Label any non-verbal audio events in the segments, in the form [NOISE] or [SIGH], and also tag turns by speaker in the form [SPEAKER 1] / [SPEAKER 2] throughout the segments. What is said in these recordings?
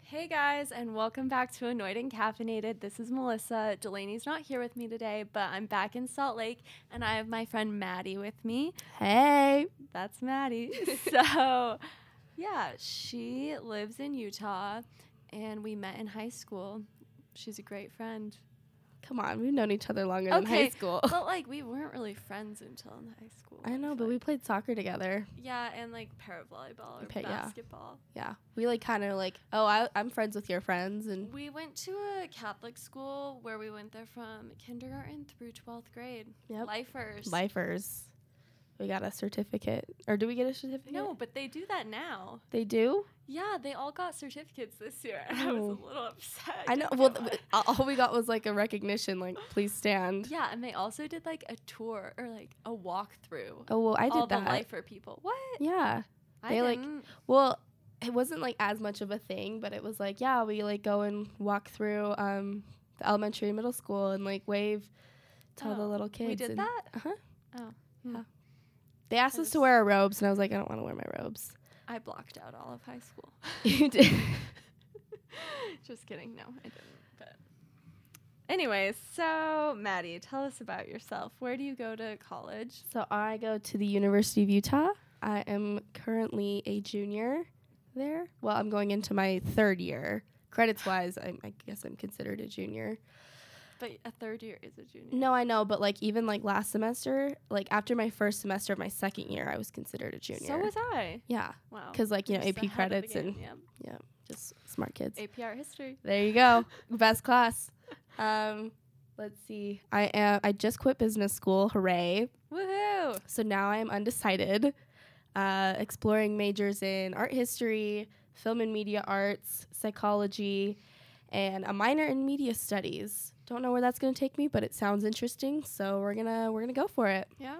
[SPEAKER 1] Hey guys, and welcome back to Annoyed and Caffeinated. This is Melissa. Delaney's not here with me today, but I'm back in Salt Lake and I have my friend Maddie with me.
[SPEAKER 2] Hey.
[SPEAKER 1] That's
[SPEAKER 2] [LAUGHS]
[SPEAKER 1] Maddie. so, yeah, she lives in Utah and we met in high school. She's a great
[SPEAKER 2] [LAUGHS]
[SPEAKER 1] friend.
[SPEAKER 2] Come on, we've known each other longer than high
[SPEAKER 1] Okay.
[SPEAKER 2] school.
[SPEAKER 1] But, like, we weren't really friends until in high school.
[SPEAKER 2] Oh. [LAUGHS] I know, but
[SPEAKER 1] feel
[SPEAKER 2] we
[SPEAKER 1] like.
[SPEAKER 2] played soccer together.
[SPEAKER 1] Yeah, and like para volleyball or
[SPEAKER 2] Pa- yeah.
[SPEAKER 1] basketball.
[SPEAKER 2] Yeah. We like kind of like, oh, I, I'm friends with your friends. And
[SPEAKER 1] We went to a Catholic school where we went there from kindergarten through 12th grade.
[SPEAKER 2] Yep.
[SPEAKER 1] Lifers.
[SPEAKER 2] lifers. We got a certificate. Or do we get a certificate?
[SPEAKER 1] No, but they do that now.
[SPEAKER 2] They do?
[SPEAKER 1] Yeah, they all got certificates this year. [LAUGHS] and I was
[SPEAKER 2] Oh.
[SPEAKER 1] a little upset.
[SPEAKER 2] I know.
[SPEAKER 1] didn't
[SPEAKER 2] Well,
[SPEAKER 1] get
[SPEAKER 2] th-
[SPEAKER 1] one.
[SPEAKER 2] all all we got was like a recognition, like, please stand.
[SPEAKER 1] [LAUGHS] yeah, and they also did like a tour or like a walkthrough.
[SPEAKER 2] Oh, well, I
[SPEAKER 1] all
[SPEAKER 2] did
[SPEAKER 1] the
[SPEAKER 2] that.
[SPEAKER 1] lifer people. What?
[SPEAKER 2] Yeah.
[SPEAKER 1] I
[SPEAKER 2] they, like-
[SPEAKER 1] didn't.
[SPEAKER 2] Well, it wasn't like as much of a thing, but it was like, yeah, we like go and walk through um, the elementary and middle school and like wave to all the
[SPEAKER 1] Oh,
[SPEAKER 2] little kids.
[SPEAKER 1] we did
[SPEAKER 2] and-
[SPEAKER 1] that.
[SPEAKER 2] Uh-huh.
[SPEAKER 1] Oh, hmm.
[SPEAKER 2] Yeah. They asked
[SPEAKER 1] I
[SPEAKER 2] us to
[SPEAKER 1] was-
[SPEAKER 2] wear our robes, and I was like, I don't want to wear
[SPEAKER 1] [LAUGHS]
[SPEAKER 2] my robes.
[SPEAKER 1] I blocked out all of high school. [LAUGHS]
[SPEAKER 2] you did.
[SPEAKER 1] Just kidding. No, I didn't. But anyways, so Maddie, tell us about yourself. Where do you go to college?
[SPEAKER 2] So I go to the University of Utah. I am currently a junior there. Well, I'm going into my third year. Credits wise, I'm, I guess I'm considered a junior.
[SPEAKER 1] But a third year is a junior.
[SPEAKER 2] No, I know, but like even like last semester, like after my first semester of my second year, I was considered a junior.
[SPEAKER 1] So was Oh, I.
[SPEAKER 2] yeah,
[SPEAKER 1] Wow.
[SPEAKER 2] because like you know
[SPEAKER 1] Just ahead
[SPEAKER 2] AP
[SPEAKER 1] of the
[SPEAKER 2] credits
[SPEAKER 1] game,
[SPEAKER 2] and
[SPEAKER 1] yeah.
[SPEAKER 2] just smart kids.
[SPEAKER 1] APR history.
[SPEAKER 2] There you go. [LAUGHS] Best class. Um, let's see. I am. I just quit business school. Hooray!
[SPEAKER 1] Woohoo!
[SPEAKER 2] So now I am undecided. Uh, exploring majors in art history, film and media arts, psychology, and a minor in media studies. Don't know where that's going to take me, but it sounds interesting. So we're gonna we're gonna go for it
[SPEAKER 1] Yeah.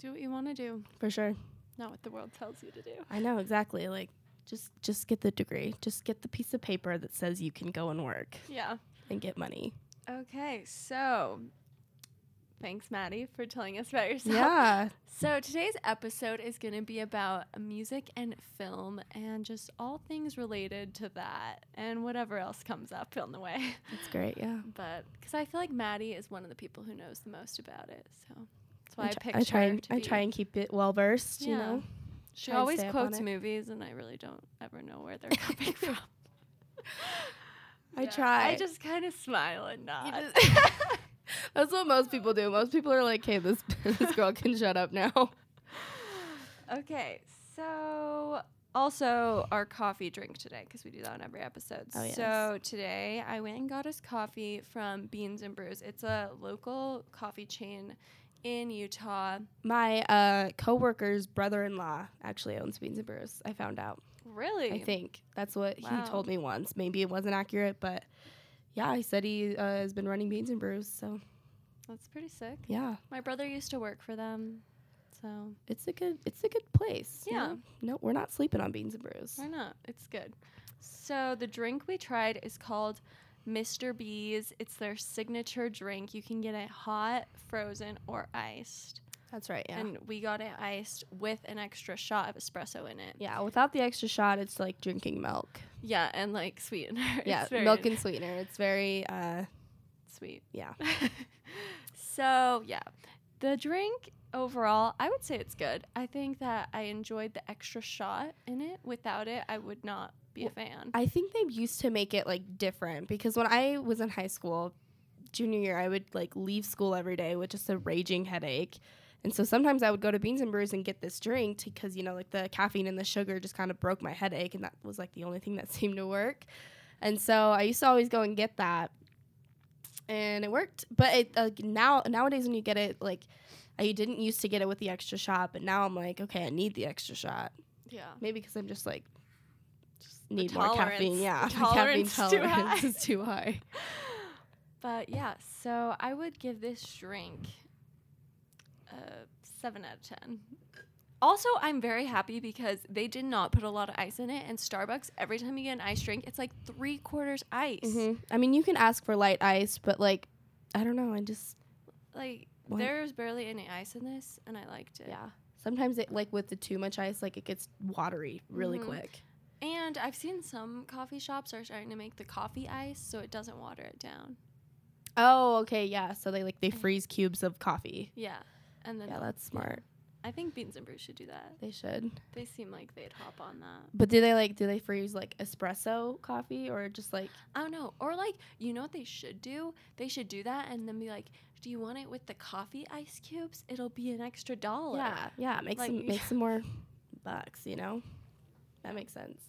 [SPEAKER 1] Do what you want to do,
[SPEAKER 2] for sure.
[SPEAKER 1] not what the world tells you to do.
[SPEAKER 2] I know exactly. Like just just get the degree. Just get the piece of paper that says you can go and work
[SPEAKER 1] Yeah.
[SPEAKER 2] and get money. [LAUGHS]
[SPEAKER 1] Okay, so thanks, Maddie, for telling us about yourself.
[SPEAKER 2] Yeah.
[SPEAKER 1] So today's episode is going to be about music and film and just all things related to that and whatever else comes up on the way.
[SPEAKER 2] That's great, yeah.
[SPEAKER 1] [LAUGHS] But because I feel like Maddie is one of the people who knows the most about it, so that's why I,
[SPEAKER 2] tr-
[SPEAKER 1] picked
[SPEAKER 2] I try
[SPEAKER 1] her
[SPEAKER 2] and
[SPEAKER 1] to
[SPEAKER 2] I
[SPEAKER 1] be-
[SPEAKER 2] try and keep it well versed, you
[SPEAKER 1] Yeah.
[SPEAKER 2] know.
[SPEAKER 1] She
[SPEAKER 2] try and
[SPEAKER 1] always
[SPEAKER 2] stay up on
[SPEAKER 1] quotes
[SPEAKER 2] it.
[SPEAKER 1] movies, and I really don't ever know where
[SPEAKER 2] [LAUGHS]
[SPEAKER 1] they're coming from.
[SPEAKER 2] I
[SPEAKER 1] Yeah,
[SPEAKER 2] try.
[SPEAKER 1] I just kind of smile and nod.
[SPEAKER 2] [LAUGHS] That's what most people do. Most people are like, "Hey, this [LAUGHS] this girl can shut up now."
[SPEAKER 1] Okay, so also our coffee drink today because we do that on every episode.
[SPEAKER 2] Oh, yes.
[SPEAKER 1] So today I went and got us coffee from Beans and Brews. It's a local coffee chain in Utah.
[SPEAKER 2] My uh coworker's brother-in-law actually owns Beans and Brews. I found out.
[SPEAKER 1] Really?
[SPEAKER 2] I think that's what
[SPEAKER 1] Wow.
[SPEAKER 2] he told me once. Maybe it wasn't accurate, but yeah, he said he uh, has been running Beans and Brews. So
[SPEAKER 1] that's pretty sick.
[SPEAKER 2] yeah,
[SPEAKER 1] My brother used to work for them, so
[SPEAKER 2] it's a good it's a good place. you
[SPEAKER 1] Yeah.
[SPEAKER 2] know? No, we're not sleeping on Beans and Brews.
[SPEAKER 1] Why not? It's good. So the drink we tried is called Mr. B's. It's their signature drink. You can get it hot, frozen, or iced.
[SPEAKER 2] That's right. Yeah.
[SPEAKER 1] And we got it iced with an extra shot of espresso in it.
[SPEAKER 2] yeah, without the extra shot, it's like drinking milk.
[SPEAKER 1] Yeah, and like sweetener. [LAUGHS] It's
[SPEAKER 2] yeah,
[SPEAKER 1] very
[SPEAKER 2] milk and sweetener. It's very uh
[SPEAKER 1] sweet.
[SPEAKER 2] yeah.
[SPEAKER 1] [LAUGHS] so yeah, the drink overall, I would say it's good. I think that I enjoyed the extra shot in it. Without it, I would not be a fan.
[SPEAKER 2] I think they used to make it like different because when I was in high school, junior year, I would like leave school every day with just a raging headache. And so sometimes I would go to Beans and Brews and get this drink because, you know, like the caffeine and the sugar just kind of broke my headache. And that was like the only thing that [LAUGHS] seemed to work. And so I used to always go and get that. And it worked. But it, like now, nowadays, when you get it, like I didn't used to get it with the extra shot, but now I'm like, okay, I need the extra shot.
[SPEAKER 1] yeah.
[SPEAKER 2] Maybe because I'm just like just
[SPEAKER 1] the
[SPEAKER 2] need more
[SPEAKER 1] tolerance-
[SPEAKER 2] caffeine.
[SPEAKER 1] the
[SPEAKER 2] Yeah, my
[SPEAKER 1] tolerance is too
[SPEAKER 2] caffeine tolerance
[SPEAKER 1] high.
[SPEAKER 2] is too
[SPEAKER 1] [LAUGHS]
[SPEAKER 2] high.
[SPEAKER 1] But yeah, so I would give this drink a seven out of ten. Also, I'm very happy because they did not put a lot of ice in it. And Starbucks, every time you get an ice drink, it's like three quarters ice.
[SPEAKER 2] I mean, you can ask for light ice, but like, I don't know. I just
[SPEAKER 1] Like
[SPEAKER 2] What?
[SPEAKER 1] there's barely any ice in this, and I liked it.
[SPEAKER 2] yeah. Sometimes it like with the too much ice, like it gets watery really
[SPEAKER 1] Mhm.
[SPEAKER 2] quick.
[SPEAKER 1] And I've seen some coffee shops are starting to make the coffee ice so it doesn't water it down.
[SPEAKER 2] Oh, okay, yeah. So they like
[SPEAKER 1] Mm.
[SPEAKER 2] they freeze cubes of coffee.
[SPEAKER 1] Yeah. And then
[SPEAKER 2] Yeah, that's smart.
[SPEAKER 1] I think Beans and Brew should do that.
[SPEAKER 2] They should.
[SPEAKER 1] They seem like they'd hop on that.
[SPEAKER 2] But do they like do they freeze like espresso coffee or just like
[SPEAKER 1] I don't know. Or like, you know what they should do? They should do that and then be like, "Do you want it with the coffee ice cubes? It'll be an extra dollar."
[SPEAKER 2] yeah, yeah, make
[SPEAKER 1] Like-
[SPEAKER 2] some make
[SPEAKER 1] [LAUGHS]
[SPEAKER 2] some more bucks, you know? That makes sense.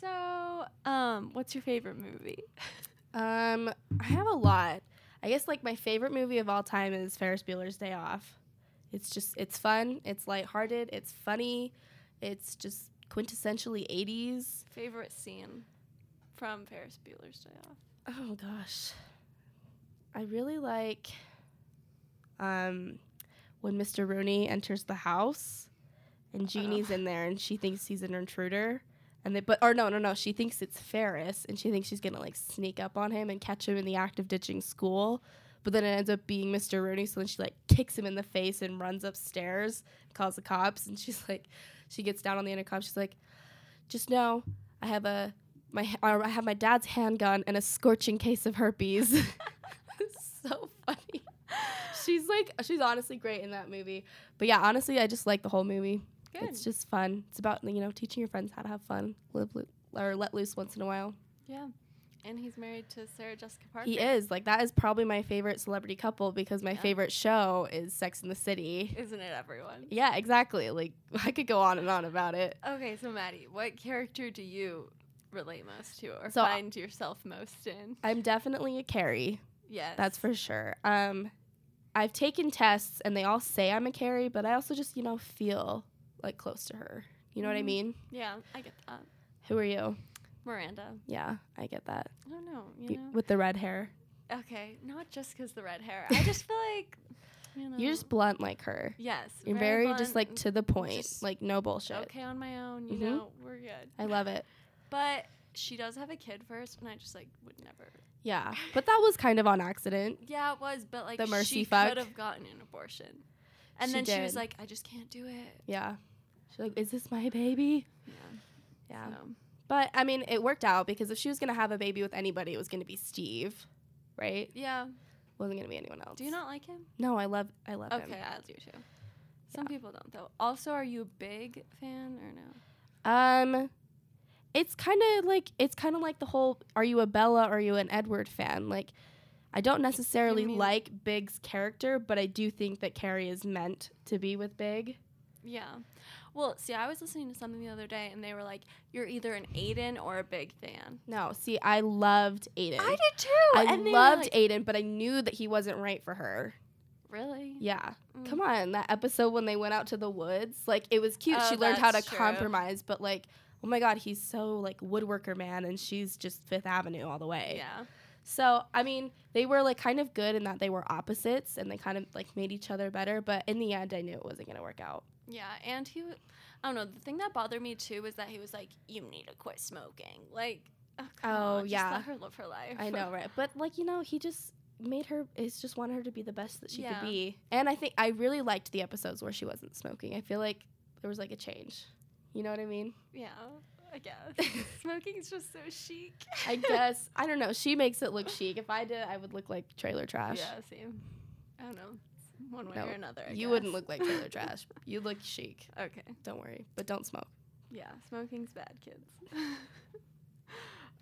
[SPEAKER 1] So, um, what's your favorite movie?
[SPEAKER 2] Um, I have a lot. I guess like my favorite movie of all time is Ferris Bueller's Day Off. It's just it's fun, it's lighthearted, it's funny, it's just quintessentially 80s.
[SPEAKER 1] Favorite scene from Ferris Bueller's Day Off?
[SPEAKER 2] Oh gosh. I really like um when Mr. Rooney enters the house and Jeannie's in there and she thinks he's an intruder. And they but or no no no, she thinks it's Ferris and she thinks she's gonna like sneak up on him and catch him in the act of ditching school. But then it ends up being Mr. Rooney, so then she like kicks him in the face and runs upstairs, calls the cops, and she's like she gets down on the intercom, she's like, just know I have a my h- or I have my dad's handgun and a scorching case of herpes. [LAUGHS] It's so funny. She's like she's honestly great in that movie. But yeah, honestly, I just like the whole movie.
[SPEAKER 1] Good.
[SPEAKER 2] It's just fun. It's about you know teaching your friends how to have fun, live lo- or let loose once in a while.
[SPEAKER 1] yeah. And he's married to Sarah Jessica Parker.
[SPEAKER 2] He is like that is probably my favorite celebrity couple because my
[SPEAKER 1] Yeah.
[SPEAKER 2] favorite show is Sex in the City.
[SPEAKER 1] Isn't it everyone?
[SPEAKER 2] Yeah, exactly. Like [LAUGHS] I could go on and on about it.
[SPEAKER 1] Okay, so Maddie, what character do you relate most to or
[SPEAKER 2] So, uh,
[SPEAKER 1] find yourself most in?
[SPEAKER 2] I'm definitely a Carrie.
[SPEAKER 1] Yes.
[SPEAKER 2] That's for sure. Um, I've taken tests and they all say I'm a Carrie, but I also just, you know, feel like close to her. You know what I
[SPEAKER 1] Mhm.
[SPEAKER 2] mean?
[SPEAKER 1] Yeah, I get that.
[SPEAKER 2] Who are you?
[SPEAKER 1] Miranda.
[SPEAKER 2] Yeah, I get that.
[SPEAKER 1] I don't know,
[SPEAKER 2] Y-
[SPEAKER 1] you know.
[SPEAKER 2] With the red hair.
[SPEAKER 1] Okay, not just because the red hair. I just feel like you know.
[SPEAKER 2] [LAUGHS] You're just blunt like her.
[SPEAKER 1] yes.
[SPEAKER 2] You're very,
[SPEAKER 1] Mm-hmm.
[SPEAKER 2] just
[SPEAKER 1] blunt
[SPEAKER 2] like
[SPEAKER 1] and
[SPEAKER 2] to the point,
[SPEAKER 1] just
[SPEAKER 2] like no bullshit.
[SPEAKER 1] okay on my own. You
[SPEAKER 2] Mhm.
[SPEAKER 1] know, we're good.
[SPEAKER 2] I love it.
[SPEAKER 1] But she does have a kid first, and I just like would never.
[SPEAKER 2] Yeah.
[SPEAKER 1] [LAUGHS]
[SPEAKER 2] But that was kind of on accident.
[SPEAKER 1] Yeah, it was, but like
[SPEAKER 2] The mercy
[SPEAKER 1] she
[SPEAKER 2] fuck.
[SPEAKER 1] could have gotten an abortion, and
[SPEAKER 2] She
[SPEAKER 1] then she was
[SPEAKER 2] did.
[SPEAKER 1] like, "I just can't do it."
[SPEAKER 2] Yeah. She's like, is this my baby?
[SPEAKER 1] Yeah.
[SPEAKER 2] Yeah.
[SPEAKER 1] so.
[SPEAKER 2] But I mean, it worked out because if she was going to have a baby with anybody, it was going to be Steve, right?
[SPEAKER 1] Yeah.
[SPEAKER 2] Wasn't going to be anyone else.
[SPEAKER 1] Do you not like him?
[SPEAKER 2] No, I love, I love him.
[SPEAKER 1] Okay, I do too. Some people don't though. Also, are you a big fan or no?
[SPEAKER 2] Um, it's kind of like it's kind of like the whole "Are you a Bella? Are you an Edward?" fan. Like, I don't necessarily
[SPEAKER 1] mean-
[SPEAKER 2] like Big's character, but I do think that Carrie is meant to be with Big.
[SPEAKER 1] Yeah. Well, see, I was listening to something the other day, and they were like, "You're either an Aiden or a big fan."
[SPEAKER 2] No, see, I loved Aiden.
[SPEAKER 1] I did too.
[SPEAKER 2] I
[SPEAKER 1] and they were
[SPEAKER 2] loved
[SPEAKER 1] like-
[SPEAKER 2] Aiden, but I knew that he wasn't right for her.
[SPEAKER 1] Really? Mm.
[SPEAKER 2] Yeah.
[SPEAKER 1] Mm-hmm.
[SPEAKER 2] Come on, that episode when they went out to the woods, like it was cute.
[SPEAKER 1] Oh,
[SPEAKER 2] she learned how to
[SPEAKER 1] that's true.
[SPEAKER 2] compromise, but like, oh my god, he's so like woodworker man and she's just Fifth Avenue all the way.
[SPEAKER 1] Yeah.
[SPEAKER 2] So, I mean, they were like kind of good in that they were opposites and they kind of like made each other better, but in the end I knew it wasn't going to work out.
[SPEAKER 1] Yeah. And he, w- I don't know. The thing that bothered me too was that he was like, "You need to quit smoking." Like, oh, come
[SPEAKER 2] Oh,
[SPEAKER 1] on, just
[SPEAKER 2] yeah.
[SPEAKER 1] let her live her life.
[SPEAKER 2] I know, right? But like, you know, he just made her is just wanted her to be the best that she
[SPEAKER 1] Yeah.
[SPEAKER 2] could be. And I think I really liked the episodes where she wasn't smoking. I feel like there was like a change. You know what I mean?
[SPEAKER 1] [LAUGHS] yeah. I
[SPEAKER 2] [LAUGHS]
[SPEAKER 1] guess smoking's just so chic. [LAUGHS]
[SPEAKER 2] I guess I don't know. She makes it look chic. If I did, I would look like trailer trash.
[SPEAKER 1] Yeah. Same. I don't know. One way
[SPEAKER 2] No,
[SPEAKER 1] or another. I
[SPEAKER 2] You wouldn't
[SPEAKER 1] guess.
[SPEAKER 2] look like
[SPEAKER 1] [LAUGHS]
[SPEAKER 2] trailer trash. You look chic.
[SPEAKER 1] okay.
[SPEAKER 2] Don't worry, but don't smoke.
[SPEAKER 1] Yeah, smoking's bad, kids. [LAUGHS]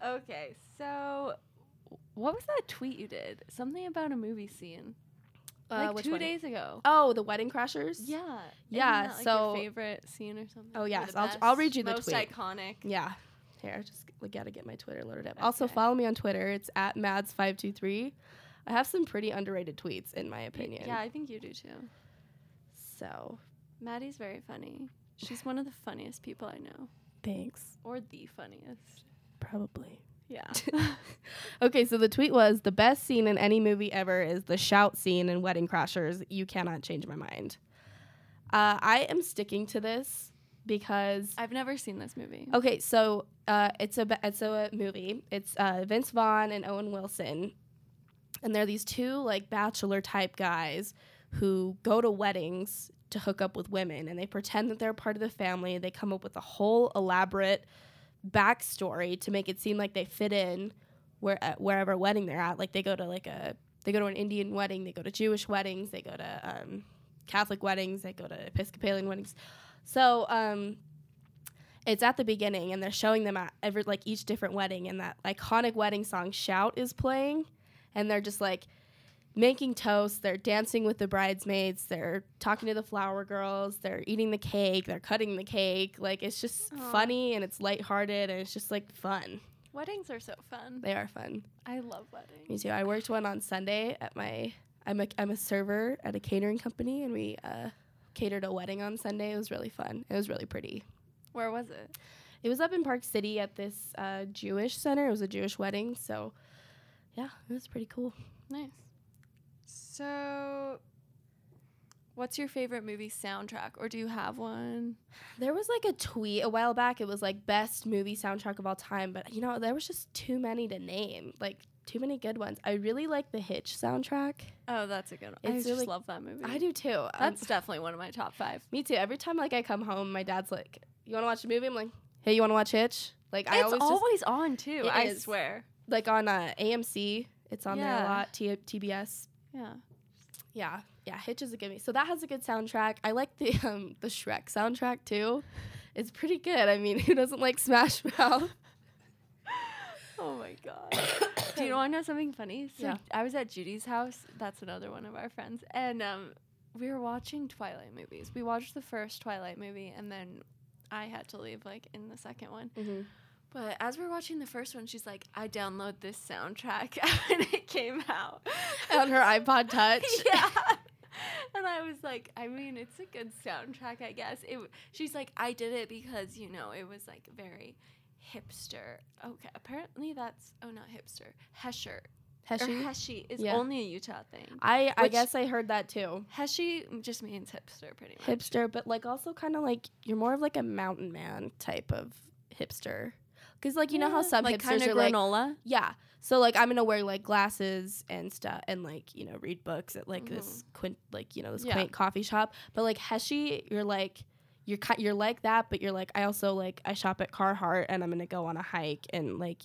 [SPEAKER 1] okay, so what was that tweet you did? Something about a movie scene like two days ago.
[SPEAKER 2] Oh, the wedding crashers.
[SPEAKER 1] Yeah, isn't
[SPEAKER 2] Yeah,
[SPEAKER 1] that, like,
[SPEAKER 2] so-
[SPEAKER 1] your favorite scene or something.
[SPEAKER 2] Oh,
[SPEAKER 1] Or
[SPEAKER 2] yes,
[SPEAKER 1] the
[SPEAKER 2] I'll- I'll read
[SPEAKER 1] best,
[SPEAKER 2] you the
[SPEAKER 1] most
[SPEAKER 2] tweet.
[SPEAKER 1] iconic.
[SPEAKER 2] Yeah. Here, I just g- gotta get my Twitter loaded up. Also,
[SPEAKER 1] Okay.
[SPEAKER 2] follow me on Twitter. It's at mads523. I have some pretty underrated tweets, in my opinion.
[SPEAKER 1] Yeah, I think you do too.
[SPEAKER 2] So,
[SPEAKER 1] Maddie's very funny. She's one of the funniest people I know,
[SPEAKER 2] thanks.
[SPEAKER 1] or the funniest.
[SPEAKER 2] Probably.
[SPEAKER 1] Yeah.
[SPEAKER 2] [LAUGHS] Okay, so the tweet was the best scene in any movie ever is the shout scene in Wedding Crashers. You cannot change my mind. Uh, I am sticking to this because
[SPEAKER 1] I've never seen this movie.
[SPEAKER 2] Okay, so uh, it's a it's a movie. It's uh, Vince Vaughn and Owen Wilson, and they're these two like bachelor type guys who go to weddings to hook up with women and they pretend that they're part of the family. They come up with a whole elaborate backstory to make it seem like they fit in where at wherever wedding they're at. Like they go to like a they go to an Indian wedding, they go to Jewish weddings, they go to um, Catholic weddings, they go to Episcopalian weddings. So um, it's at the beginning, and they're showing them at every like each different wedding, and that iconic wedding song "Shout" is playing, and they're just like making toasts, they're dancing with the bridesmaids, they're talking to the flower girls, they're eating the cake, they're cutting the cake. Like it's just
[SPEAKER 1] Aw.
[SPEAKER 2] funny and it's lighthearted and it's just like fun.
[SPEAKER 1] Weddings are so fun.
[SPEAKER 2] They are fun.
[SPEAKER 1] I love
[SPEAKER 2] Me
[SPEAKER 1] weddings.
[SPEAKER 2] too. I worked one on Sunday at my. I'm a I'm a server at a catering company, and we uh, catered a wedding on Sunday. It was really fun. It was really pretty.
[SPEAKER 1] Where was it?
[SPEAKER 2] It was up in Park City at this uh, Jewish center. It was a Jewish wedding, so yeah, it was pretty cool.
[SPEAKER 1] Nice. So, what's your favorite movie soundtrack, or do you have one?
[SPEAKER 2] There was like a tweet a while back. It was like best movie soundtrack of all time, but you know there was just too many to name. Like too many good ones. I really like the Hitch soundtrack.
[SPEAKER 1] Oh, that's a good one. I
[SPEAKER 2] It's
[SPEAKER 1] just
[SPEAKER 2] really-
[SPEAKER 1] love that movie.
[SPEAKER 2] I do too. Um,
[SPEAKER 1] That's definitely one of my top five.
[SPEAKER 2] Me too. Every time like I come home, my dad's like, "You want to watch a movie?" I'm like, "Hey, you want to watch Hitch?" Like I
[SPEAKER 1] it's
[SPEAKER 2] always
[SPEAKER 1] always,
[SPEAKER 2] just,
[SPEAKER 1] on too.
[SPEAKER 2] It
[SPEAKER 1] I
[SPEAKER 2] is.
[SPEAKER 1] swear.
[SPEAKER 2] like on uh, AMC. It's on there
[SPEAKER 1] Yeah.
[SPEAKER 2] a lot. T- TBS.
[SPEAKER 1] Yeah.
[SPEAKER 2] Yeah, yeah. Hitch is a gimme. So that has a good soundtrack. I like the [LAUGHS] um the Shrek soundtrack too. It's pretty good. I mean, [LAUGHS] who doesn't like Smash Mouth? [COUGHS]
[SPEAKER 1] Oh my god. [COUGHS] do you want to know something funny? So
[SPEAKER 2] Yeah.
[SPEAKER 1] I was at Judy's house. That's another one of our friends, and um, we were watching Twilight movies. We watched the first Twilight movie, and then I had to leave like in the second one.
[SPEAKER 2] mm-hmm.
[SPEAKER 1] But as we we're watching the first one, she's like, "I download this soundtrack [LAUGHS] when it came out
[SPEAKER 2] [LAUGHS]
[SPEAKER 1] [LAUGHS]
[SPEAKER 2] On her iPod Touch.
[SPEAKER 1] yeah. And I was like, I mean, it's a good soundtrack, I guess. It. w- She's like, I did it because you know it was like very hipster. Okay, apparently that's oh not hipster, hesher. Or
[SPEAKER 2] Heshy.
[SPEAKER 1] heshy is
[SPEAKER 2] Yeah.
[SPEAKER 1] only a Utah thing.
[SPEAKER 2] I I
[SPEAKER 1] Which-
[SPEAKER 2] guess I heard that too.
[SPEAKER 1] Heshy just means hipster, pretty much.
[SPEAKER 2] hipster, but like also kind of like you're more of like a mountain man type of hipster. Cause like you know how
[SPEAKER 1] Yeah.
[SPEAKER 2] some
[SPEAKER 1] like
[SPEAKER 2] hipsters
[SPEAKER 1] kinda
[SPEAKER 2] are like
[SPEAKER 1] granola.
[SPEAKER 2] yeah. So like I'm gonna wear like glasses and stuff and like you know read books at like this quint like you know this
[SPEAKER 1] Mm-hmm. Yeah.
[SPEAKER 2] quaint coffee shop. But like Heshi, you're like you're ki- you're like that, but you're like I also like I shop at Carhartt and I'm gonna go on a hike and like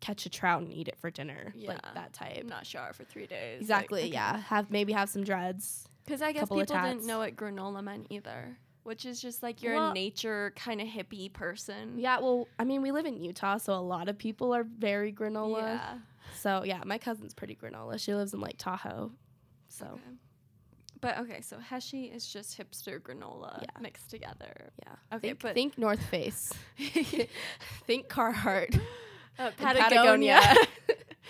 [SPEAKER 2] catch a trout and eat it for dinner like
[SPEAKER 1] Yeah.
[SPEAKER 2] that type.
[SPEAKER 1] I'm not shower for three days.
[SPEAKER 2] Exactly. yeah. Have maybe have some dreads.
[SPEAKER 1] Because I guess
[SPEAKER 2] Couple
[SPEAKER 1] people
[SPEAKER 2] of
[SPEAKER 1] didn't
[SPEAKER 2] tats.
[SPEAKER 1] know what granola meant either, which is just like you're
[SPEAKER 2] Well-
[SPEAKER 1] a nature kind of hippie person.
[SPEAKER 2] Yeah, well, I mean, we live in Utah, so a lot of people are very granola.
[SPEAKER 1] Yeah.
[SPEAKER 2] So yeah, my cousin's pretty granola. She lives in like Tahoe. So
[SPEAKER 1] Okay. But okay, so Heshi is just hipster granola
[SPEAKER 2] Yeah.
[SPEAKER 1] mixed together.
[SPEAKER 2] yeah,
[SPEAKER 1] Okay,
[SPEAKER 2] think,
[SPEAKER 1] but-
[SPEAKER 2] think North Face, think Carhartt,
[SPEAKER 1] [LAUGHS]
[SPEAKER 2] [LAUGHS]
[SPEAKER 1] Uh,
[SPEAKER 2] Patagonia.
[SPEAKER 1] [LAUGHS]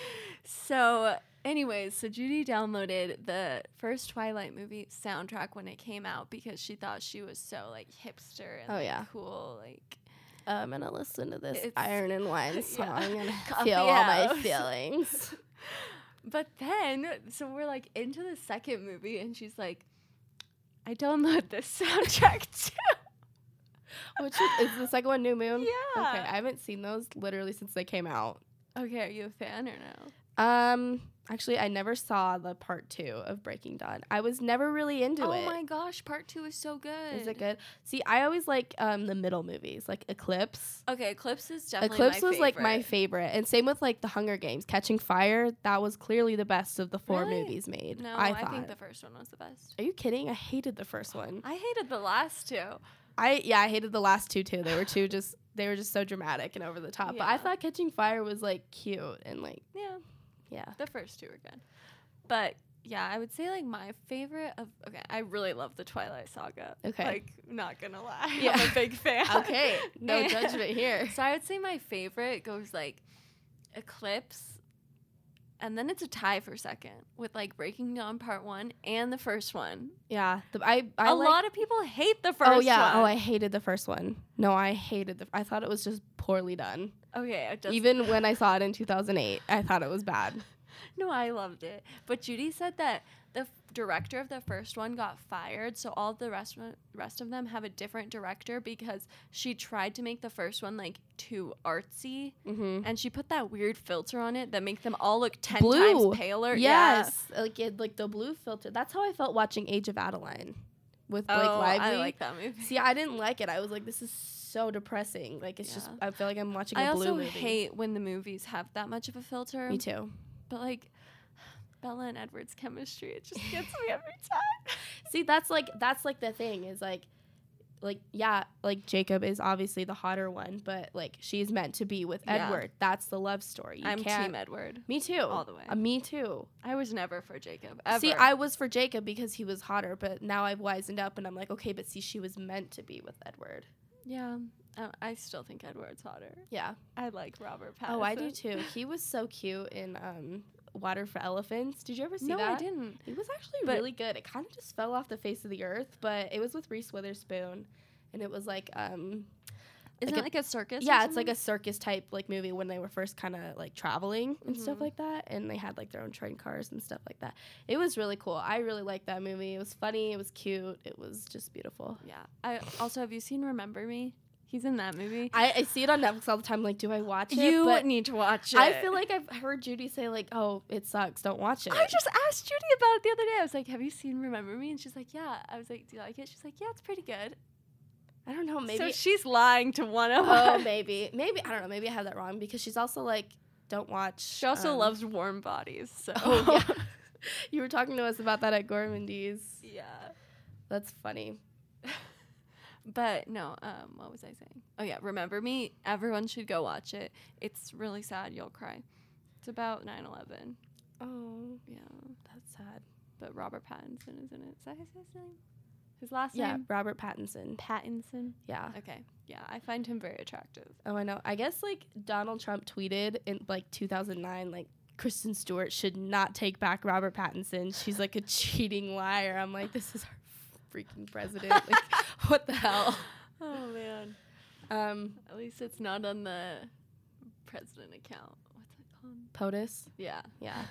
[SPEAKER 1] so, anyways, so Judy downloaded the first Twilight movie soundtrack when it came out because she thought she was so like hipster and
[SPEAKER 2] Oh,
[SPEAKER 1] like,
[SPEAKER 2] yeah.
[SPEAKER 1] cool. Like,
[SPEAKER 2] I'm gonna Um, listen to this
[SPEAKER 1] It's-
[SPEAKER 2] Iron and Wine song
[SPEAKER 1] [LAUGHS] yeah.
[SPEAKER 2] and
[SPEAKER 1] Coffee
[SPEAKER 2] feel all my
[SPEAKER 1] out. [LAUGHS]
[SPEAKER 2] feelings.
[SPEAKER 1] but then so we're like into the second movie and she's like, I download this soundtrack [LAUGHS] too.
[SPEAKER 2] Which is, is the second one, New Moon.
[SPEAKER 1] yeah.
[SPEAKER 2] Oh, Okay, I haven't seen those literally since they came out.
[SPEAKER 1] okay, are you a fan or no?
[SPEAKER 2] Um, actually, I never saw the part two of Breaking Dawn. I was never really into
[SPEAKER 1] oh
[SPEAKER 2] it.
[SPEAKER 1] my gosh, part two is so good.
[SPEAKER 2] Is it good? See, I always like um, the middle movies, like Eclipse.
[SPEAKER 1] Okay, Eclipse is definitely
[SPEAKER 2] Eclipse
[SPEAKER 1] my
[SPEAKER 2] was like my
[SPEAKER 1] favorite.
[SPEAKER 2] favorite, and same with like the Hunger Games, Catching Fire. That was clearly the best of the four
[SPEAKER 1] Really?
[SPEAKER 2] movies made.
[SPEAKER 1] No,
[SPEAKER 2] I
[SPEAKER 1] I,
[SPEAKER 2] thought.
[SPEAKER 1] think the first one was the best.
[SPEAKER 2] Are you kidding? I hated the first one.
[SPEAKER 1] I hated the last two.
[SPEAKER 2] I yeah, I hated the last two too. They
[SPEAKER 1] [SIGHS]
[SPEAKER 2] were two just they were just so dramatic and over the top. But I
[SPEAKER 1] Yeah.
[SPEAKER 2] thought Catching Fire was like cute and like
[SPEAKER 1] Yeah, [LAUGHS]
[SPEAKER 2] yeah.
[SPEAKER 1] the first two were good. But yeah, I would say like my favorite of okay, I really love the Twilight Saga.
[SPEAKER 2] Okay.
[SPEAKER 1] Like not gonna lie. [LAUGHS]
[SPEAKER 2] Yeah.
[SPEAKER 1] I'm a big fan.
[SPEAKER 2] Okay,
[SPEAKER 1] [LAUGHS]
[SPEAKER 2] no
[SPEAKER 1] And-
[SPEAKER 2] judgment here.
[SPEAKER 1] So I would say my favorite goes like Eclipse and then it's a tie for second with like Breaking Dawn Part One and the first one.
[SPEAKER 2] Yeah, the, I I
[SPEAKER 1] A
[SPEAKER 2] like,
[SPEAKER 1] lot of people hate the first
[SPEAKER 2] oh yeah.
[SPEAKER 1] one.
[SPEAKER 2] Oh, I hated the first one. No, I hated the. I thought it was just poorly done.
[SPEAKER 1] okay, it does
[SPEAKER 2] Even when I saw it in 2008, I thought it
[SPEAKER 1] [LAUGHS]
[SPEAKER 2] was bad.
[SPEAKER 1] No, I loved it. But Judy said that the f- director of the first one got fired, so all the rest one- rest of them have a different director because she tried to make the first one like too artsy,
[SPEAKER 2] Mm-hmm.
[SPEAKER 1] and she put that weird filter on it that makes them all look ten
[SPEAKER 2] Blue.
[SPEAKER 1] times paler.
[SPEAKER 2] Yes, like it, like the blue filter. That's how Oh, I felt watching Age of Adeline. with Blake Lively.
[SPEAKER 1] Oh, I like that movie.
[SPEAKER 2] See, I didn't like it. I was like, this is so depressing. Like, it's just, I feel like I'm watching a
[SPEAKER 1] I
[SPEAKER 2] blue
[SPEAKER 1] also
[SPEAKER 2] movie.
[SPEAKER 1] hate when the movies have that much of a filter.
[SPEAKER 2] Me too.
[SPEAKER 1] But like [SIGHS] Bella and Edward's chemistry, it
[SPEAKER 2] [LAUGHS]
[SPEAKER 1] just gets me every time.
[SPEAKER 2] See, that's like that's like the thing is like, like yeah, like Jacob is obviously the hotter one, but like she's meant to be with
[SPEAKER 1] Yeah.
[SPEAKER 2] Edward. That's the love story. You
[SPEAKER 1] I'm
[SPEAKER 2] can't-
[SPEAKER 1] Team Edward
[SPEAKER 2] Me too.
[SPEAKER 1] all the way.
[SPEAKER 2] Uh, me too.
[SPEAKER 1] I was never for Jacob. Ever.
[SPEAKER 2] See, I was for Jacob because he was hotter, but now I've wisened up and I'm like, okay, but see, she was meant to be with Edward.
[SPEAKER 1] yeah, I, I still think Edward's hotter.
[SPEAKER 2] Yeah.
[SPEAKER 1] I like Robert Pattinson.
[SPEAKER 2] Oh, I
[SPEAKER 1] [LAUGHS]
[SPEAKER 2] do too. He was so cute in um, Water for Elephants. Did you ever see
[SPEAKER 1] no,
[SPEAKER 2] that?
[SPEAKER 1] I didn't.
[SPEAKER 2] It was actually
[SPEAKER 1] But-
[SPEAKER 2] really good. It kind of just fell off the face of the earth, but it was with Reese Witherspoon, and it was like, um,
[SPEAKER 1] Isn't
[SPEAKER 2] a-
[SPEAKER 1] it like a circus? or
[SPEAKER 2] yeah, it's like a
[SPEAKER 1] something?
[SPEAKER 2] circus type like movie when they were first kind of like traveling and stuff
[SPEAKER 1] Mhm.
[SPEAKER 2] like that, and they had like their own train cars and stuff like that. It was really cool. I really liked that movie. It was funny. It was cute. It was just beautiful.
[SPEAKER 1] Yeah. I also have you seen Remember Me? He's in that movie.
[SPEAKER 2] I, I see it on Netflix all the time. Like, do I watch it?
[SPEAKER 1] you
[SPEAKER 2] But
[SPEAKER 1] need to watch it.
[SPEAKER 2] I feel like I've heard Judy say like, "Oh, it sucks. Don't watch it."
[SPEAKER 1] I just asked Judy about it the other day. I was like, "Have you seen Remember Me?" And she's like, "Yeah." I was like, "Do you like it?" She's like, "Yeah, it's pretty good."
[SPEAKER 2] I don't know. Maybe
[SPEAKER 1] So she's lying to one of [LAUGHS]
[SPEAKER 2] oh,
[SPEAKER 1] us.
[SPEAKER 2] maybe, maybe I don't know. Maybe I have that wrong because she's also like, don't watch.
[SPEAKER 1] She also
[SPEAKER 2] um,
[SPEAKER 1] loves warm bodies. So
[SPEAKER 2] [LAUGHS]
[SPEAKER 1] [LAUGHS]
[SPEAKER 2] Oh yeah, [LAUGHS] you were talking to us about that at Gormandy's.
[SPEAKER 1] yeah.
[SPEAKER 2] That's funny.
[SPEAKER 1] But no, um, what was I saying? Oh yeah, remember me. Everyone should go watch it. It's really sad. You'll cry. It's about 9/11.
[SPEAKER 2] Oh,
[SPEAKER 1] Yeah,
[SPEAKER 2] that's sad.
[SPEAKER 1] but Robert Pattinson is in it. Is that his last name? His last
[SPEAKER 2] Yeah,
[SPEAKER 1] name
[SPEAKER 2] Robert Pattinson.
[SPEAKER 1] Pattinson.
[SPEAKER 2] Yeah.
[SPEAKER 1] Okay. Yeah, I find him very attractive.
[SPEAKER 2] Oh, I know. I guess like Donald Trump tweeted in like 2009, like Kristen Stewart should not take back Robert Pattinson. She's like a [LAUGHS] cheating liar. I'm like, this is our freaking president. Like, what the hell?
[SPEAKER 1] Oh man.
[SPEAKER 2] Um,
[SPEAKER 1] At least it's not on the president account. What's it called?
[SPEAKER 2] POTUS.
[SPEAKER 1] Yeah.
[SPEAKER 2] Yeah.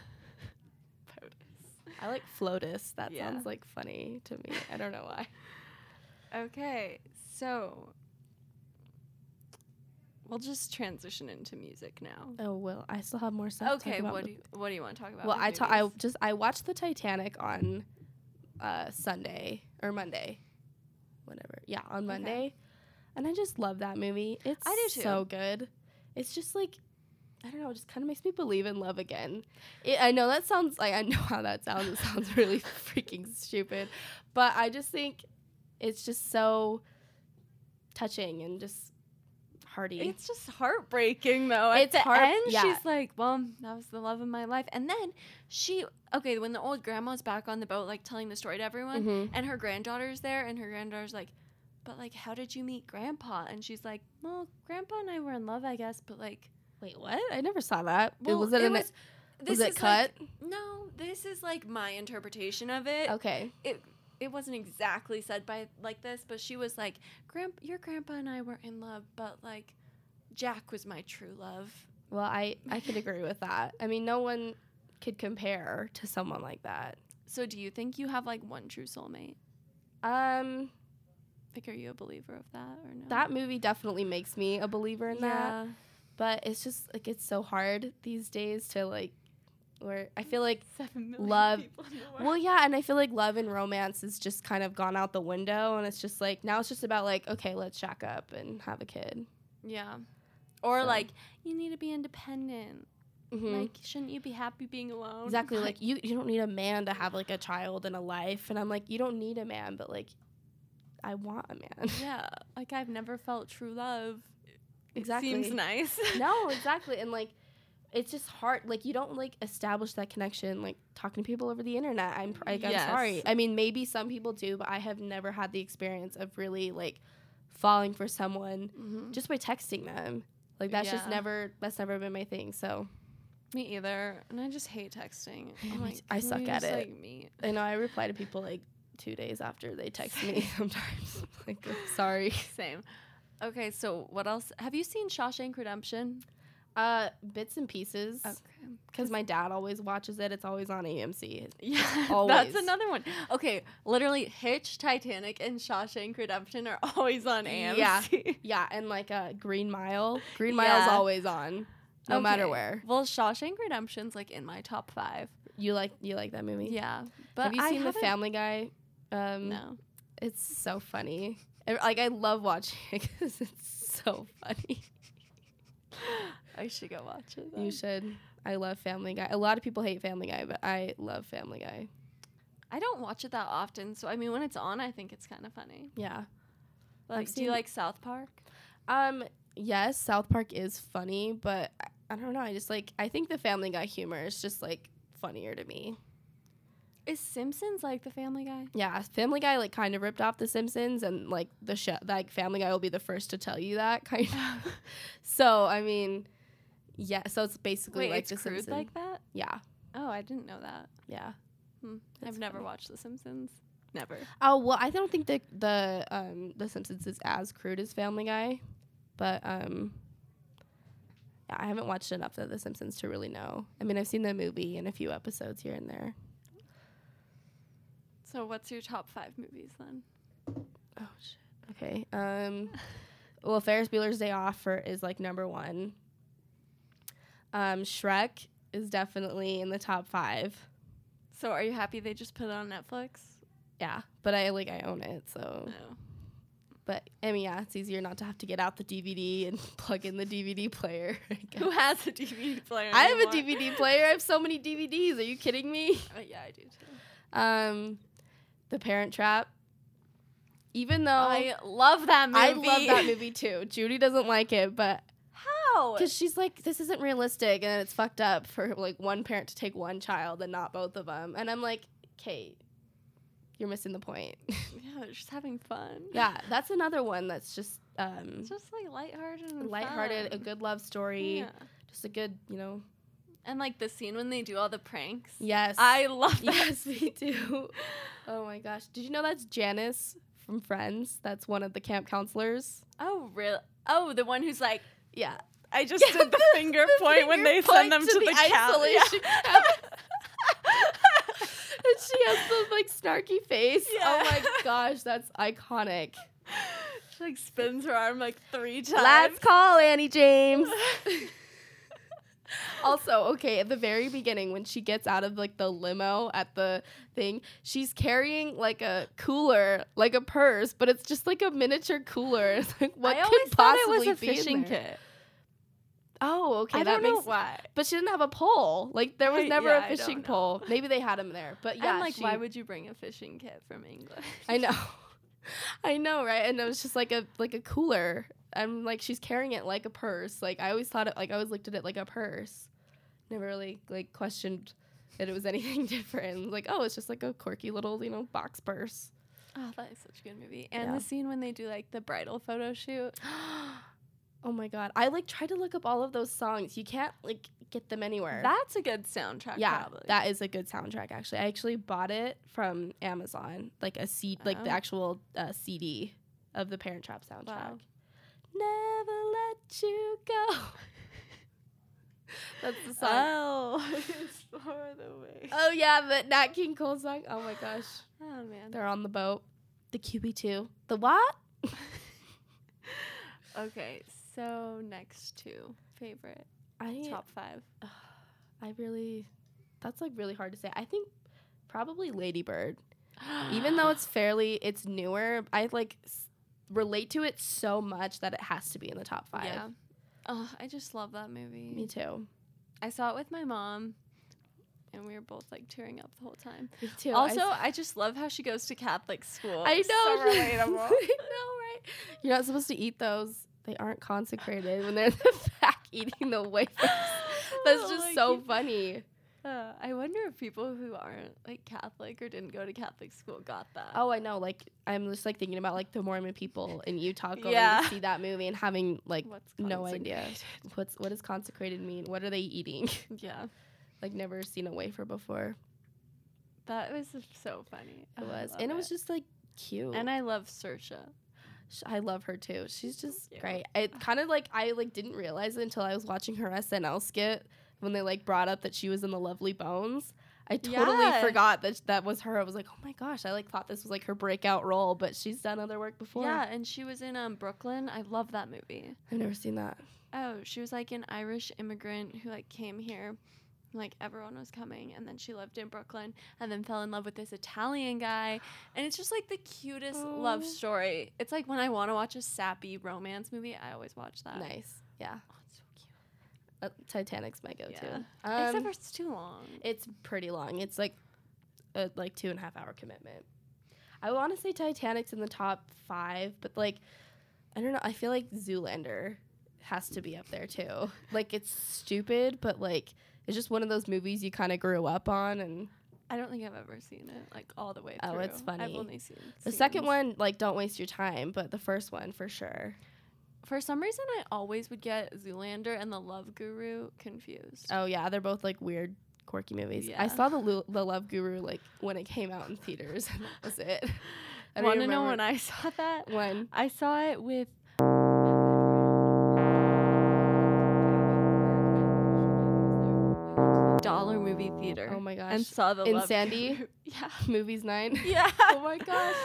[SPEAKER 1] POTUS.
[SPEAKER 2] I like FLOTUS. That
[SPEAKER 1] Yeah.
[SPEAKER 2] sounds like funny to me. I don't know why.
[SPEAKER 1] Okay, so we'll just transition into music now.
[SPEAKER 2] Oh well, I still have more stuff. to talk
[SPEAKER 1] Okay,
[SPEAKER 2] about
[SPEAKER 1] what do
[SPEAKER 2] with-
[SPEAKER 1] you, what do you want to talk about?
[SPEAKER 2] well,
[SPEAKER 1] with
[SPEAKER 2] I ta- I
[SPEAKER 1] movies?
[SPEAKER 2] just I watched the Titanic on uh, Sunday or Monday, whatever. Yeah, on Monday, and I just love that movie. It's
[SPEAKER 1] I do too.
[SPEAKER 2] so good. It's just like I don't know. It just kind of makes me believe in love again. It, I know that sounds like I know [LAUGHS] how that sounds. It sounds really [LAUGHS] freaking stupid, but I just think it's just so touching and just hearty.
[SPEAKER 1] It's just heartbreaking though. At
[SPEAKER 2] It's
[SPEAKER 1] the
[SPEAKER 2] heart-
[SPEAKER 1] end,
[SPEAKER 2] yeah.
[SPEAKER 1] she's like, "Well, that was the love of my life," and then she okay when the old grandma's back on the boat, like telling the story to everyone,
[SPEAKER 2] Mhm.
[SPEAKER 1] and her granddaughter's there, and her granddaughter's like, "But like, how did you meet Grandpa?" And she's like, "Well, Grandpa and I were in love, I guess, but like,
[SPEAKER 2] Wait, what? I never saw that. It-
[SPEAKER 1] well,
[SPEAKER 2] was it, an,
[SPEAKER 1] was,
[SPEAKER 2] was
[SPEAKER 1] this
[SPEAKER 2] it
[SPEAKER 1] is
[SPEAKER 2] cut?
[SPEAKER 1] like- no, this is like my interpretation of it.
[SPEAKER 2] okay.
[SPEAKER 1] it it wasn't exactly said by like this, but she was like, "Grandpa, your grandpa and I were in love, but like, Jack was my true love."
[SPEAKER 2] Well, I I could agree with that. I mean, no one could compare to someone like that.
[SPEAKER 1] So, do you think you have like one true soulmate?
[SPEAKER 2] Um,
[SPEAKER 1] Like, are you a believer of that or no?
[SPEAKER 2] that movie definitely makes me a believer in
[SPEAKER 1] yeah.
[SPEAKER 2] that. But it's just like it's so hard these days to like, where I feel like
[SPEAKER 1] seven
[SPEAKER 2] million Love-
[SPEAKER 1] people in the
[SPEAKER 2] Well, yeah, and I feel like love and romance has just kind of gone out the window, and it's just like now it's just about like okay, let's shack up and have a kid.
[SPEAKER 1] yeah. Or
[SPEAKER 2] So.
[SPEAKER 1] like, you need to be independent.
[SPEAKER 2] Mhm.
[SPEAKER 1] Like, shouldn't you be happy being alone?
[SPEAKER 2] Exactly. Like you, you don't need a man to have like a child and a life. And I'm like, you don't need a man, but like, I want a man.
[SPEAKER 1] [LAUGHS]
[SPEAKER 2] [LAUGHS]
[SPEAKER 1] yeah. Like I've never felt true love. It
[SPEAKER 2] Exactly.
[SPEAKER 1] Seems nice. [LAUGHS]
[SPEAKER 2] no, exactly. And like, it's just hard. Like you don't like establish that connection. Like talking to people over the internet. I'm pr- like, I'm
[SPEAKER 1] Yes.
[SPEAKER 2] sorry. I mean, maybe some people do, but I have never had the experience of really like falling for someone
[SPEAKER 1] Mhm.
[SPEAKER 2] just by texting them. Like that's just
[SPEAKER 1] Yeah.
[SPEAKER 2] never. That's never been my thing. So
[SPEAKER 1] Me either. And I just hate
[SPEAKER 2] [LAUGHS]
[SPEAKER 1] texting.
[SPEAKER 2] Yeah,
[SPEAKER 1] I'm
[SPEAKER 2] me
[SPEAKER 1] like,
[SPEAKER 2] too. I
[SPEAKER 1] can
[SPEAKER 2] suck
[SPEAKER 1] we
[SPEAKER 2] at
[SPEAKER 1] just,
[SPEAKER 2] it.
[SPEAKER 1] Like,
[SPEAKER 2] [LAUGHS]
[SPEAKER 1] meet?
[SPEAKER 2] I know I reply to people like two days after they text me [LAUGHS] sometimes. like, I'm sorry.
[SPEAKER 1] Same. Okay, so what else? Have you seen Shawshank Redemption?
[SPEAKER 2] Uh, bits and pieces. Because
[SPEAKER 1] Cause
[SPEAKER 2] my dad always watches it. It's always on AMC.
[SPEAKER 1] yeah, [LAUGHS]
[SPEAKER 2] Always.
[SPEAKER 1] that's another one. Okay, literally Hitch, Titanic, and Shawshank Redemption are [LAUGHS] always on AMC.
[SPEAKER 2] Yeah. Yeah, and like uh, Green Mile. Green Mile's
[SPEAKER 1] Yeah.
[SPEAKER 2] always on, no
[SPEAKER 1] [LAUGHS]
[SPEAKER 2] matter
[SPEAKER 1] Okay.
[SPEAKER 2] where.
[SPEAKER 1] Well, Shawshank Redemption's like in my top five.
[SPEAKER 2] You like you like that movie?
[SPEAKER 1] Yeah, but
[SPEAKER 2] Have you
[SPEAKER 1] I
[SPEAKER 2] seen the
[SPEAKER 1] haven't-
[SPEAKER 2] Family Guy? Um,
[SPEAKER 1] No, [LAUGHS]
[SPEAKER 2] It's so funny. And, Like I love watching [LAUGHS] it because it's so funny.
[SPEAKER 1] I should go watch it.
[SPEAKER 2] You should. I love Family Guy. A lot of people hate Family Guy, but I love Family Guy.
[SPEAKER 1] I don't watch it that often, so I mean, when it's on, I think it's kind of funny.
[SPEAKER 2] Yeah.
[SPEAKER 1] Like, do
[SPEAKER 2] seen-
[SPEAKER 1] you like South Park?
[SPEAKER 2] Um. Yes, South Park is funny, but I, I don't know. I just like. I think the Family Guy humor is just like funnier to me.
[SPEAKER 1] Is Simpsons like The Family [LAUGHS] Guy?
[SPEAKER 2] Yeah, Family Guy like kind of ripped off The Simpsons, and like the show, like Family Guy will be the first to tell you that [LAUGHS] kind of. so I mean, yeah. So it's basically
[SPEAKER 1] Wait,
[SPEAKER 2] like
[SPEAKER 1] it's
[SPEAKER 2] The
[SPEAKER 1] crude
[SPEAKER 2] Simpsons.
[SPEAKER 1] like that?
[SPEAKER 2] yeah,
[SPEAKER 1] Oh, I didn't know that.
[SPEAKER 2] yeah.
[SPEAKER 1] Hmm.
[SPEAKER 2] That's
[SPEAKER 1] I've never
[SPEAKER 2] funny.
[SPEAKER 1] watched The Simpsons. Never.
[SPEAKER 2] Oh well, I don't think the the um the Simpsons is as crude as Family Guy, but um. yeah, I haven't watched enough of The Simpsons to really know. I mean, I've seen the movie and a few episodes here and there.
[SPEAKER 1] So, what's your top five movies then?
[SPEAKER 2] Oh shit. Okay. Um well Ferris Bueller's Day Off for, is like number 1. Um Shrek is definitely in the top 5.
[SPEAKER 1] So, are you happy they just put it on Netflix?
[SPEAKER 2] Yeah, but I like I own it, so
[SPEAKER 1] No. [LAUGHS]
[SPEAKER 2] but I mean yeah, it's easier not to have to get out the DVD and [LAUGHS] plug in the DVD player. [LAUGHS] I guess.
[SPEAKER 1] Who has a DVD player?
[SPEAKER 2] I have a
[SPEAKER 1] anymore?
[SPEAKER 2] DVD player. I have so many DVDs. Are you kidding me?
[SPEAKER 1] Oh, yeah, I do too.
[SPEAKER 2] Um The Parent Trap. Even though
[SPEAKER 1] Oh. I love that movie.
[SPEAKER 2] I love that movie too. Judy doesn't like it, but
[SPEAKER 1] [LAUGHS] How?
[SPEAKER 2] Because she's like, this isn't realistic, and it's fucked up for like one parent to take one child and not both of them. And I'm like, Kate, you're missing the point. [LAUGHS]
[SPEAKER 1] Yeah, they're just having fun.
[SPEAKER 2] yeah, that's another one that's just um,
[SPEAKER 1] It's just like lighthearted and
[SPEAKER 2] lighthearted, a
[SPEAKER 1] fun.
[SPEAKER 2] good love story,
[SPEAKER 1] Yeah.
[SPEAKER 2] just a good, you know.
[SPEAKER 1] And like the scene when they do all the pranks.
[SPEAKER 2] Yes, [LAUGHS]
[SPEAKER 1] I love that.
[SPEAKER 2] yes, we do. Oh my gosh, did you know that's Janice from Friends? That's one of the camp counselors.
[SPEAKER 1] [LAUGHS] Oh, really? Oh, the one who's like,
[SPEAKER 2] Yeah,
[SPEAKER 1] I just
[SPEAKER 2] Yeah,
[SPEAKER 1] did the, finger
[SPEAKER 2] the
[SPEAKER 1] point when
[SPEAKER 2] finger
[SPEAKER 1] they
[SPEAKER 2] point
[SPEAKER 1] send them to, the, cow. Yeah.
[SPEAKER 2] isolation
[SPEAKER 1] [LAUGHS]
[SPEAKER 2] camp. [LAUGHS] and she has the like snarky face. Oh my
[SPEAKER 1] Yeah.
[SPEAKER 2] gosh, that's iconic.
[SPEAKER 1] [LAUGHS] she like spins her arm like three times.
[SPEAKER 2] Let's call Annie James. also, okay, at the very beginning when she gets out of like the limo at the thing, she's carrying like a cooler, like a purse, but it's just like a miniature cooler. [LAUGHS] It's like what
[SPEAKER 1] I always
[SPEAKER 2] could
[SPEAKER 1] thought
[SPEAKER 2] possibly
[SPEAKER 1] it was a
[SPEAKER 2] be in
[SPEAKER 1] fishing
[SPEAKER 2] there?
[SPEAKER 1] kit.
[SPEAKER 2] Oh, okay,
[SPEAKER 1] I
[SPEAKER 2] that
[SPEAKER 1] don't know
[SPEAKER 2] makes
[SPEAKER 1] why.
[SPEAKER 2] But she didn't have a pole. Like there was
[SPEAKER 1] I-
[SPEAKER 2] never
[SPEAKER 1] yeah, I
[SPEAKER 2] a
[SPEAKER 1] don't
[SPEAKER 2] fishing
[SPEAKER 1] know.
[SPEAKER 2] pole. Maybe they had him there, but yeah,
[SPEAKER 1] and like,
[SPEAKER 2] she-
[SPEAKER 1] why would you bring a fishing kit from England?
[SPEAKER 2] I know. [LAUGHS] I know, right? And it was just like a like a cooler. I'm like she's carrying it like a purse. Like I always thought it like I always looked at it like a purse. Never really like questioned that it was [LAUGHS] anything different. Like, oh, it's just like a quirky little, you know, box purse.
[SPEAKER 1] [LAUGHS]
[SPEAKER 2] [GASPS]
[SPEAKER 1] Oh, that is such a good movie. And
[SPEAKER 2] Yeah.
[SPEAKER 1] the scene when they do like the bridal photo shoot.
[SPEAKER 2] oh my god. I like tried to look up all of those songs. You can't like get them anywhere.
[SPEAKER 1] That's a good soundtrack.
[SPEAKER 2] yeah,
[SPEAKER 1] probably.
[SPEAKER 2] that is a good soundtrack actually. I actually bought it from Amazon, like a seat, like the
[SPEAKER 1] Oh.
[SPEAKER 2] actual uh, CD of the Parent Trap soundtrack.
[SPEAKER 1] Wow.
[SPEAKER 2] Never let you go. [LAUGHS] That's the song.
[SPEAKER 1] Oh, [LAUGHS] it's far away.
[SPEAKER 2] oh yeah, but Nat King Cole song. Oh my gosh,
[SPEAKER 1] Oh man.
[SPEAKER 2] they're on the boat. The QB two. The what?
[SPEAKER 1] [LAUGHS] Okay, so next two favorite
[SPEAKER 2] I
[SPEAKER 1] top five.
[SPEAKER 2] I really, that's like really hard to say. I think probably Ladybird. even though
[SPEAKER 1] Ah.
[SPEAKER 2] it's fairly it's newer i like s- relate to it so much that it has to be in the top
[SPEAKER 1] [GASPS]
[SPEAKER 2] five
[SPEAKER 1] yeah, oh, I just love that movie.
[SPEAKER 2] me too
[SPEAKER 1] I saw it with my mom, and we were both like tearing up the whole time.
[SPEAKER 2] me too
[SPEAKER 1] also,
[SPEAKER 2] i,
[SPEAKER 1] I, just love how she goes to Catholic school.
[SPEAKER 2] I know [LAUGHS]
[SPEAKER 1] It's So
[SPEAKER 2] i know
[SPEAKER 1] relatable. [LAUGHS]
[SPEAKER 2] right you're not supposed to eat those they aren't consecrated when they're in the [LAUGHS] back eating the wafers that's
[SPEAKER 1] [LAUGHS] Oh
[SPEAKER 2] just
[SPEAKER 1] my
[SPEAKER 2] so
[SPEAKER 1] God.
[SPEAKER 2] funny
[SPEAKER 1] Uh, I wonder if people who aren't like Catholic or didn't go to Catholic school got that.
[SPEAKER 2] oh i know like i'm just like thinking about like the mormon people in utah going
[SPEAKER 1] Yeah.
[SPEAKER 2] to see that movie and having like
[SPEAKER 1] What's
[SPEAKER 2] no idea.
[SPEAKER 1] consecrated?
[SPEAKER 2] what's what does consecrated mean what are they eating
[SPEAKER 1] [LAUGHS]
[SPEAKER 2] [LAUGHS]
[SPEAKER 1] Yeah,
[SPEAKER 2] like never seen a wafer before
[SPEAKER 1] that was so funny. Oh,
[SPEAKER 2] It
[SPEAKER 1] I
[SPEAKER 2] was,
[SPEAKER 1] love
[SPEAKER 2] and it was just like cute.
[SPEAKER 1] and
[SPEAKER 2] And I,
[SPEAKER 1] I love Sersha.
[SPEAKER 2] I love her too. She's just
[SPEAKER 1] cute.
[SPEAKER 2] great. It kind of like I like didn't realize it until I was watching her SNL skit when they like brought up that she was in the Lovely Bones. I totally
[SPEAKER 1] Yeah.
[SPEAKER 2] forgot that that was her. I was like, oh my gosh, I like thought this was like her breakout role, but she's done other work before.
[SPEAKER 1] Yeah, and she was in um, Brooklyn. I love that movie.
[SPEAKER 2] I've never seen that.
[SPEAKER 1] Oh, she was like an Irish immigrant who like came here Like everyone was coming, and then she lived in Brooklyn, and then fell in love with this Italian guy, and it's just like the cutest love
[SPEAKER 2] Oh.
[SPEAKER 1] story. It's like when I want to watch a sappy romance movie, I always watch that.
[SPEAKER 2] nice. Yeah.
[SPEAKER 1] Oh, it's so cute.
[SPEAKER 2] Uh, Titanic's my go-to.
[SPEAKER 1] Yeah.
[SPEAKER 2] Um,
[SPEAKER 1] Except for it's too long.
[SPEAKER 2] It's pretty long. It's like a like two and a half hour commitment. I want to say Titanic's in the top five, but like I don't know. I feel like Zoolander has to be up there too. Like it's stupid, but like it's just one of those movies you kind of grew up on. And
[SPEAKER 1] I don't think I've ever seen it like all the way through.
[SPEAKER 2] Oh, it's
[SPEAKER 1] I've
[SPEAKER 2] funny.
[SPEAKER 1] only seen
[SPEAKER 2] the second
[SPEAKER 1] scenes.
[SPEAKER 2] one, like, don't waste your time, but the first one for sure.
[SPEAKER 1] For some reason, I always would get Zoolander and the Love Guru confused.
[SPEAKER 2] Oh yeah, they're both like weird, quirky movies. I
[SPEAKER 1] Yeah.
[SPEAKER 2] saw the Lu- the Love Guru like when it came out in theaters. and that was it. [LAUGHS] I don't
[SPEAKER 1] Want to
[SPEAKER 2] even
[SPEAKER 1] know when
[SPEAKER 2] remember
[SPEAKER 1] I saw that?
[SPEAKER 2] [LAUGHS] when
[SPEAKER 1] [LAUGHS] I saw it with. Dollar movie theater.
[SPEAKER 2] Oh my gosh.
[SPEAKER 1] And saw the
[SPEAKER 2] In
[SPEAKER 1] Love
[SPEAKER 2] Sandy?
[SPEAKER 1] Guru. [LAUGHS] Yeah.
[SPEAKER 2] [LAUGHS] Movies Nine.
[SPEAKER 1] [LAUGHS] Yeah.
[SPEAKER 2] Oh my gosh.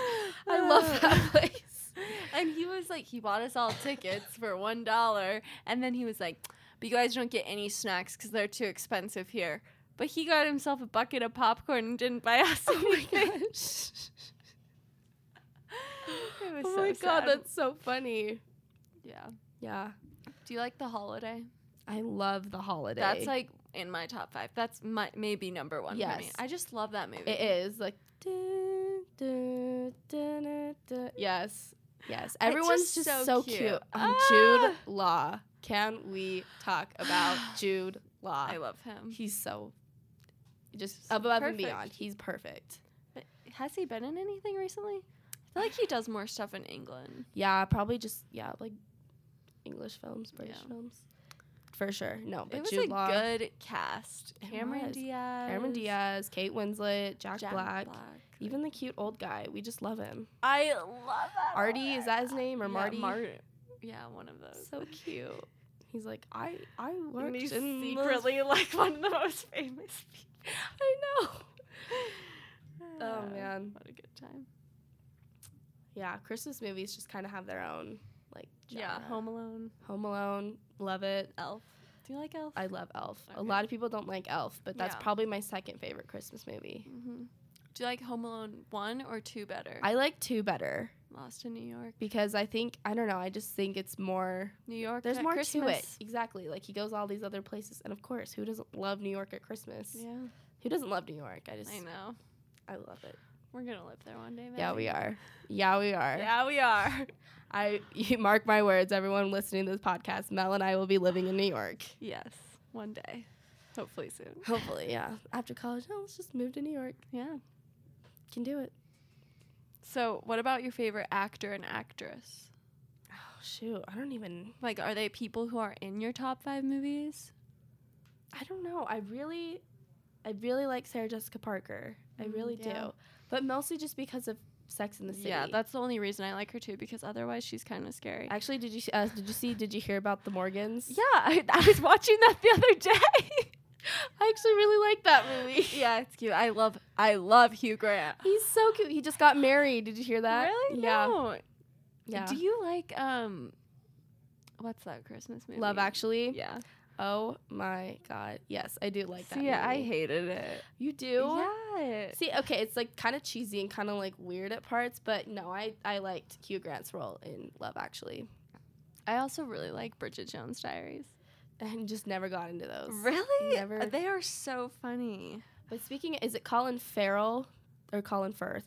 [SPEAKER 2] I love [LAUGHS] that place.
[SPEAKER 1] And he was like, he bought us all tickets for one dollar, and then he was like, "But you guys don't get any snacks because they're too expensive here." But he got himself a bucket of popcorn and didn't buy us
[SPEAKER 2] Oh
[SPEAKER 1] [LAUGHS]
[SPEAKER 2] my
[SPEAKER 1] anything.
[SPEAKER 2] gosh.
[SPEAKER 1] It was
[SPEAKER 2] oh
[SPEAKER 1] so
[SPEAKER 2] my god,
[SPEAKER 1] sad.
[SPEAKER 2] that's so funny.
[SPEAKER 1] yeah.
[SPEAKER 2] Yeah.
[SPEAKER 1] Do you like the holiday?
[SPEAKER 2] I love the holiday.
[SPEAKER 1] That's like in my top five. That's my maybe number one for me.
[SPEAKER 2] Yes.
[SPEAKER 1] I just love that movie.
[SPEAKER 2] it is like dun, dun, dun, dun, dun. Yes. Yes. Everyone's
[SPEAKER 1] just
[SPEAKER 2] just,
[SPEAKER 1] so
[SPEAKER 2] so,
[SPEAKER 1] cute.
[SPEAKER 2] cute. Um,
[SPEAKER 1] Ah!
[SPEAKER 2] Jude Law. Can we talk
[SPEAKER 1] [GASPS]
[SPEAKER 2] about Jude Law?
[SPEAKER 1] I love him.
[SPEAKER 2] He's so just
[SPEAKER 1] So
[SPEAKER 2] above
[SPEAKER 1] perfect.
[SPEAKER 2] and beyond. He's perfect.
[SPEAKER 1] Has he been in anything recently? I feel like he does more stuff in [SIGHS] England.
[SPEAKER 2] Yeah, probably just yeah, like English films, British
[SPEAKER 1] Yeah.
[SPEAKER 2] films, for sure. No, but
[SPEAKER 1] it was
[SPEAKER 2] Jude
[SPEAKER 1] a
[SPEAKER 2] Law,
[SPEAKER 1] good cast.
[SPEAKER 2] It
[SPEAKER 1] Cameron
[SPEAKER 2] was.
[SPEAKER 1] Diaz.
[SPEAKER 2] Cameron Diaz, Kate Winslet, Jack,
[SPEAKER 1] Jack
[SPEAKER 2] Black,
[SPEAKER 1] Even
[SPEAKER 2] even the cute old guy. We just love him.
[SPEAKER 1] I love that.
[SPEAKER 2] Artie is
[SPEAKER 1] movie.
[SPEAKER 2] that his name or
[SPEAKER 1] Oh, Yeah,
[SPEAKER 2] Marty?
[SPEAKER 1] Mar- yeah, one of those.
[SPEAKER 2] So cute. He's like I I worked
[SPEAKER 1] And he's
[SPEAKER 2] in the-
[SPEAKER 1] secretly [LAUGHS] like one of the most famous people. [LAUGHS]
[SPEAKER 2] I know.
[SPEAKER 1] Uh,
[SPEAKER 2] Oh
[SPEAKER 1] [SIGHS]
[SPEAKER 2] man,
[SPEAKER 1] What a good time.
[SPEAKER 2] yeah. Christmas movies just kind of have their own like
[SPEAKER 1] Yeah,
[SPEAKER 2] genre.
[SPEAKER 1] Home Alone,
[SPEAKER 2] Home Alone, love it.
[SPEAKER 1] Elf. Do you like Elf?
[SPEAKER 2] I love Elf. A
[SPEAKER 1] Okay.
[SPEAKER 2] lot of people don't like Elf, but that's
[SPEAKER 1] Yeah.
[SPEAKER 2] probably my second favorite Christmas movie.
[SPEAKER 1] Mm-hmm. Do you like Home Alone one or two better?
[SPEAKER 2] I like two better.
[SPEAKER 1] Lost in New York.
[SPEAKER 2] because I think I don't know. I just think it's more.
[SPEAKER 1] New York.
[SPEAKER 2] There's
[SPEAKER 1] at
[SPEAKER 2] more to it.
[SPEAKER 1] Christmas.
[SPEAKER 2] Exactly. Like he goes all these other places, and of course, who doesn't love New York at Christmas?
[SPEAKER 1] Yeah,
[SPEAKER 2] Who doesn't love New York? I just
[SPEAKER 1] I
[SPEAKER 2] I,
[SPEAKER 1] know.
[SPEAKER 2] love it.
[SPEAKER 1] We're gonna live there one day.
[SPEAKER 2] Yeah,
[SPEAKER 1] Maddie.
[SPEAKER 2] we are. Yeah, we are.
[SPEAKER 1] Yeah, we are. [LAUGHS]
[SPEAKER 2] I [LAUGHS] you mark my words, everyone listening to this podcast. Mel and I will be living in New York.
[SPEAKER 1] yes, one day. Hopefully soon.
[SPEAKER 2] [SIGHS] Hopefully, yeah. After college, oh, let's just move to New York.
[SPEAKER 1] Yeah.
[SPEAKER 2] Can do it.
[SPEAKER 1] So, what about your favorite actor and actress?
[SPEAKER 2] Oh shoot, I don't even.
[SPEAKER 1] Like, are they people who are in your top five movies?
[SPEAKER 2] I don't know. I really, I really like Sarah Jessica Parker. I
[SPEAKER 1] Mm,
[SPEAKER 2] really
[SPEAKER 1] yeah.
[SPEAKER 2] do, but mostly just because of Sex in the City.
[SPEAKER 1] Yeah, that's the only reason I like her too, because otherwise she's kind of scary.
[SPEAKER 2] Actually, did you see- uh, did you see did you hear about the Morgans?
[SPEAKER 1] yeah, [LAUGHS] I, I was watching that the other day.
[SPEAKER 2] I actually really like that
[SPEAKER 1] [LAUGHS]
[SPEAKER 2] movie.
[SPEAKER 1] yeah, it's cute. I love, I love Hugh Grant.
[SPEAKER 2] He's so cute. He just got married. Did you hear that?
[SPEAKER 1] Really?
[SPEAKER 2] Yeah.
[SPEAKER 1] No.
[SPEAKER 2] Yeah.
[SPEAKER 1] Do you like um what's that Christmas movie?
[SPEAKER 2] Love Actually.
[SPEAKER 1] Yeah.
[SPEAKER 2] Oh my god. Yes, I do like that.
[SPEAKER 1] See, I
[SPEAKER 2] movie.
[SPEAKER 1] hated it.
[SPEAKER 2] You do?
[SPEAKER 1] Yeah.
[SPEAKER 2] See, okay, it's like kind of cheesy and kind of like weird at parts, but no, I I liked Hugh Grant's role in Love Actually. [LAUGHS]
[SPEAKER 1] I also really like Bridget Jones Diaries.
[SPEAKER 2] And just never got into those.
[SPEAKER 1] Really?
[SPEAKER 2] Never-
[SPEAKER 1] They are so funny.
[SPEAKER 2] But speaking, is it Colin Farrell or Colin Firth?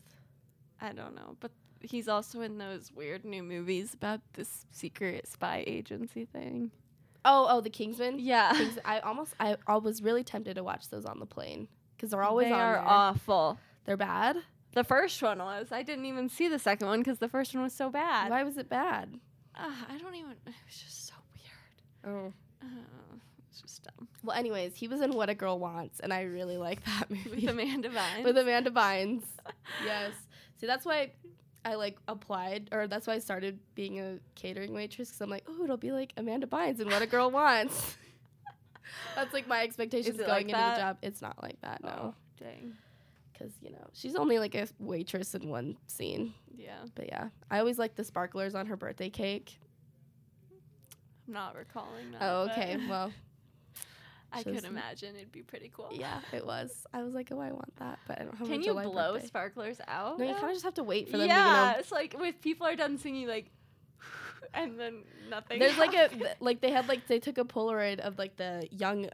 [SPEAKER 1] I don't know, but he's also in those weird new movies about this secret spy agency thing.
[SPEAKER 2] Oh, oh, The
[SPEAKER 1] [LAUGHS]
[SPEAKER 2] Kingsman.
[SPEAKER 1] Yeah.
[SPEAKER 2] Things- I almost I, I was really tempted to watch those on the plane because they're always
[SPEAKER 1] they
[SPEAKER 2] on
[SPEAKER 1] are
[SPEAKER 2] there.
[SPEAKER 1] awful.
[SPEAKER 2] They're bad.
[SPEAKER 1] The first one was. I didn't even see the second one because the first one was so bad.
[SPEAKER 2] Why was it bad?
[SPEAKER 1] Ah, I don't even. It was just so weird.
[SPEAKER 2] Oh.
[SPEAKER 1] Uh, it's just dumb. [LAUGHS]
[SPEAKER 2] Well, anyways, he was in What a Girl Wants, and I really like that [LAUGHS] movie
[SPEAKER 1] with Amanda Vines.
[SPEAKER 2] With Amanda Bynes. yes. See, that's why I like applied, or that's why I started being a catering waitress because I'm like, oh, it'll be like Amanda Bynes and What a
[SPEAKER 1] [LAUGHS]
[SPEAKER 2] Girl Wants. that's like my expectations
[SPEAKER 1] it
[SPEAKER 2] going
[SPEAKER 1] like
[SPEAKER 2] into
[SPEAKER 1] that?
[SPEAKER 2] the job. It's not like that, [LAUGHS] no,
[SPEAKER 1] Oh, dang.
[SPEAKER 2] because you know she's only like a waitress in one scene.
[SPEAKER 1] Yeah,
[SPEAKER 2] But yeah, I always like the sparklers on her birthday cake.
[SPEAKER 1] I'm not recalling that.
[SPEAKER 2] Oh, [LAUGHS]
[SPEAKER 1] [LAUGHS] but
[SPEAKER 2] okay. Well,
[SPEAKER 1] I
[SPEAKER 2] shows
[SPEAKER 1] could
[SPEAKER 2] them.
[SPEAKER 1] imagine it'd be pretty cool.
[SPEAKER 2] Yeah, it was. I was like, oh, I want that, but I don't have. a
[SPEAKER 1] Can you
[SPEAKER 2] July
[SPEAKER 1] blow
[SPEAKER 2] birthday.
[SPEAKER 1] sparklers out?
[SPEAKER 2] No, you
[SPEAKER 1] though? [LAUGHS]
[SPEAKER 2] kind of just have to wait for them.
[SPEAKER 1] yeah,
[SPEAKER 2] To,
[SPEAKER 1] it's like if people are done singing, like, [LAUGHS] and then nothing.
[SPEAKER 2] you know, there's like
[SPEAKER 1] [LAUGHS]
[SPEAKER 2] a
[SPEAKER 1] happens.
[SPEAKER 2] [LAUGHS] th- like they had like they took a Polaroid of like the young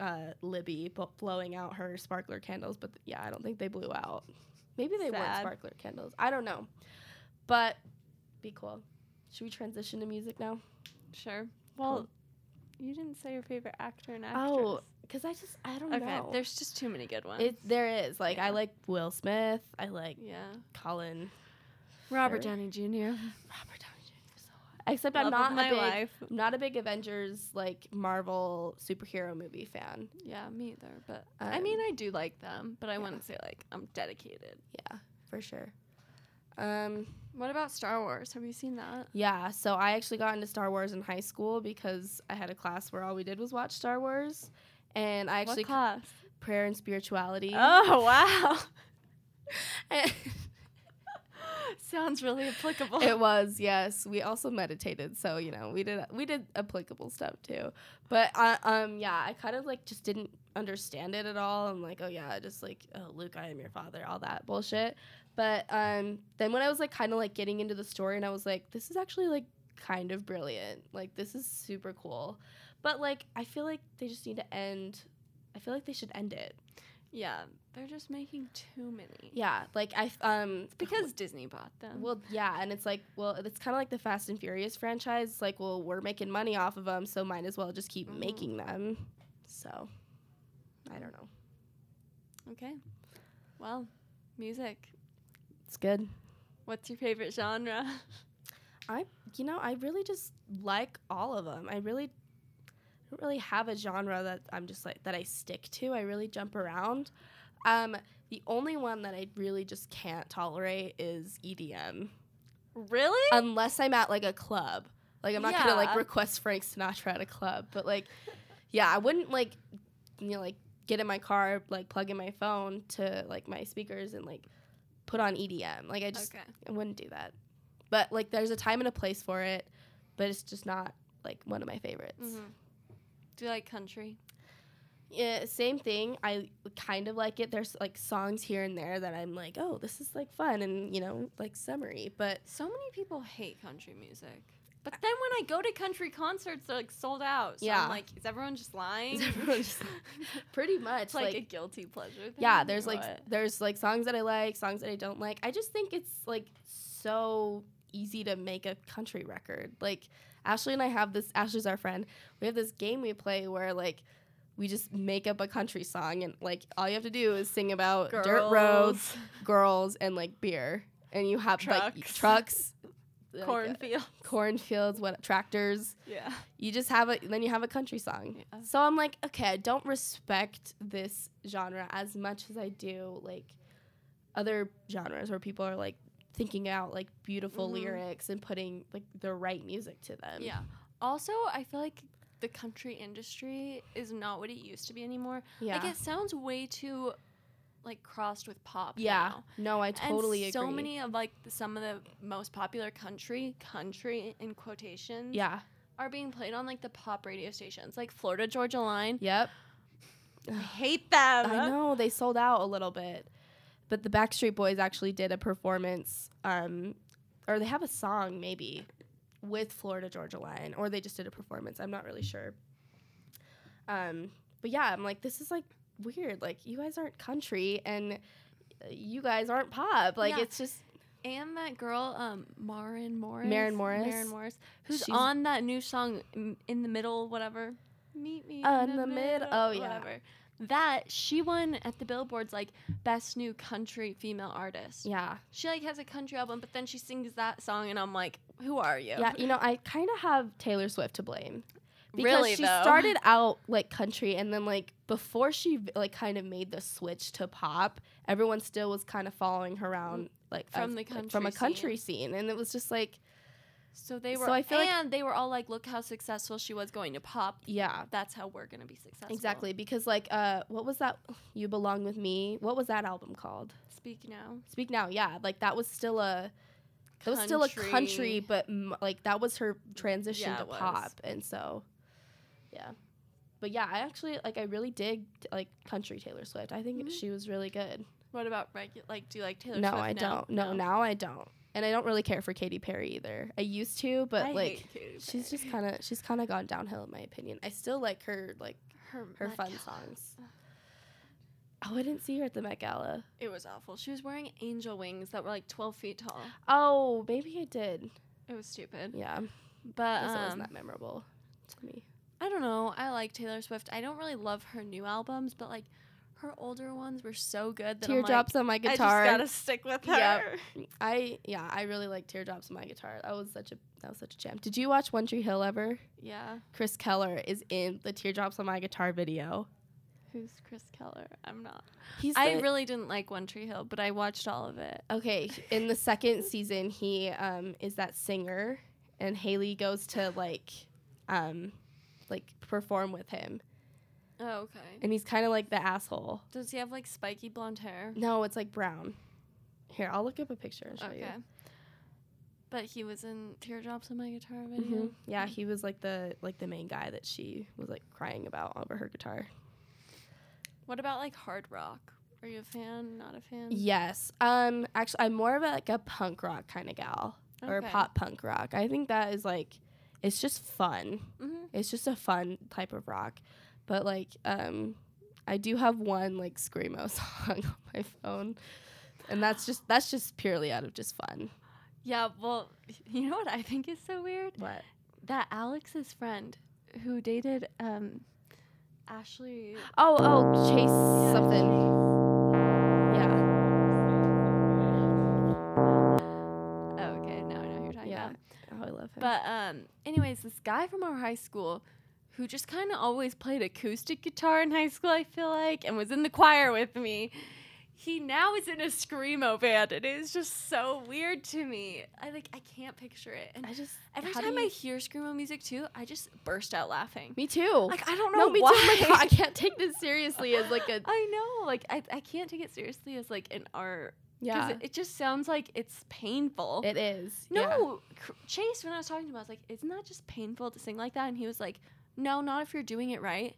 [SPEAKER 2] uh, Libby b- blowing out her sparkler candles, but yeah, I don't think they blew out. Maybe they weren't
[SPEAKER 1] Sad.
[SPEAKER 2] sparkler candles. I don't know, but be cool. Should we transition to music now?
[SPEAKER 1] sure. Well, you didn't say your favorite actor and actress.
[SPEAKER 2] Oh, because I just I don't
[SPEAKER 1] okay.
[SPEAKER 2] know.
[SPEAKER 1] There's just too many good ones.
[SPEAKER 2] it, there is like
[SPEAKER 1] Yeah.
[SPEAKER 2] I like Will Smith. I like
[SPEAKER 1] yeah,
[SPEAKER 2] Colin.
[SPEAKER 1] Robert
[SPEAKER 2] Sure.
[SPEAKER 1] Downey Jr.
[SPEAKER 2] Robert Downey Jr. is so hot. Except
[SPEAKER 1] Love
[SPEAKER 2] I'm
[SPEAKER 1] of
[SPEAKER 2] not
[SPEAKER 1] my
[SPEAKER 2] a big,
[SPEAKER 1] life.
[SPEAKER 2] I'm not a big Avengers like Marvel superhero movie fan.
[SPEAKER 1] Yeah, me either. But I mean, I do like them, but I
[SPEAKER 2] Um, yeah.
[SPEAKER 1] wouldn't say like I'm dedicated.
[SPEAKER 2] Yeah, for sure. Um,
[SPEAKER 1] What about Star Wars? Have you seen that?
[SPEAKER 2] yeah. So I actually got into Star Wars in high school because I had a class where all we did was watch Star Wars, and I actually
[SPEAKER 1] what
[SPEAKER 2] [LAUGHS]
[SPEAKER 1] class?
[SPEAKER 2] prayer and spirituality. [LAUGHS]
[SPEAKER 1] Oh wow, sounds [LAUGHS] really applicable.
[SPEAKER 2] It was yes. We also meditated, so you know we did we did applicable stuff too. But I, um yeah, I kind of like just didn't understand it at all. I'm like, oh yeah, just like oh, Luke, I am your father, all that bullshit. But um then when I was like kind of like getting into the story, and I was like, this is actually like kind of brilliant. Like this is super cool. But like I feel like they just need to end. I feel like they should end it.
[SPEAKER 1] yeah, they're just making too many.
[SPEAKER 2] Yeah, like I f- um
[SPEAKER 1] because Disney bought them.
[SPEAKER 2] Well, yeah, and it's like, well, it's kind of like the Fast and Furious franchise. It's like, well, we're making money off of them, so might as well just keep
[SPEAKER 1] Mhm.
[SPEAKER 2] making them. So, I don't know.
[SPEAKER 1] okay. Well, music.
[SPEAKER 2] It's good.
[SPEAKER 1] What's your favorite genre? [LAUGHS]
[SPEAKER 2] You know, I really just like all of them. I really don't really have a genre that I'm just like that I stick to. I really jump around. Um, the only one that I really just can't tolerate is E EDM,
[SPEAKER 1] Really?
[SPEAKER 2] unless I'm at like a club. Like I'm not gonna like
[SPEAKER 1] Yeah.
[SPEAKER 2] request Frank Sinatra at a club, but like yeah i wouldn't like you know like get in my car like plug in my phone to like my speakers and like put on edm like i just
[SPEAKER 1] okay.
[SPEAKER 2] i wouldn't do that but like there's a time and a place for it but it's just not like one of my favorites
[SPEAKER 1] Mhm. Do you like country?
[SPEAKER 2] yeah same thing i kind of like it there's like songs here and there that i'm like oh this is like fun and you know like summery but
[SPEAKER 1] So many people hate country music. But then when I go to country concerts, they're like sold out. So
[SPEAKER 2] Yeah.
[SPEAKER 1] I'm like, is everyone just lying?
[SPEAKER 2] everyone just- [LAUGHS] pretty
[SPEAKER 1] [LAUGHS]
[SPEAKER 2] much
[SPEAKER 1] it's like,
[SPEAKER 2] like,
[SPEAKER 1] a guilty pleasure thing.
[SPEAKER 2] yeah there's
[SPEAKER 1] or
[SPEAKER 2] like
[SPEAKER 1] what?
[SPEAKER 2] there's like songs that i like songs that i don't like i just think it's like so easy to make a country record like ashley and i have this ashley's our friend we have this game we play where like we just make up a country song and like all you have to do is sing about dirt roads girls and like beer and you have like
[SPEAKER 1] Trucks.
[SPEAKER 2] trucks like, uh,
[SPEAKER 1] cornfield.
[SPEAKER 2] cornfields what tractors
[SPEAKER 1] [LAUGHS] Yeah.
[SPEAKER 2] you just have a then you have a country song
[SPEAKER 1] Yeah.
[SPEAKER 2] so i'm like okay i don't respect this genre as much as i do like other genres where people are like thinking out like beautiful
[SPEAKER 1] Mhm.
[SPEAKER 2] lyrics and putting like the right music to them
[SPEAKER 1] Yeah. Also, I feel like the country industry is not what it used to be anymore.
[SPEAKER 2] yeah
[SPEAKER 1] Like it sounds way too like crossed with pop.
[SPEAKER 2] yeah
[SPEAKER 1] now.
[SPEAKER 2] no i totally
[SPEAKER 1] and
[SPEAKER 2] agree
[SPEAKER 1] so many of like the, some of the most popular country country in quotations
[SPEAKER 2] yeah
[SPEAKER 1] are being played on like the pop radio stations like Florida Georgia Line.
[SPEAKER 2] yep
[SPEAKER 1] I hate them.
[SPEAKER 2] I know they sold out a little bit, but the Backstreet Boys actually did a performance, um, or they have a song maybe with Florida Georgia Line, or they just did a performance. I'm not really sure. Um, but yeah, I'm like, this is like weird. Like you guys aren't country, and uh, you guys aren't pop. Like
[SPEAKER 1] Yeah.
[SPEAKER 2] it's just
[SPEAKER 1] And that girl, um, Marin Morris.
[SPEAKER 2] Maren Morris.
[SPEAKER 1] Maren Morris, who's
[SPEAKER 2] She's-
[SPEAKER 1] on that new song in, in the middle, whatever. Meet me
[SPEAKER 2] Uh,
[SPEAKER 1] in, the, middle.
[SPEAKER 2] oh, yeah.
[SPEAKER 1] Whatever. That she won at the Billboards like best new country female artist.
[SPEAKER 2] yeah,
[SPEAKER 1] She like has a country album, but then she sings that song, and I'm like, who are you? [LAUGHS]
[SPEAKER 2] yeah. You know, I kind of have Taylor Swift to blame. because
[SPEAKER 1] really
[SPEAKER 2] she
[SPEAKER 1] though.
[SPEAKER 2] started out like country and then like before she like kind of made the switch to pop everyone still was kind of following her around like
[SPEAKER 1] Mm, From
[SPEAKER 2] as-
[SPEAKER 1] the
[SPEAKER 2] like,
[SPEAKER 1] country
[SPEAKER 2] from a
[SPEAKER 1] scene.
[SPEAKER 2] country scene. and it was just like
[SPEAKER 1] [LAUGHS] So they
[SPEAKER 2] So
[SPEAKER 1] were,
[SPEAKER 2] I feel like-
[SPEAKER 1] and they were all like, look how successful she was going to pop.
[SPEAKER 2] yeah
[SPEAKER 1] That's how we're gonna be successful.
[SPEAKER 2] exactly because like uh what was that [SIGHS] you belong with me what was that album called
[SPEAKER 1] Speak now.
[SPEAKER 2] speak now yeah like that was still a that was still a country but m- like that was her transition
[SPEAKER 1] Yeah,
[SPEAKER 2] to
[SPEAKER 1] it was.
[SPEAKER 2] pop and so yeah But yeah, I actually like I really dig like country Taylor Swift. I think
[SPEAKER 1] Mhm.
[SPEAKER 2] she was really good.
[SPEAKER 1] What about regular? Like, do you like Taylor
[SPEAKER 2] no,
[SPEAKER 1] Swift?
[SPEAKER 2] I don't. No, now I don't. And I don't really care for Katy Perry either. I used to, but
[SPEAKER 1] I
[SPEAKER 2] like
[SPEAKER 1] hate Katy
[SPEAKER 2] she's just
[SPEAKER 1] Perry.
[SPEAKER 2] kind of she's kind of gone downhill in my opinion. I still like her like
[SPEAKER 1] her,
[SPEAKER 2] her
[SPEAKER 1] Met
[SPEAKER 2] fun
[SPEAKER 1] Gala.
[SPEAKER 2] songs. Oh, I didn't see her at the Met Gala.
[SPEAKER 1] It was awful. She was wearing angel wings that were like twelve feet tall.
[SPEAKER 2] Oh, maybe I did.
[SPEAKER 1] It was stupid.
[SPEAKER 2] Yeah,
[SPEAKER 1] But
[SPEAKER 2] this wasn't
[SPEAKER 1] um,
[SPEAKER 2] that memorable to me.
[SPEAKER 1] I don't know. I like Taylor Swift. I don't really love her new albums, but like her older ones were so good that
[SPEAKER 2] Teardrops on my
[SPEAKER 1] I'm like,
[SPEAKER 2] guitar.
[SPEAKER 1] I just gotta stick with her.
[SPEAKER 2] Yep. I yeah, I really like Teardrops on My Guitar. That was such a that was such a jam. Did you watch One Tree Hill ever?
[SPEAKER 1] Yeah.
[SPEAKER 2] Chris Keller is in the Teardrops on My Guitar video.
[SPEAKER 1] Who's Chris Keller? I'm not.
[SPEAKER 2] He's
[SPEAKER 1] I
[SPEAKER 2] the-
[SPEAKER 1] really didn't like One Tree Hill, but I watched all of it.
[SPEAKER 2] okay. In the second season, he um is that singer, and Haley goes to like um like perform with him,
[SPEAKER 1] Oh, okay.
[SPEAKER 2] and he's kind of like the asshole.
[SPEAKER 1] Does he have like spiky blonde hair?
[SPEAKER 2] No, it's like brown. Here, I'll look up a picture and show
[SPEAKER 1] Okay.
[SPEAKER 2] you.
[SPEAKER 1] But he was in Teardrops on My Guitar video.
[SPEAKER 2] hmm Yeah, he was like the like the main guy that she was like crying about over her guitar.
[SPEAKER 1] What about like hard rock? Are you a fan? Not a fan?
[SPEAKER 2] Yes. Um actually I'm more of a, like a punk rock kind of gal or
[SPEAKER 1] Okay.
[SPEAKER 2] pop punk rock. I think that is like it's just fun.
[SPEAKER 1] Mhm.
[SPEAKER 2] It's just a fun type of rock. But like um I do have one like screamo [LAUGHS] song on my phone. And that's just that's just purely out of just fun.
[SPEAKER 1] Yeah, well, [LAUGHS] you know what I think is so weird?
[SPEAKER 2] What?
[SPEAKER 1] That Alex's friend who dated um Ashley
[SPEAKER 2] Oh, oh, Chase something. Yeah.
[SPEAKER 1] Oh, okay, now I know who you're talking
[SPEAKER 2] Yeah.
[SPEAKER 1] about.
[SPEAKER 2] Oh, I love him.
[SPEAKER 1] But um anyways, this guy from our high school who just kind of always played acoustic guitar in high school, I feel like, and was in the choir with me. He now is in a screamo band, and it is just so weird to me. I like I can't picture it. And
[SPEAKER 2] I just
[SPEAKER 1] every
[SPEAKER 2] how do
[SPEAKER 1] time I
[SPEAKER 2] you-
[SPEAKER 1] hear screamo music too, I just burst out laughing.
[SPEAKER 2] Me too.
[SPEAKER 1] Like I don't know
[SPEAKER 2] no, me
[SPEAKER 1] why.
[SPEAKER 2] too.
[SPEAKER 1] [LAUGHS]
[SPEAKER 2] Oh my God, [LAUGHS] I can't take this seriously as like a
[SPEAKER 1] I know, like I, I can't take it seriously as like an art because
[SPEAKER 2] [LAUGHS] yeah.
[SPEAKER 1] it, it just sounds like it's painful.
[SPEAKER 2] it is. yeah.
[SPEAKER 1] no, Cr- Chase. When I was talking to him, I was like, "Isn't that just painful to sing like that?" And he was like, "No, not if you're doing it right."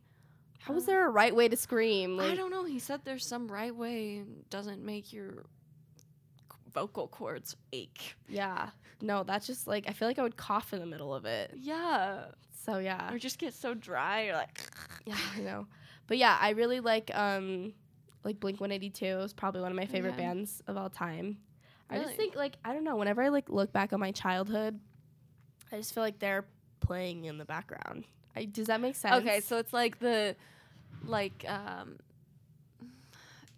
[SPEAKER 1] Um,
[SPEAKER 2] How is there a right way to scream? Like,
[SPEAKER 1] I don't know. He said there's some right way and doesn't make your c- vocal cords ache.
[SPEAKER 2] yeah. No, that's just like I feel like I would cough in the middle of it.
[SPEAKER 1] Yeah,
[SPEAKER 2] So yeah.
[SPEAKER 1] or just get so dry. You're like,
[SPEAKER 2] [LAUGHS] Yeah, I know. But yeah, I really like um like Blink 182 is probably one of my favorite
[SPEAKER 1] Oh, Yeah.
[SPEAKER 2] bands of all time. I just
[SPEAKER 1] Really?
[SPEAKER 2] think like I don't know, whenever I like look back on my childhood, I just feel like they're playing in the background. I, does that make sense?
[SPEAKER 1] okay, so it's like the like um. [SIGHS]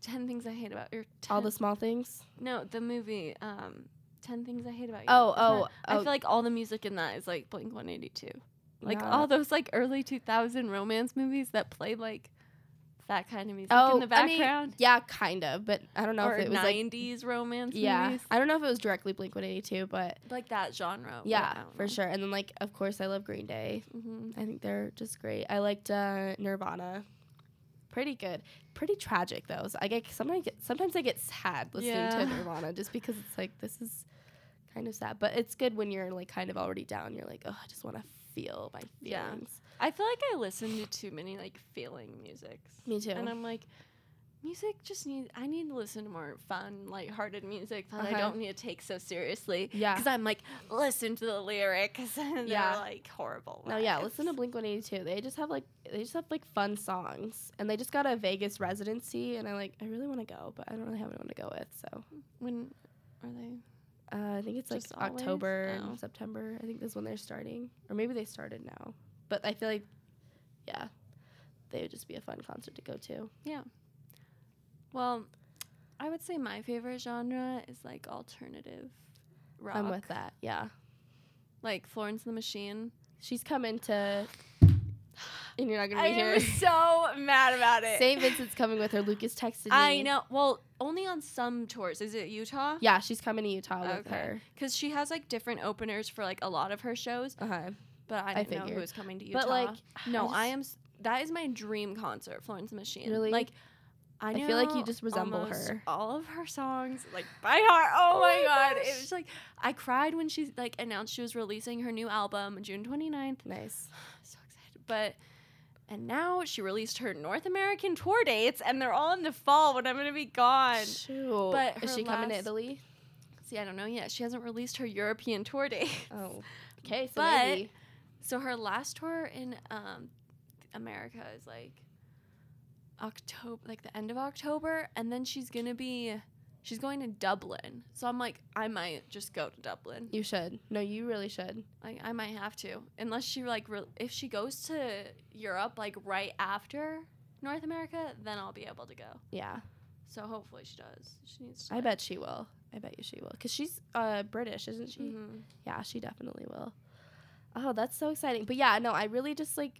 [SPEAKER 1] 10 things I hate about your
[SPEAKER 2] all the small things.
[SPEAKER 1] No, the movie, um, Ten Things I Hate About You.
[SPEAKER 2] Oh,
[SPEAKER 1] Isn't
[SPEAKER 2] oh,
[SPEAKER 1] that- I
[SPEAKER 2] oh.
[SPEAKER 1] feel like all the music in that is like Blink One Eighty Two, like
[SPEAKER 2] No.
[SPEAKER 1] all those like early two thousand romance movies that play like that kind of music in the
[SPEAKER 2] Oh, I mean,
[SPEAKER 1] background,
[SPEAKER 2] yeah, kind of, but I don't know
[SPEAKER 1] or
[SPEAKER 2] if it was like
[SPEAKER 1] nineties romance
[SPEAKER 2] yeah,
[SPEAKER 1] movies,
[SPEAKER 2] I don't know if it was directly Blink 182, but
[SPEAKER 1] like that genre.
[SPEAKER 2] yeah, for sure. And then like of course I love Green Day.
[SPEAKER 1] hmm
[SPEAKER 2] I think they're just great. I liked uh, Nirvana. Pretty good. Pretty tragic though. So I get sometimes get, sometimes I get sad listening
[SPEAKER 1] Yeah.
[SPEAKER 2] to Nirvana just because it's like this is kind of sad, but it's good when you're like kind of already down. You're like, "Oh, I just want to feel my
[SPEAKER 1] Yeah.
[SPEAKER 2] feelings."
[SPEAKER 1] I feel like I listen to too many like feeling musics,
[SPEAKER 2] Me too.
[SPEAKER 1] and I'm like. Music just need. I need to listen to more fun, lighthearted music that
[SPEAKER 2] Uh-huh.
[SPEAKER 1] I don't need to take so seriously.
[SPEAKER 2] yeah.
[SPEAKER 1] because I'm like, listen to the lyrics, [LAUGHS] and
[SPEAKER 2] Yeah.
[SPEAKER 1] they're like horrible.
[SPEAKER 2] No, yeah,
[SPEAKER 1] lyrics.
[SPEAKER 2] listen to Blink 182. They just have like they just have like fun songs, and they just got a Vegas residency, and I like I really want to go, but I don't really have anyone to go with. So
[SPEAKER 1] when are they?
[SPEAKER 2] uh, I think it's like
[SPEAKER 1] Just always?
[SPEAKER 2] October
[SPEAKER 1] Oh.
[SPEAKER 2] and September. I think that's when they're starting, or maybe they started now. But I feel like, yeah, they would just be a fun concert to go to.
[SPEAKER 1] Well, I would say my favorite genre is like alternative rock.
[SPEAKER 2] I'm with that. Yeah,
[SPEAKER 1] Like Florence and the Machine.
[SPEAKER 2] she's coming to, and you're not gonna
[SPEAKER 1] I [LAUGHS]
[SPEAKER 2] be here.
[SPEAKER 1] am so mad about it. [LAUGHS]
[SPEAKER 2] St. Vincent's coming with her. Lucas texted me.
[SPEAKER 1] I know. Well, only on some tours. Is it Utah?
[SPEAKER 2] Yeah, she's coming to Utah with
[SPEAKER 1] Okay.
[SPEAKER 2] her.
[SPEAKER 1] Because she has like different openers for like a lot of her shows,
[SPEAKER 2] Uh huh.
[SPEAKER 1] but I
[SPEAKER 2] I
[SPEAKER 1] didn't know
[SPEAKER 2] figured.
[SPEAKER 1] who was coming to Uh-huh. Utah.
[SPEAKER 2] But like,
[SPEAKER 1] no, I,
[SPEAKER 2] just-
[SPEAKER 1] am. s- That is my dream concert, Florence and the Machine.
[SPEAKER 2] Really?
[SPEAKER 1] Like, I,
[SPEAKER 2] I feel like you
[SPEAKER 1] know
[SPEAKER 2] just resemble
[SPEAKER 1] almost
[SPEAKER 2] her.
[SPEAKER 1] All of her songs, like by heart. Oh,
[SPEAKER 2] Oh
[SPEAKER 1] my
[SPEAKER 2] my
[SPEAKER 1] god,
[SPEAKER 2] gosh.
[SPEAKER 1] it was like I cried when she like announced she was releasing her new album June 29th.
[SPEAKER 2] Nice.
[SPEAKER 1] so excited, but And now she released her North American tour dates, and they're all in the fall when I'm gonna be gone.
[SPEAKER 2] Shoot.
[SPEAKER 1] But
[SPEAKER 2] is
[SPEAKER 1] her
[SPEAKER 2] she coming to
[SPEAKER 1] last-
[SPEAKER 2] Italy?
[SPEAKER 1] See, I don't know yet. She hasn't released her European tour date.
[SPEAKER 2] Oh, okay. So
[SPEAKER 1] But-
[SPEAKER 2] maybe.
[SPEAKER 1] So her last tour in um, America is like October, like the end of October, and then she's gonna be she's going to Dublin. So I'm like, I might just go to Dublin.
[SPEAKER 2] you should. No, you really should.
[SPEAKER 1] Like I might have to, unless she like re- if she goes to Europe like right after North America, then I'll be able to go.
[SPEAKER 2] Yeah,
[SPEAKER 1] So hopefully she does. She needs. To
[SPEAKER 2] I bet she will. I bet you she will, cause she's uh, British, isn't she?
[SPEAKER 1] hmm
[SPEAKER 2] Yeah, she definitely will. Oh, that's so exciting. But yeah, no, I really just like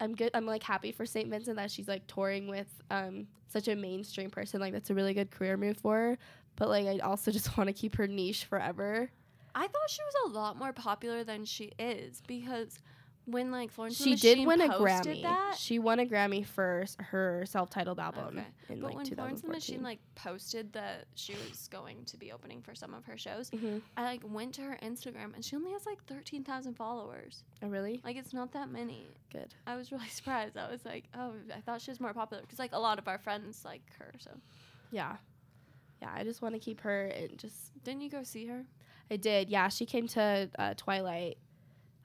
[SPEAKER 2] I'm good I'm like happy for St. Vincent that she's like touring with um such a mainstream person. Like that's a really good career move for her. But like I also [LAUGHS] just want to keep her niche forever.
[SPEAKER 1] I thought she was a lot more popular than she is because when like Florence, and the
[SPEAKER 2] she did
[SPEAKER 1] Machine
[SPEAKER 2] win a
[SPEAKER 1] posted
[SPEAKER 2] Grammy.
[SPEAKER 1] That,
[SPEAKER 2] She won a Grammy for s- her self-titled album
[SPEAKER 1] Okay.
[SPEAKER 2] in
[SPEAKER 1] but
[SPEAKER 2] like
[SPEAKER 1] when Florence and the
[SPEAKER 2] 2014.
[SPEAKER 1] Machine like posted that she was going to be opening for some of her shows,
[SPEAKER 2] Mhm.
[SPEAKER 1] I like went to her Instagram and she only has like thirteen thousand followers.
[SPEAKER 2] Oh really?
[SPEAKER 1] Like it's not that many.
[SPEAKER 2] Good.
[SPEAKER 1] I was really [LAUGHS] surprised. I was like, oh, I thought she was more popular because like a lot of our friends like her. So
[SPEAKER 2] Yeah. Yeah, I just want to keep her and just
[SPEAKER 1] didn't you go see her?
[SPEAKER 2] I did. Yeah, she came to uh, Twilight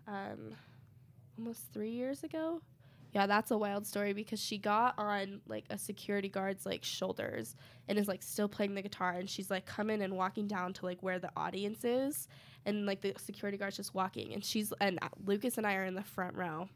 [SPEAKER 2] um, almost three years ago. Yeah, that's a wild story because she got on like a security guard's like shoulders and is like still playing the guitar and she's like coming and walking down to like where the audience is and like the security guard's just walking and she's and uh, Lucas and I are in the front row.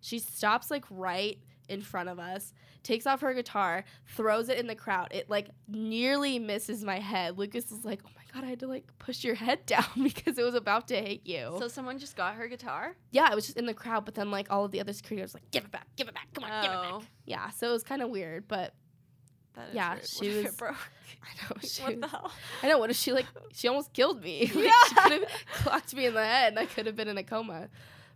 [SPEAKER 2] She stops like right in front of us, takes off her guitar, throws it in the crowd. It like nearly misses my head. Lucas is like, "Oh my god, I had to like push your head [LAUGHS] down because it was about to hit you."
[SPEAKER 1] So someone just got her guitar.
[SPEAKER 2] yeah, it was just in the crowd, but then like all of the other security guards were like, "Give it back, give it back, come on, give it back."
[SPEAKER 1] Oh.
[SPEAKER 2] Yeah, so it was kind of weird, but [LAUGHS]
[SPEAKER 1] That
[SPEAKER 2] Yeah,
[SPEAKER 1] weird. [LAUGHS] What
[SPEAKER 2] she
[SPEAKER 1] if it
[SPEAKER 2] was- [LAUGHS]
[SPEAKER 1] broke.
[SPEAKER 2] I know she
[SPEAKER 1] what the
[SPEAKER 2] was-
[SPEAKER 1] hell?
[SPEAKER 2] [LAUGHS] I know what if
[SPEAKER 1] [LAUGHS]
[SPEAKER 2] she like she almost killed me. [LAUGHS] Like, she
[SPEAKER 1] Yeah.
[SPEAKER 2] could have clocked me in the head and I could have been in a coma.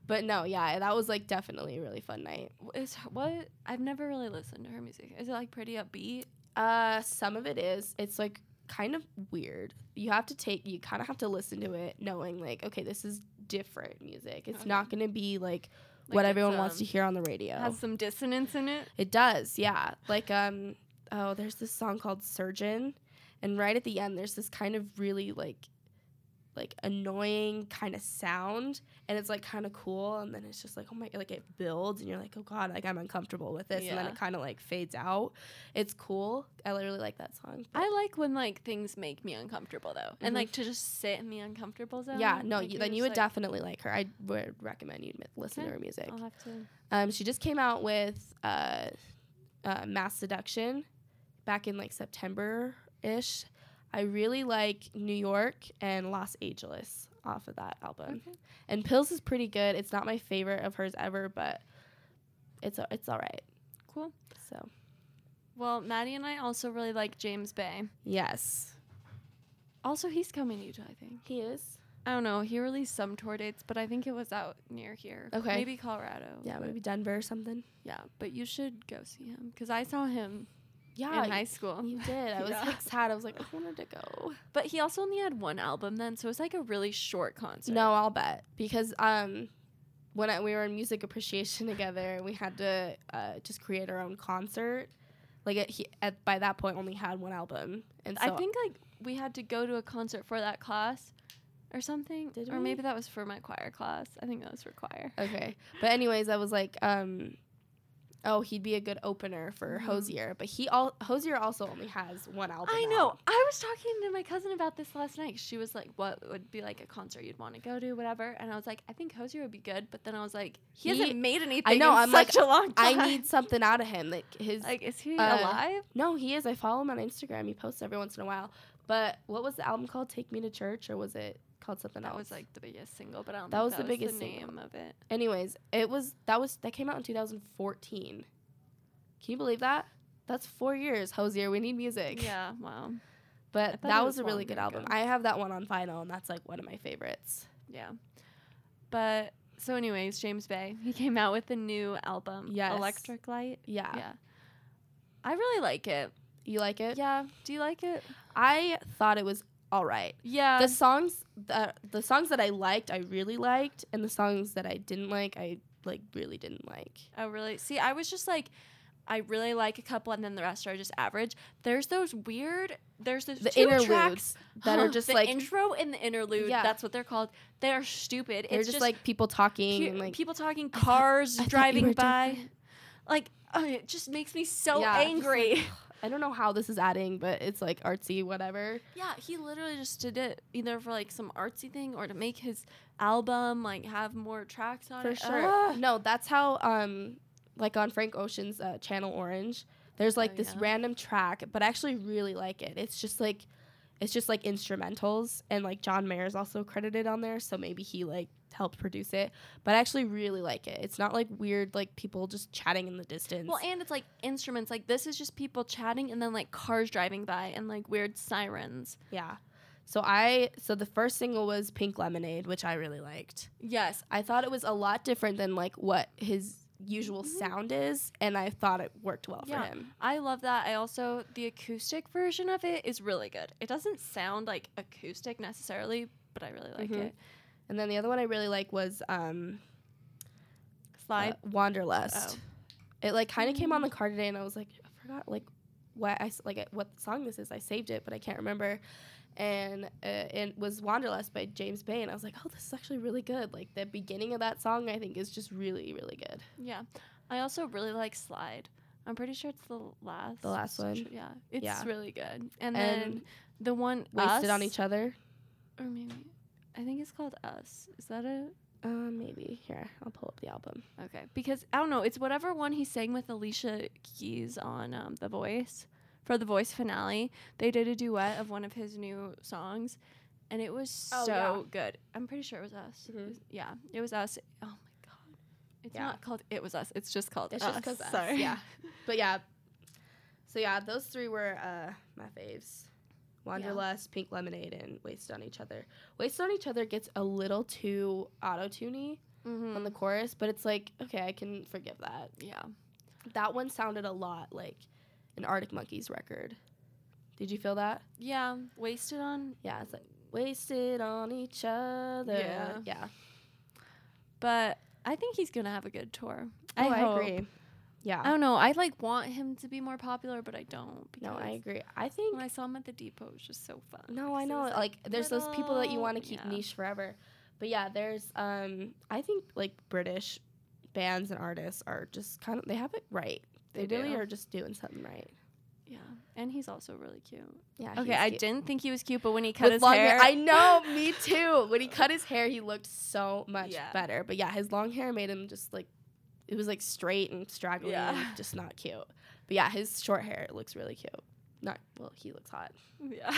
[SPEAKER 2] But no, yeah, that was like definitely a really fun night.
[SPEAKER 1] Is what I've never really listened to her music. Is it like pretty upbeat?
[SPEAKER 2] Uh, some of it is. It's like kind of weird. You have to take. You kind of have to listen to it, knowing like, okay, this is different music. It's
[SPEAKER 1] Okay.
[SPEAKER 2] not going to be like,
[SPEAKER 1] Like,
[SPEAKER 2] what
[SPEAKER 1] it's,
[SPEAKER 2] everyone wants to
[SPEAKER 1] um,
[SPEAKER 2] hear on the radio.
[SPEAKER 1] Has some dissonance in it.
[SPEAKER 2] it does, yeah. Like, um, oh, there's this song called Surgeon, and right at the end, there's this kind of really like, like annoying kind of sound, and it's like kind of cool, and then it's just like, oh my, like it builds, and you're like, oh god, like I'm uncomfortable with this, and then
[SPEAKER 1] Yeah.
[SPEAKER 2] it kind of like fades out. It's cool. I really like that song. but-
[SPEAKER 1] I like when like things make me uncomfortable though,
[SPEAKER 2] Mhm.
[SPEAKER 1] and like to just sit in the uncomfortable zone.
[SPEAKER 2] Yeah, no,
[SPEAKER 1] like,
[SPEAKER 2] you,
[SPEAKER 1] you're
[SPEAKER 2] then you would
[SPEAKER 1] just like,
[SPEAKER 2] definitely like her. I would recommend you listen to
[SPEAKER 1] Okay.
[SPEAKER 2] her music.
[SPEAKER 1] I'll have to.
[SPEAKER 2] Um, she just came out with uh, uh, Mass Seduction back in like September ish. I really like New York and Los Angeles off of that album.
[SPEAKER 1] Okay.
[SPEAKER 2] And Pills is pretty good. It's not my favorite of hers ever, but it's a- it's all right.
[SPEAKER 1] Cool.
[SPEAKER 2] So
[SPEAKER 1] Well, Maddie and I also really like James Bay.
[SPEAKER 2] yes,
[SPEAKER 1] Also, he's coming to Utah, I think.
[SPEAKER 2] he is.
[SPEAKER 1] I don't know. He released some tour dates, but I think it was out near here.
[SPEAKER 2] Okay.
[SPEAKER 1] Maybe Colorado.
[SPEAKER 2] Yeah,
[SPEAKER 1] but-
[SPEAKER 2] maybe Denver or something.
[SPEAKER 1] Yeah, but you should go see him because I saw him
[SPEAKER 2] Yeah,
[SPEAKER 1] in high school.
[SPEAKER 2] you did. [LAUGHS] I was
[SPEAKER 1] Yeah.
[SPEAKER 2] like sad. I was like, I wanted to go.
[SPEAKER 1] But he also only had one album then, so it's like a really short concert.
[SPEAKER 2] No, I'll bet because um, when I, we were in music appreciation [LAUGHS] together, we had to uh, just create our own concert. Like it, he, at, by that point, only had one album, and so uh
[SPEAKER 1] I think like we had to go to a concert for that class or something.
[SPEAKER 2] Did
[SPEAKER 1] or
[SPEAKER 2] we?
[SPEAKER 1] maybe that was for my choir class. I think that was for choir.
[SPEAKER 2] okay. But anyways, I was like, um, oh, he'd be a good opener for
[SPEAKER 1] Mhm.
[SPEAKER 2] Hosier, but he all Hosier also only has one album.
[SPEAKER 1] I
[SPEAKER 2] out.
[SPEAKER 1] know. I was talking to my cousin about this last night. She was like, "What would be like a concert you'd want to go to, whatever?" And I was like, "I think Hosier would be good," but then I was like, "He,
[SPEAKER 2] He-
[SPEAKER 1] hasn't made anything."
[SPEAKER 2] know,
[SPEAKER 1] In
[SPEAKER 2] I'm like,
[SPEAKER 1] such a long time.
[SPEAKER 2] I
[SPEAKER 1] [LAUGHS]
[SPEAKER 2] need something out of him. Like his
[SPEAKER 1] Like, is he
[SPEAKER 2] uh,
[SPEAKER 1] alive?
[SPEAKER 2] no, he is. I follow him on Instagram. He posts every once in a while. But what was the album called? Take Me to Church, or was it called something
[SPEAKER 1] That
[SPEAKER 2] else?
[SPEAKER 1] was like the biggest single, but I don't.
[SPEAKER 2] That
[SPEAKER 1] think
[SPEAKER 2] was
[SPEAKER 1] that
[SPEAKER 2] the
[SPEAKER 1] was
[SPEAKER 2] biggest
[SPEAKER 1] the
[SPEAKER 2] single.
[SPEAKER 1] name of it.
[SPEAKER 2] Anyways, it was that was that came out in 2014. Can you believe that? That's four years, Hosier. We need music. [LAUGHS]
[SPEAKER 1] Yeah. Wow. I
[SPEAKER 2] But
[SPEAKER 1] thought
[SPEAKER 2] that
[SPEAKER 1] it
[SPEAKER 2] was,
[SPEAKER 1] was
[SPEAKER 2] a really
[SPEAKER 1] longer
[SPEAKER 2] good album.
[SPEAKER 1] ago.
[SPEAKER 2] I have that one on vinyl, and that's like one of my favorites.
[SPEAKER 1] Yeah. But so, anyways, James Bay he came out with a new album.
[SPEAKER 2] Yes.
[SPEAKER 1] Electric Light.
[SPEAKER 2] Yeah.
[SPEAKER 1] Yeah. I really like it.
[SPEAKER 2] You like it?
[SPEAKER 1] Yeah. Do you like it?
[SPEAKER 2] I thought it was all right.
[SPEAKER 1] Yeah.
[SPEAKER 2] the songs, the, the songs that I liked, I really liked, and the songs that I didn't like, I like really didn't like.
[SPEAKER 1] Oh, really? See, I was just like, I really like a couple, and then the rest are just average. There's those weird. There's those
[SPEAKER 2] The
[SPEAKER 1] two
[SPEAKER 2] interludes
[SPEAKER 1] tracks
[SPEAKER 2] that are
[SPEAKER 1] [LAUGHS]
[SPEAKER 2] just
[SPEAKER 1] the
[SPEAKER 2] like
[SPEAKER 1] intro and the interlude.
[SPEAKER 2] Yeah.
[SPEAKER 1] That's what they're called. They are stupid.
[SPEAKER 2] they're
[SPEAKER 1] it's
[SPEAKER 2] just, like people talking
[SPEAKER 1] pu-
[SPEAKER 2] and like
[SPEAKER 1] people talking,
[SPEAKER 2] I thought-
[SPEAKER 1] cars
[SPEAKER 2] I thought you
[SPEAKER 1] driving
[SPEAKER 2] were
[SPEAKER 1] by.
[SPEAKER 2] different.
[SPEAKER 1] Like, oh, it just makes me so
[SPEAKER 2] Yeah, just
[SPEAKER 1] angry.
[SPEAKER 2] [LAUGHS] I don't know how this is adding, but it's like artsy, whatever.
[SPEAKER 1] Yeah, he literally just did it either for like some artsy thing or to make his album like have more tracks on
[SPEAKER 2] For
[SPEAKER 1] it. Ah.
[SPEAKER 2] sure.
[SPEAKER 1] Ugh.
[SPEAKER 2] No, that's how um like on Frank Ocean's uh, Channel Orange, there's like
[SPEAKER 1] Oh,
[SPEAKER 2] this
[SPEAKER 1] yeah.
[SPEAKER 2] random track, but I actually really like it. It's just like it's just like instrumentals and like John Mayer's also credited on there, so maybe he like helped produce it. But I actually really like it. It's not like weird like people just chatting in the distance.
[SPEAKER 1] Well, and it's like instruments. Like this is just people chatting and then like cars driving by and like weird sirens.
[SPEAKER 2] yeah. So I so the first single was Pink Lemonade, which I really liked.
[SPEAKER 1] Yes.
[SPEAKER 2] I thought it was a lot different than like what his usual
[SPEAKER 1] Mhm.
[SPEAKER 2] sound is, and I thought it worked well
[SPEAKER 1] Yeah.
[SPEAKER 2] for him.
[SPEAKER 1] I love that. I also the acoustic version of it is really good. It doesn't sound like acoustic necessarily, but I really like
[SPEAKER 2] Mhm.
[SPEAKER 1] it.
[SPEAKER 2] And then the other one I really like was um,
[SPEAKER 1] Slide.
[SPEAKER 2] uh, Wanderlust.
[SPEAKER 1] Oh.
[SPEAKER 2] It like kind of came
[SPEAKER 1] Mm.
[SPEAKER 2] on the car today, and I was like, I forgot like what I s- like what song this is. I saved it, but I can't remember. And uh, it was Wanderlust by James Bay, and I was like, oh, this is actually really good. Like the beginning of that song, I think is just really, really good.
[SPEAKER 1] yeah. I also really like Slide. I'm pretty sure it's the last.
[SPEAKER 2] The last one?
[SPEAKER 1] tr- Yeah. It's
[SPEAKER 2] Yeah.
[SPEAKER 1] really good. And, then
[SPEAKER 2] And
[SPEAKER 1] the one
[SPEAKER 2] wasted on
[SPEAKER 1] Us-
[SPEAKER 2] each other.
[SPEAKER 1] or maybe I think it's called Us. Is that a
[SPEAKER 2] Uh, maybe here I'll pull up the album.
[SPEAKER 1] okay? Because I don't know. It's whatever one he sang with Alicia Keys on um, The Voice for the Voice finale. They did a duet of one of his new songs, and it was
[SPEAKER 2] Oh,
[SPEAKER 1] so
[SPEAKER 2] yeah.
[SPEAKER 1] good. I'm pretty sure it was Us. It
[SPEAKER 2] Mhm.
[SPEAKER 1] was- yeah, it was Us. Oh my god, it's
[SPEAKER 2] Yeah.
[SPEAKER 1] not called It Was Us. It's just called
[SPEAKER 2] It's
[SPEAKER 1] Us.
[SPEAKER 2] just 'cause Us,
[SPEAKER 1] Sorry. [LAUGHS]
[SPEAKER 2] yeah. But yeah. So yeah, those three were uh, my faves. Wanderlust, Pink Lemonade, and Wasted on Each Other. Wasted on Each Other gets a little too auto-tuney on
[SPEAKER 1] Mhm.
[SPEAKER 2] the chorus, but it's like, okay, I can forgive that.
[SPEAKER 1] yeah.
[SPEAKER 2] That one sounded a lot like an Arctic Monkeys record. Did you feel that?
[SPEAKER 1] Yeah. Wasted on
[SPEAKER 2] Yeah, it's like Wasted on Each Other.
[SPEAKER 1] Yeah.
[SPEAKER 2] yeah.
[SPEAKER 1] but I think he's gonna have a good tour.
[SPEAKER 2] Oh, I,
[SPEAKER 1] hope.
[SPEAKER 2] agree. Yeah.
[SPEAKER 1] I don't know. I like want him to be more popular, but I don't.
[SPEAKER 2] no, I
[SPEAKER 1] because
[SPEAKER 2] agree. I think
[SPEAKER 1] When I saw him at the depot, it was just so fun.
[SPEAKER 2] No, I
[SPEAKER 1] because it
[SPEAKER 2] know.
[SPEAKER 1] was,
[SPEAKER 2] Like, there's those people that you want to
[SPEAKER 1] little-
[SPEAKER 2] keep
[SPEAKER 1] yeah.
[SPEAKER 2] niche forever. But yeah, there's um I think like British bands and artists are just kind of they have it right. They,
[SPEAKER 1] They
[SPEAKER 2] really
[SPEAKER 1] do.
[SPEAKER 2] are just doing something right.
[SPEAKER 1] yeah, and he's also really cute.
[SPEAKER 2] Yeah.
[SPEAKER 1] Okay,
[SPEAKER 2] he's
[SPEAKER 1] I
[SPEAKER 2] cute.
[SPEAKER 1] didn't think he was cute, but when he cut
[SPEAKER 2] With
[SPEAKER 1] his
[SPEAKER 2] long
[SPEAKER 1] hair, [LAUGHS]
[SPEAKER 2] I know, me too. When he cut his hair, he looked so much
[SPEAKER 1] Yeah.
[SPEAKER 2] better. But yeah, his long hair made him just like it was like straight and straggly
[SPEAKER 1] Yeah.
[SPEAKER 2] and just not cute. But yeah, his short hair looks really cute. Not well, he looks hot.
[SPEAKER 1] [LAUGHS] yeah,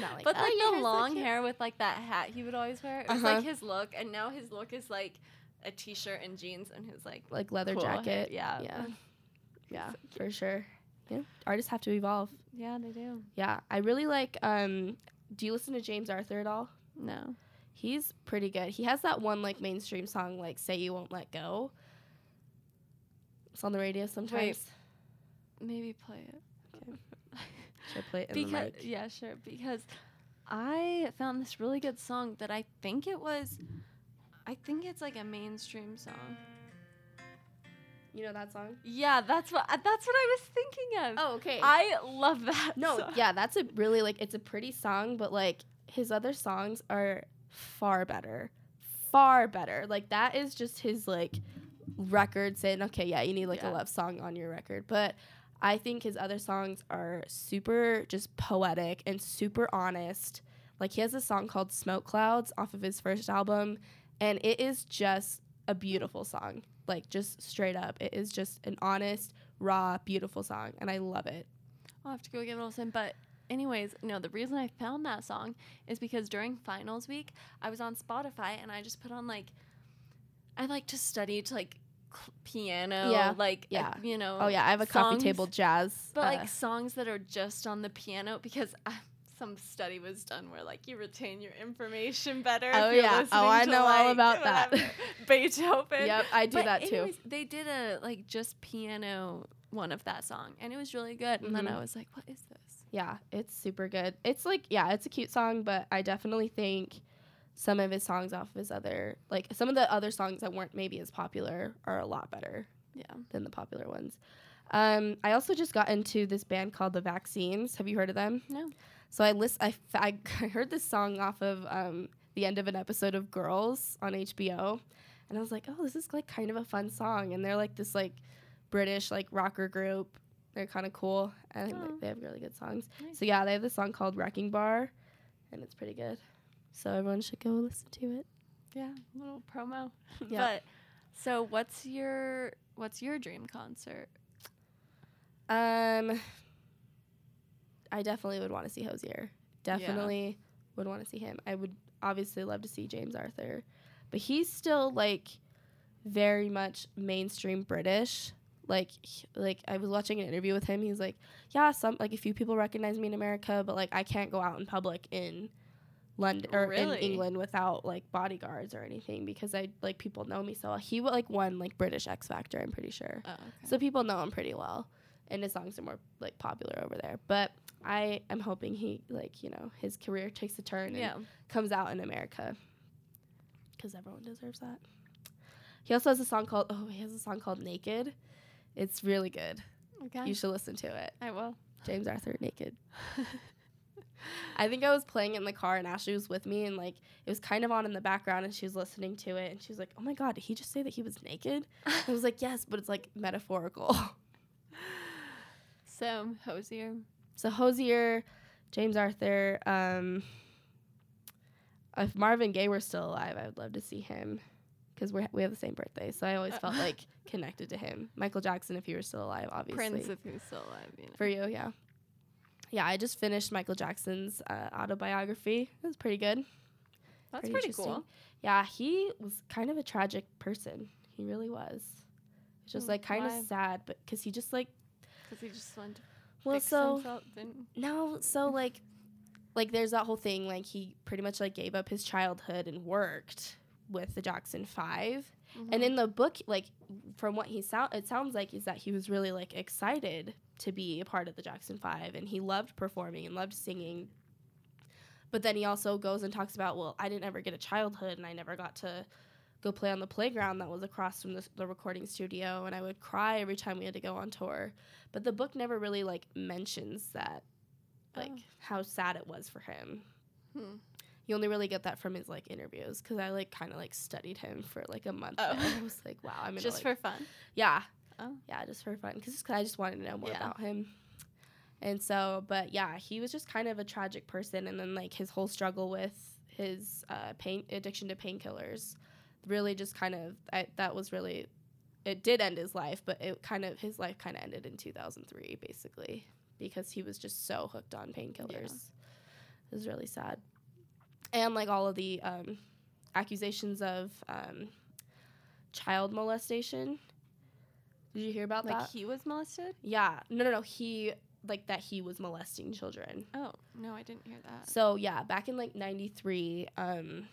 [SPEAKER 2] Not like
[SPEAKER 1] but
[SPEAKER 2] "Oh,
[SPEAKER 1] like
[SPEAKER 2] your hair's
[SPEAKER 1] the
[SPEAKER 2] so
[SPEAKER 1] long
[SPEAKER 2] cute."
[SPEAKER 1] hair with like that hat he would always wear. It was
[SPEAKER 2] Uh-huh.
[SPEAKER 1] like his look, and now his look is like a t-shirt and jeans and his like
[SPEAKER 2] like leather
[SPEAKER 1] cool hair.
[SPEAKER 2] jacket.
[SPEAKER 1] Yeah,
[SPEAKER 2] Yeah. Yeah, for sure. Yeah. Artists have to evolve.
[SPEAKER 1] yeah, they do.
[SPEAKER 2] Yeah. I really like um do you listen to James Arthur at all?
[SPEAKER 1] No,
[SPEAKER 2] He's pretty good. He has that one like mainstream song like Say You Won't Let Go. It's on the radio sometimes.
[SPEAKER 1] maybe play it. [LAUGHS]
[SPEAKER 2] Should I play it in the
[SPEAKER 1] because
[SPEAKER 2] mic?
[SPEAKER 1] yeah sure because i found this really good song that i think it was i think it's like a mainstream song
[SPEAKER 2] You know that song?
[SPEAKER 1] yeah that's what uh, that's what i was thinking of
[SPEAKER 2] Oh, okay.
[SPEAKER 1] i love [LAUGHS] that
[SPEAKER 2] no,
[SPEAKER 1] song.
[SPEAKER 2] yeah, that's a really like it's a pretty song, but like his other songs are far better. Far better. Like that is just his like record saying, okay, yeah, you need like
[SPEAKER 1] Yeah.
[SPEAKER 2] a love song on your record. But I think his other songs are super just poetic and super honest. Like he has a song called Smoke Clouds off of his first album, and it is just a beautiful song. Like just straight up. It is just an honest, raw, beautiful song. And I love it.
[SPEAKER 1] i'll have to go give it a listen but anyways no the reason i found that song is because during finals week i was on spotify and i just put on like i like to study to like cl- piano
[SPEAKER 2] Yeah,
[SPEAKER 1] like
[SPEAKER 2] yeah.
[SPEAKER 1] uh, you know
[SPEAKER 2] Oh yeah, I have a coffee
[SPEAKER 1] songs.
[SPEAKER 2] table jazz.
[SPEAKER 1] But
[SPEAKER 2] uh,
[SPEAKER 1] like songs that are just on the piano because uh, some study was done where like you retain your information better.
[SPEAKER 2] Oh,
[SPEAKER 1] if you're
[SPEAKER 2] yeah.
[SPEAKER 1] listening
[SPEAKER 2] Oh, I
[SPEAKER 1] to,
[SPEAKER 2] know all
[SPEAKER 1] like,
[SPEAKER 2] about that.
[SPEAKER 1] whatever,
[SPEAKER 2] [LAUGHS]
[SPEAKER 1] Beethoven.
[SPEAKER 2] yep, I do
[SPEAKER 1] But
[SPEAKER 2] that too.
[SPEAKER 1] anyways, They did a like just piano one of that song and it was really good. And then
[SPEAKER 2] Mhm.
[SPEAKER 1] I was like, what is this?
[SPEAKER 2] Yeah, it's super good. It's like yeah, it's a cute song, but I definitely think some of his songs off of his other like some of the other songs that weren't maybe as popular are a lot better
[SPEAKER 1] Yeah.
[SPEAKER 2] than the popular ones. Um, I also just got into this band called The Vaccines. Have you heard of them?
[SPEAKER 1] No.
[SPEAKER 2] So I list I, f- I [LAUGHS] heard this song off of um, the end of an episode of Girls on HBO, and I was like, oh, this is like kind of a fun song. And they're like this like British like rocker group. They're kind of cool. I think
[SPEAKER 1] Oh.
[SPEAKER 2] like, they have really good songs.
[SPEAKER 1] Nice.
[SPEAKER 2] So yeah, they have this song called Wrecking Bar, and it's pretty good. So everyone should go listen to it. [LAUGHS]
[SPEAKER 1] Yeah, [LAUGHS] little promo.
[SPEAKER 2] Yeah.
[SPEAKER 1] But so what's your what's your dream concert?
[SPEAKER 2] Um, I definitely would want to see Hosier. Definitely would want to see him. I would obviously love to see James Arthur, but he's still like very much mainstream British. Like, he- like I was watching an interview with him. He's like, yeah, some like a few people recognize me in America, but like I can't go out in public in London or in
[SPEAKER 1] Really?
[SPEAKER 2] England without like bodyguards or anything because I like people know me so well. He like won like British X Factor. I'm pretty sure.
[SPEAKER 1] Oh,
[SPEAKER 2] So people know him pretty well, and his songs are more like popular over there. But I am hoping he like you know his career takes a turn and
[SPEAKER 1] yeah.
[SPEAKER 2] comes out in America because everyone deserves that. He also has a song called oh he has a song called Naked. It's really good.
[SPEAKER 1] Okay.
[SPEAKER 2] You should listen to it.
[SPEAKER 1] I [SIGHS] will.
[SPEAKER 2] James Arthur Naked. I think I was playing it in the car and Ashley was with me and like it was kind of on in the background and she was listening to it and she was like, "Oh my god, did he just say that he was naked?" I was like, "Yes, but it's like metaphorical."
[SPEAKER 1] Some Hosier.
[SPEAKER 2] So Hosier, James Arthur. Um, if Marvin Gaye were still alive, I would love to see him because we we have the same birthday. So I always
[SPEAKER 1] Uh.
[SPEAKER 2] felt like connected to him. Michael Jackson, if he were still alive, obviously.
[SPEAKER 1] Prince if he's still alive, you know.
[SPEAKER 2] For you, yeah. Yeah, I just finished Michael Jackson's uh, autobiography. It was pretty good.
[SPEAKER 1] That's
[SPEAKER 2] pretty
[SPEAKER 1] pretty,
[SPEAKER 2] interesting.
[SPEAKER 1] cool.
[SPEAKER 2] Yeah, he was kind of a tragic person. He really was. It's just
[SPEAKER 1] Mm,
[SPEAKER 2] like kind
[SPEAKER 1] why?
[SPEAKER 2] of sad, but because he just like
[SPEAKER 1] Because he just went to
[SPEAKER 2] well,
[SPEAKER 1] fix
[SPEAKER 2] so
[SPEAKER 1] himself and
[SPEAKER 2] No, so like like there's that whole thing like he pretty much like gave up his childhood and worked with the Jackson 5.
[SPEAKER 1] Mm-hmm.
[SPEAKER 2] And in the book like from what he sound it sounds like is that he was really like excited to be a part of the Jackson 5 and he loved performing and loved singing. But then he also goes and talks about, well, I didn't ever get a childhood and I never got to go play on the playground that was across from the, the recording studio and I would cry every time we had to go on tour. But the book never really like mentions that like
[SPEAKER 1] Oh.
[SPEAKER 2] how sad it was for him.
[SPEAKER 1] Hmm.
[SPEAKER 2] You only really get that from his like interviews because I like kind of like studied him for like a month.
[SPEAKER 1] Oh.
[SPEAKER 2] and I was like, wow, I'm gonna,
[SPEAKER 1] just
[SPEAKER 2] like-
[SPEAKER 1] for fun.
[SPEAKER 2] yeah,
[SPEAKER 1] Oh.
[SPEAKER 2] yeah, just for fun because I just wanted to know more
[SPEAKER 1] Yeah.
[SPEAKER 2] about him. And so, but yeah, he was just kind of a tragic person, and then like his whole struggle with his uh, pain addiction to painkillers, really just kind of I, that was really it did end his life, but it kind of his life kind of ended in 2003 basically because he was just so hooked on painkillers. It was really sad, and like all of the um, accusations of um, child molestation. Did you hear about
[SPEAKER 1] Like
[SPEAKER 2] that?
[SPEAKER 1] he was molested?
[SPEAKER 2] yeah, no, no, no. He like that he was molesting children.
[SPEAKER 1] Oh, no, I didn't hear that.
[SPEAKER 2] So yeah, back in like '93. Um,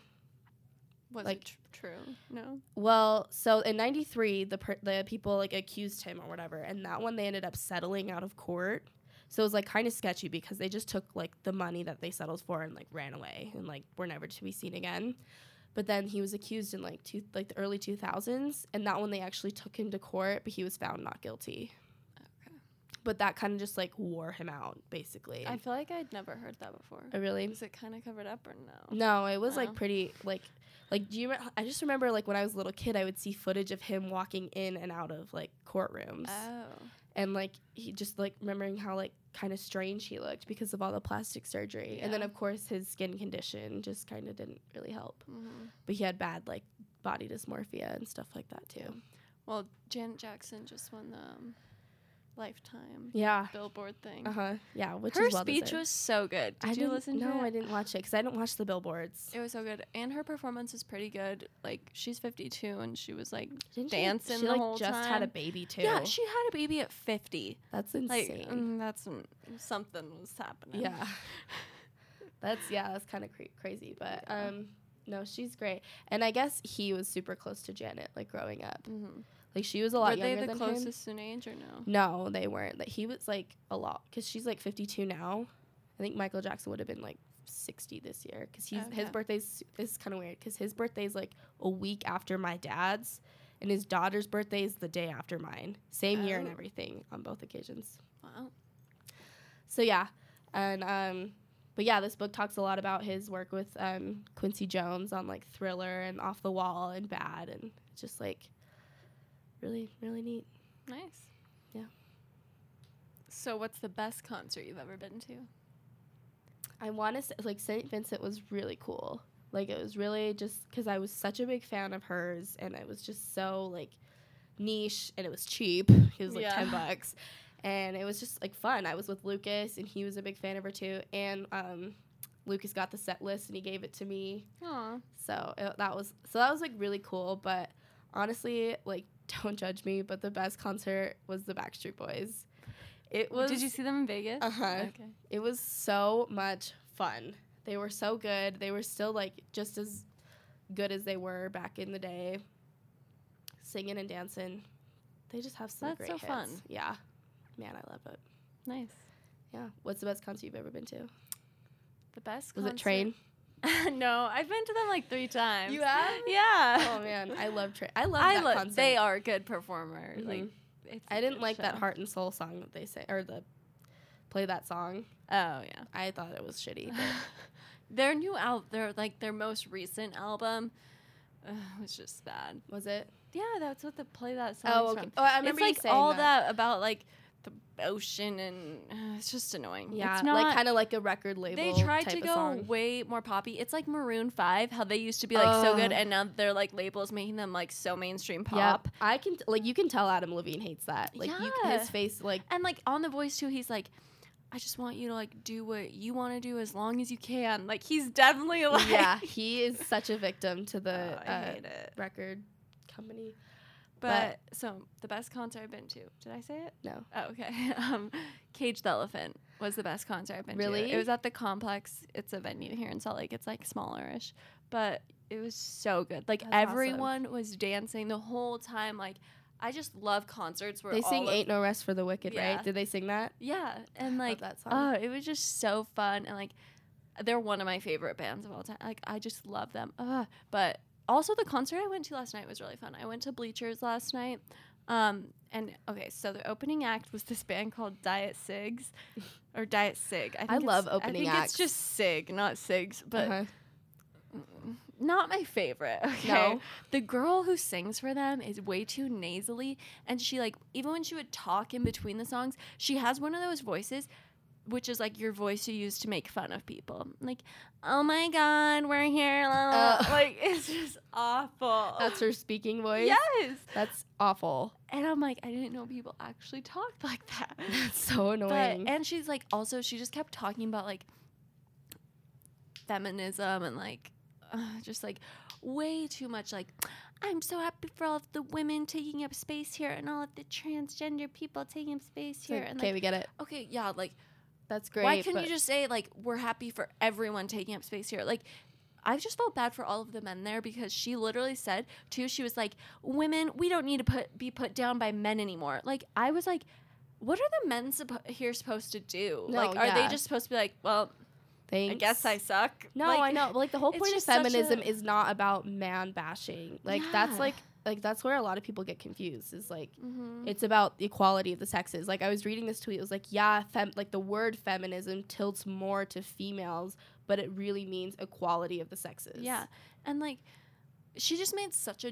[SPEAKER 1] Was
[SPEAKER 2] like-
[SPEAKER 1] it tr- true? No.
[SPEAKER 2] well, so in '93, the per- the people like accused him or whatever, and that one they ended up settling out of court. So it was like kind of sketchy because they just took like the money that they settled for and like ran away and like were never to be seen again. But then he was accused in like two like the early 2000s, and that one they actually took him to court, but he was found not guilty.
[SPEAKER 1] Okay.
[SPEAKER 2] But that kind of just like wore him out basically.
[SPEAKER 1] I feel like I'd never heard that before.
[SPEAKER 2] Oh, really?
[SPEAKER 1] Is it kind of covered up or no?
[SPEAKER 2] No, it was
[SPEAKER 1] Oh.
[SPEAKER 2] like pretty like like do you remember I just remember like when I was a little kid I would see footage of him walking in and out of like courtrooms
[SPEAKER 1] Oh.
[SPEAKER 2] and like he just like remembering how like kind of strange he looked because of all the plastic surgery and then
[SPEAKER 1] Yeah.
[SPEAKER 2] of course his skin condition just kind of didn't really help
[SPEAKER 1] hmm
[SPEAKER 2] but he had bad like body dysmorphia and stuff like that too.
[SPEAKER 1] Well, Janet Jackson just won the um, Lifetime
[SPEAKER 2] Yeah.
[SPEAKER 1] Billboard thing.
[SPEAKER 2] Uh-huh. Yeah, which
[SPEAKER 1] her
[SPEAKER 2] is well
[SPEAKER 1] speech
[SPEAKER 2] deserved.
[SPEAKER 1] was so good. Did
[SPEAKER 2] I
[SPEAKER 1] you
[SPEAKER 2] didn't-
[SPEAKER 1] listen to
[SPEAKER 2] no,
[SPEAKER 1] it?
[SPEAKER 2] I didn't watch it cuz I don't watch the billboards.
[SPEAKER 1] It was so good, and her performance is pretty good. Like she's 52, and she was like,
[SPEAKER 2] Didn't
[SPEAKER 1] dancing
[SPEAKER 2] she, she
[SPEAKER 1] the
[SPEAKER 2] like
[SPEAKER 1] whole
[SPEAKER 2] just had a
[SPEAKER 1] time.
[SPEAKER 2] baby too.
[SPEAKER 1] yeah, she had a baby at 50.
[SPEAKER 2] That's
[SPEAKER 1] Like
[SPEAKER 2] insane.
[SPEAKER 1] mm, that's mm, something was happening.
[SPEAKER 2] Yeah. [LAUGHS] That's yeah, that's kind of cra- crazy, but
[SPEAKER 1] Yeah.
[SPEAKER 2] um no, she's great. And I guess he was super close to Janet like growing up.
[SPEAKER 1] Mm-hmm.
[SPEAKER 2] Like she was a lot
[SPEAKER 1] Were they
[SPEAKER 2] younger
[SPEAKER 1] the
[SPEAKER 2] than him.
[SPEAKER 1] closest in age or no?
[SPEAKER 2] No, they weren't. Like he was like a lot cuz she's like 52 now. I think Michael Jackson would have been like 60 this year because he's his
[SPEAKER 1] Oh, Okay.
[SPEAKER 2] birthday's this is kind of weird because his birthday's like a week after my dad's and his daughter's birthday is the day after mine same year and
[SPEAKER 1] Oh.
[SPEAKER 2] everything on both occasions
[SPEAKER 1] Wow.
[SPEAKER 2] so yeah and um but yeah this book talks a lot about his work with um quincy jones on like thriller and off the wall and bad and it's just like really really neat
[SPEAKER 1] Nice.
[SPEAKER 2] Yeah.
[SPEAKER 1] So, what's the best concert you've ever been to?
[SPEAKER 2] I want to say, like, St. Vincent was really cool. Like, it was really just because I was such a big fan of hers, and it was just so, like, niche, and it was cheap. It was like
[SPEAKER 1] Yeah.
[SPEAKER 2] 10 bucks. And it was just, like, fun. I was with Lucas, and he was a big fan of her, too. And um, Lucas got the set list, and he gave it to me.
[SPEAKER 1] Aw.
[SPEAKER 2] So it, that was, so that was, like, really cool. But honestly, like, [LAUGHS] don't judge me, but the best concert was the Backstreet Boys. It was.
[SPEAKER 1] Did you see them in Vegas?
[SPEAKER 2] Uh-huh.
[SPEAKER 1] Okay.
[SPEAKER 2] It was so much fun. They were so good. They were still like just as good as they were back in the day, singing and dancing. They just have some
[SPEAKER 1] That's
[SPEAKER 2] great
[SPEAKER 1] so
[SPEAKER 2] hits.
[SPEAKER 1] fun.
[SPEAKER 2] Yeah, man, I love it.
[SPEAKER 1] Nice.
[SPEAKER 2] Yeah, what's the best concert you've ever been to?
[SPEAKER 1] The best
[SPEAKER 2] Was
[SPEAKER 1] concert.
[SPEAKER 2] it Train?
[SPEAKER 1] [LAUGHS] no, I've been to them like three times.
[SPEAKER 2] You have?
[SPEAKER 1] Yeah.
[SPEAKER 2] oh man, I love Train. I love
[SPEAKER 1] I
[SPEAKER 2] that
[SPEAKER 1] love.
[SPEAKER 2] concert.
[SPEAKER 1] They Mm-hmm. are a good performer.
[SPEAKER 2] Mhm.
[SPEAKER 1] Like, it's a
[SPEAKER 2] I didn't
[SPEAKER 1] good
[SPEAKER 2] like that
[SPEAKER 1] show.
[SPEAKER 2] Heart and Soul song that they say or the play that song.
[SPEAKER 1] Oh yeah.
[SPEAKER 2] [LAUGHS] I thought it was shitty. But
[SPEAKER 1] [LAUGHS] their new album, their like their most recent album, uh, was just bad.
[SPEAKER 2] was it?
[SPEAKER 1] Yeah, that's what the play that song.
[SPEAKER 2] Oh, okay. Oh, I
[SPEAKER 1] it's
[SPEAKER 2] remember you
[SPEAKER 1] like
[SPEAKER 2] saying
[SPEAKER 1] all
[SPEAKER 2] that.
[SPEAKER 1] that. about like the ocean and uh, it's just annoying.
[SPEAKER 2] Yeah,
[SPEAKER 1] it's not,
[SPEAKER 2] like kind of like a record label.
[SPEAKER 1] they tried
[SPEAKER 2] type
[SPEAKER 1] to
[SPEAKER 2] of
[SPEAKER 1] go
[SPEAKER 2] song.
[SPEAKER 1] way more poppy. It's like Maroon Five, how they used to be like so good,
[SPEAKER 2] Ugh.
[SPEAKER 1] and now their like label is making them like so mainstream
[SPEAKER 2] Yeah,
[SPEAKER 1] pop.
[SPEAKER 2] I can t- like you can tell Adam Levine hates that. Like you c-
[SPEAKER 1] Yeah.
[SPEAKER 2] his face like
[SPEAKER 1] And like on The Voice too, he's like, I just want you to like do what you want to do as long as you can. Like he's definitely [LAUGHS] [LAUGHS] like,
[SPEAKER 2] yeah, he is such a victim to the
[SPEAKER 1] Oh, I
[SPEAKER 2] uh,
[SPEAKER 1] hate it.
[SPEAKER 2] record company.
[SPEAKER 1] But, so the best concert I've been to. Did I say it?
[SPEAKER 2] No.
[SPEAKER 1] Oh, okay. [LAUGHS] Um, Cage the Elephant was the best concert I've been to.
[SPEAKER 2] Really?
[SPEAKER 1] It was at the Complex. It's a venue here in Salt Lake. It's like smallerish, but it was so good. Like
[SPEAKER 2] That's awesome.
[SPEAKER 1] everyone was dancing the whole time. Like I just love concerts where
[SPEAKER 2] They
[SPEAKER 1] all
[SPEAKER 2] sing
[SPEAKER 1] of-
[SPEAKER 2] "Ain't No Rest for the Wicked,"
[SPEAKER 1] Yeah.
[SPEAKER 2] right? Did they sing that?
[SPEAKER 1] Yeah, and
[SPEAKER 2] Love
[SPEAKER 1] like
[SPEAKER 2] that song.
[SPEAKER 1] oh, it was just so fun and like they're one of my favorite bands of all time. Like I just love them. Ugh. But also the concert I went to last night was really fun. I went to Bleachers last night. Um and okay, so the opening act was this band called Diet Sigs or Diet Sig. I, think it's-
[SPEAKER 2] love opening
[SPEAKER 1] I think
[SPEAKER 2] acts.
[SPEAKER 1] it's just Sig, not Sigs, but
[SPEAKER 2] Uh-huh.
[SPEAKER 1] not my favorite. [LAUGHS] Okay.
[SPEAKER 2] No.
[SPEAKER 1] The girl who sings for them is way too nasally. And she, like, even when she would talk in between the songs, she has one of those voices, which is like your voice you use to make fun of people. Like, oh my God, we're here. la, la,
[SPEAKER 2] Oh.
[SPEAKER 1] la." [LAUGHS] Like, it's just awful. [LAUGHS]
[SPEAKER 2] that's her speaking voice.
[SPEAKER 1] Yes.
[SPEAKER 2] that's awful. [LAUGHS]
[SPEAKER 1] And I'm like, I didn't know people actually talked [LAUGHS] like that.
[SPEAKER 2] That's so
[SPEAKER 1] But
[SPEAKER 2] annoying.
[SPEAKER 1] and she's like also she just kept talking about like feminism and like [SIGHS] uh, just like way too much like I'm so happy for all of the women taking up space here and all of the transgender people taking up space
[SPEAKER 2] It's
[SPEAKER 1] here
[SPEAKER 2] like,
[SPEAKER 1] and
[SPEAKER 2] okay,
[SPEAKER 1] like
[SPEAKER 2] we get it.
[SPEAKER 1] okay yeah like
[SPEAKER 2] That's great.
[SPEAKER 1] why couldn't
[SPEAKER 2] but-
[SPEAKER 1] you just say like we're happy for everyone taking up space here? Like I just felt bad for all of the men there because she literally said too she was like women we don't need to put be put down by men anymore. Like I was like what are the men suppo- here supposed to do?
[SPEAKER 2] No,
[SPEAKER 1] like are they
[SPEAKER 2] yeah.
[SPEAKER 1] just supposed to be like well
[SPEAKER 2] Thanks.
[SPEAKER 1] I guess I suck?
[SPEAKER 2] No,
[SPEAKER 1] Like, [LAUGHS]
[SPEAKER 2] I know. but, Like the whole
[SPEAKER 1] it's
[SPEAKER 2] point of
[SPEAKER 1] just such
[SPEAKER 2] feminism
[SPEAKER 1] a-
[SPEAKER 2] is not about man bashing. Like
[SPEAKER 1] Yeah.
[SPEAKER 2] that's like like that's where a lot of people get confused. Is like
[SPEAKER 1] Mhm.
[SPEAKER 2] It's about the equality of the sexes. Like I was reading this tweet, it was like, yeah, fem- like the word feminism tilts more to females, but it really means equality of the sexes.
[SPEAKER 1] Yeah. And like she just made such a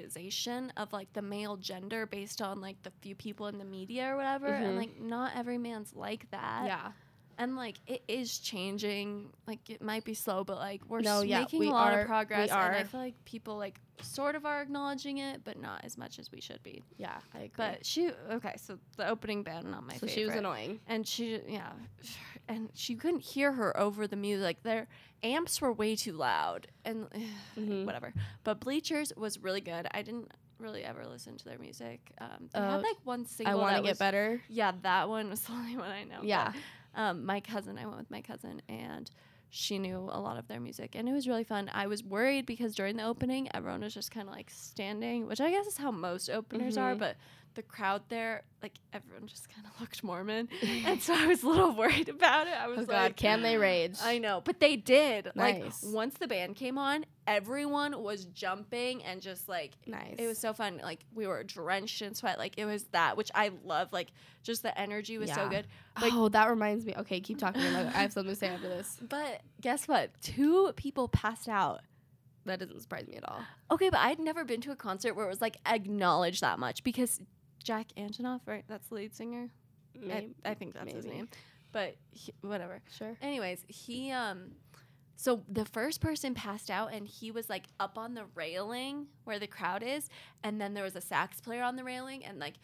[SPEAKER 1] generalization of like the male gender based on like the few people in the media or whatever
[SPEAKER 2] Mhm.
[SPEAKER 1] and like not every man's like that.
[SPEAKER 2] yeah.
[SPEAKER 1] and like it is changing like it might be slow but like we're
[SPEAKER 2] No,
[SPEAKER 1] s-
[SPEAKER 2] yeah,
[SPEAKER 1] making
[SPEAKER 2] we
[SPEAKER 1] a lot
[SPEAKER 2] are- we
[SPEAKER 1] of progress and i
[SPEAKER 2] are.
[SPEAKER 1] feel like people like sort of are acknowledging it but not as much as we should be
[SPEAKER 2] Yeah, I agree.
[SPEAKER 1] but she okay so the opening band not my
[SPEAKER 2] so
[SPEAKER 1] favorite
[SPEAKER 2] she was
[SPEAKER 1] [LAUGHS]
[SPEAKER 2] annoying.
[SPEAKER 1] and she yeah [SIGHS] and she couldn't hear her over the music their amps were way too loud and [SIGHS]
[SPEAKER 2] Mhm.
[SPEAKER 1] whatever but bleachers was really good i didn't really ever listen to their music um they
[SPEAKER 2] Oh,
[SPEAKER 1] had like one single
[SPEAKER 2] I want to
[SPEAKER 1] that
[SPEAKER 2] get
[SPEAKER 1] was- [LAUGHS]
[SPEAKER 2] better.
[SPEAKER 1] yeah that one was the only one i know but
[SPEAKER 2] Yeah.
[SPEAKER 1] um, my cousin. I went with my cousin, and she knew a lot of their music, and it was really fun. I was worried because during the opening, everyone was just kind of like standing, which I guess is how most openers are,
[SPEAKER 2] Mhm.
[SPEAKER 1] but the crowd there, like everyone just kind of [LAUGHS] looked Mormon, and so I was a little [LAUGHS] worried about it. I was
[SPEAKER 2] Oh
[SPEAKER 1] like,
[SPEAKER 2] God, can they rage?
[SPEAKER 1] [SIGHS] I know, but they did.
[SPEAKER 2] Nice.
[SPEAKER 1] Like once the band came on, everyone was jumping and just like
[SPEAKER 2] nice.
[SPEAKER 1] it was so fun. Like we were drenched in sweat. Like it was that, which I love. Like just the energy was so
[SPEAKER 2] Yeah.
[SPEAKER 1] good. like-
[SPEAKER 2] oh, that reminds me. Okay, keep talking. I have something to say
[SPEAKER 1] [LAUGHS]
[SPEAKER 2] after this.
[SPEAKER 1] But guess what? Two people passed out.
[SPEAKER 2] That doesn't surprise me at all.
[SPEAKER 1] Okay, but I'd never been to a concert where it was like acknowledged that much because Jack Antonoff, right? That's the lead singer. I,
[SPEAKER 2] Maybe.
[SPEAKER 1] I think that's his
[SPEAKER 2] maybe.
[SPEAKER 1] name. But he, whatever.
[SPEAKER 2] Sure.
[SPEAKER 1] Anyways, he um so the first person passed out and he was like up on the railing where the crowd is and then there was a sax player on the railing and like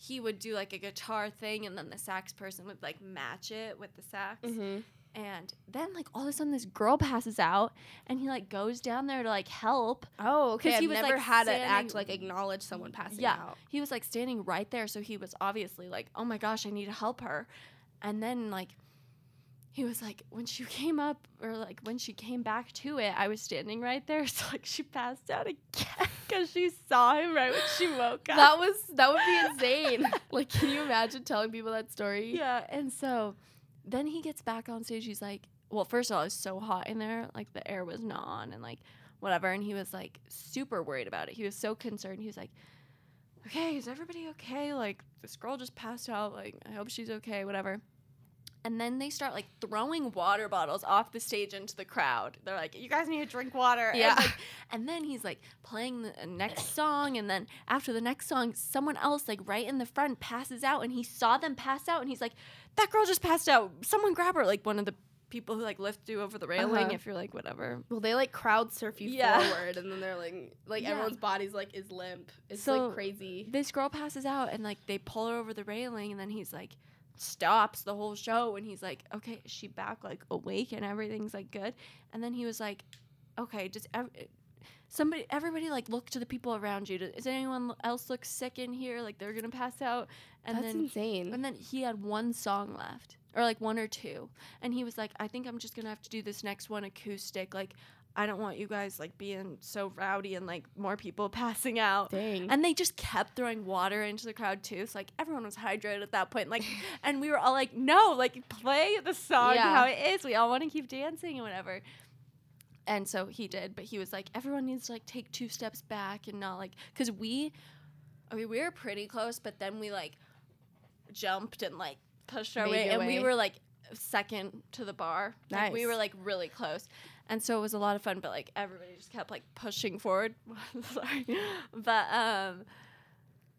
[SPEAKER 1] he would do like a guitar thing and then the sax person would like match it with the sax
[SPEAKER 2] Mm-hmm.
[SPEAKER 1] and then like all of a sudden this girl passes out and he like goes down there to like help
[SPEAKER 2] Oh,
[SPEAKER 1] 'Cause
[SPEAKER 2] okay. I've
[SPEAKER 1] he was,
[SPEAKER 2] never
[SPEAKER 1] like,
[SPEAKER 2] had it
[SPEAKER 1] standing-
[SPEAKER 2] act like acknowledge someone passing
[SPEAKER 1] Yeah. [LAUGHS]
[SPEAKER 2] out.
[SPEAKER 1] he was like standing right there so he was obviously like oh my gosh i need to help her and then like he was like when she came up or like when she came back to it i was standing right there [LAUGHS] so like she passed out again because she saw him right when she woke up
[SPEAKER 2] That was that would be insane. [LAUGHS] like, can you imagine telling people that story?
[SPEAKER 1] yeah and so then he gets back on stage he's like well first of all it's so hot in there like the air was not on and like whatever and he was like super worried about it he was so concerned he was like okay is everybody okay like this girl just passed out like i hope she's okay whatever and then they start like throwing water bottles off the stage into the crowd they're like you guys need to drink water
[SPEAKER 2] Yeah.
[SPEAKER 1] and, like, and then he's like playing the uh, next song, and then after the next song, someone else like right in the front passes out, and he saw them pass out, and he's like, "That girl just passed out. Someone grab her!" Like one of the people who like lift you over the railing,
[SPEAKER 2] Uh-huh.
[SPEAKER 1] if you're like whatever.
[SPEAKER 2] [LAUGHS] Well, they like crowd surf you
[SPEAKER 1] Yeah.
[SPEAKER 2] forward, and then they're like, like
[SPEAKER 1] Yeah.
[SPEAKER 2] everyone's body's like is limp. It's
[SPEAKER 1] So-
[SPEAKER 2] like crazy.
[SPEAKER 1] This girl passes out, and like they pull her over the railing, and then he's like stops the whole show, and he's like, "Okay, is she back like awake, and everything's like good," and then he was like, "Okay, just." Ev- Somebody, everybody, like look to the people around you. Does anyone else look sick in here? Like they're gonna pass out. And
[SPEAKER 2] That's
[SPEAKER 1] then
[SPEAKER 2] insane.
[SPEAKER 1] And then he had one song left, or like one or two. And he was like, I think I'm just gonna have to do this next one acoustic. Like, I don't want you guys like being so rowdy and like more people [LAUGHS] passing out.
[SPEAKER 2] Dang.
[SPEAKER 1] And they just kept throwing water into the crowd too. So like everyone was hydrated at that
[SPEAKER 2] [LAUGHS]
[SPEAKER 1] point. Like, and we were all like, no, like play the song
[SPEAKER 2] Yeah.
[SPEAKER 1] how it is. We all want to keep dancing and whatever. And so he did, but he was like, everyone needs to like take two steps back and not like, cause we, I mean, we were pretty close, but then we like jumped and like pushed our
[SPEAKER 2] Made
[SPEAKER 1] way,
[SPEAKER 2] your
[SPEAKER 1] and we
[SPEAKER 2] way.
[SPEAKER 1] were like second to the bar. Like, we
[SPEAKER 2] Nice.
[SPEAKER 1] were like really close, and so it was a lot of fun. But like everybody just kept like pushing forward. [LAUGHS] Sorry, but um,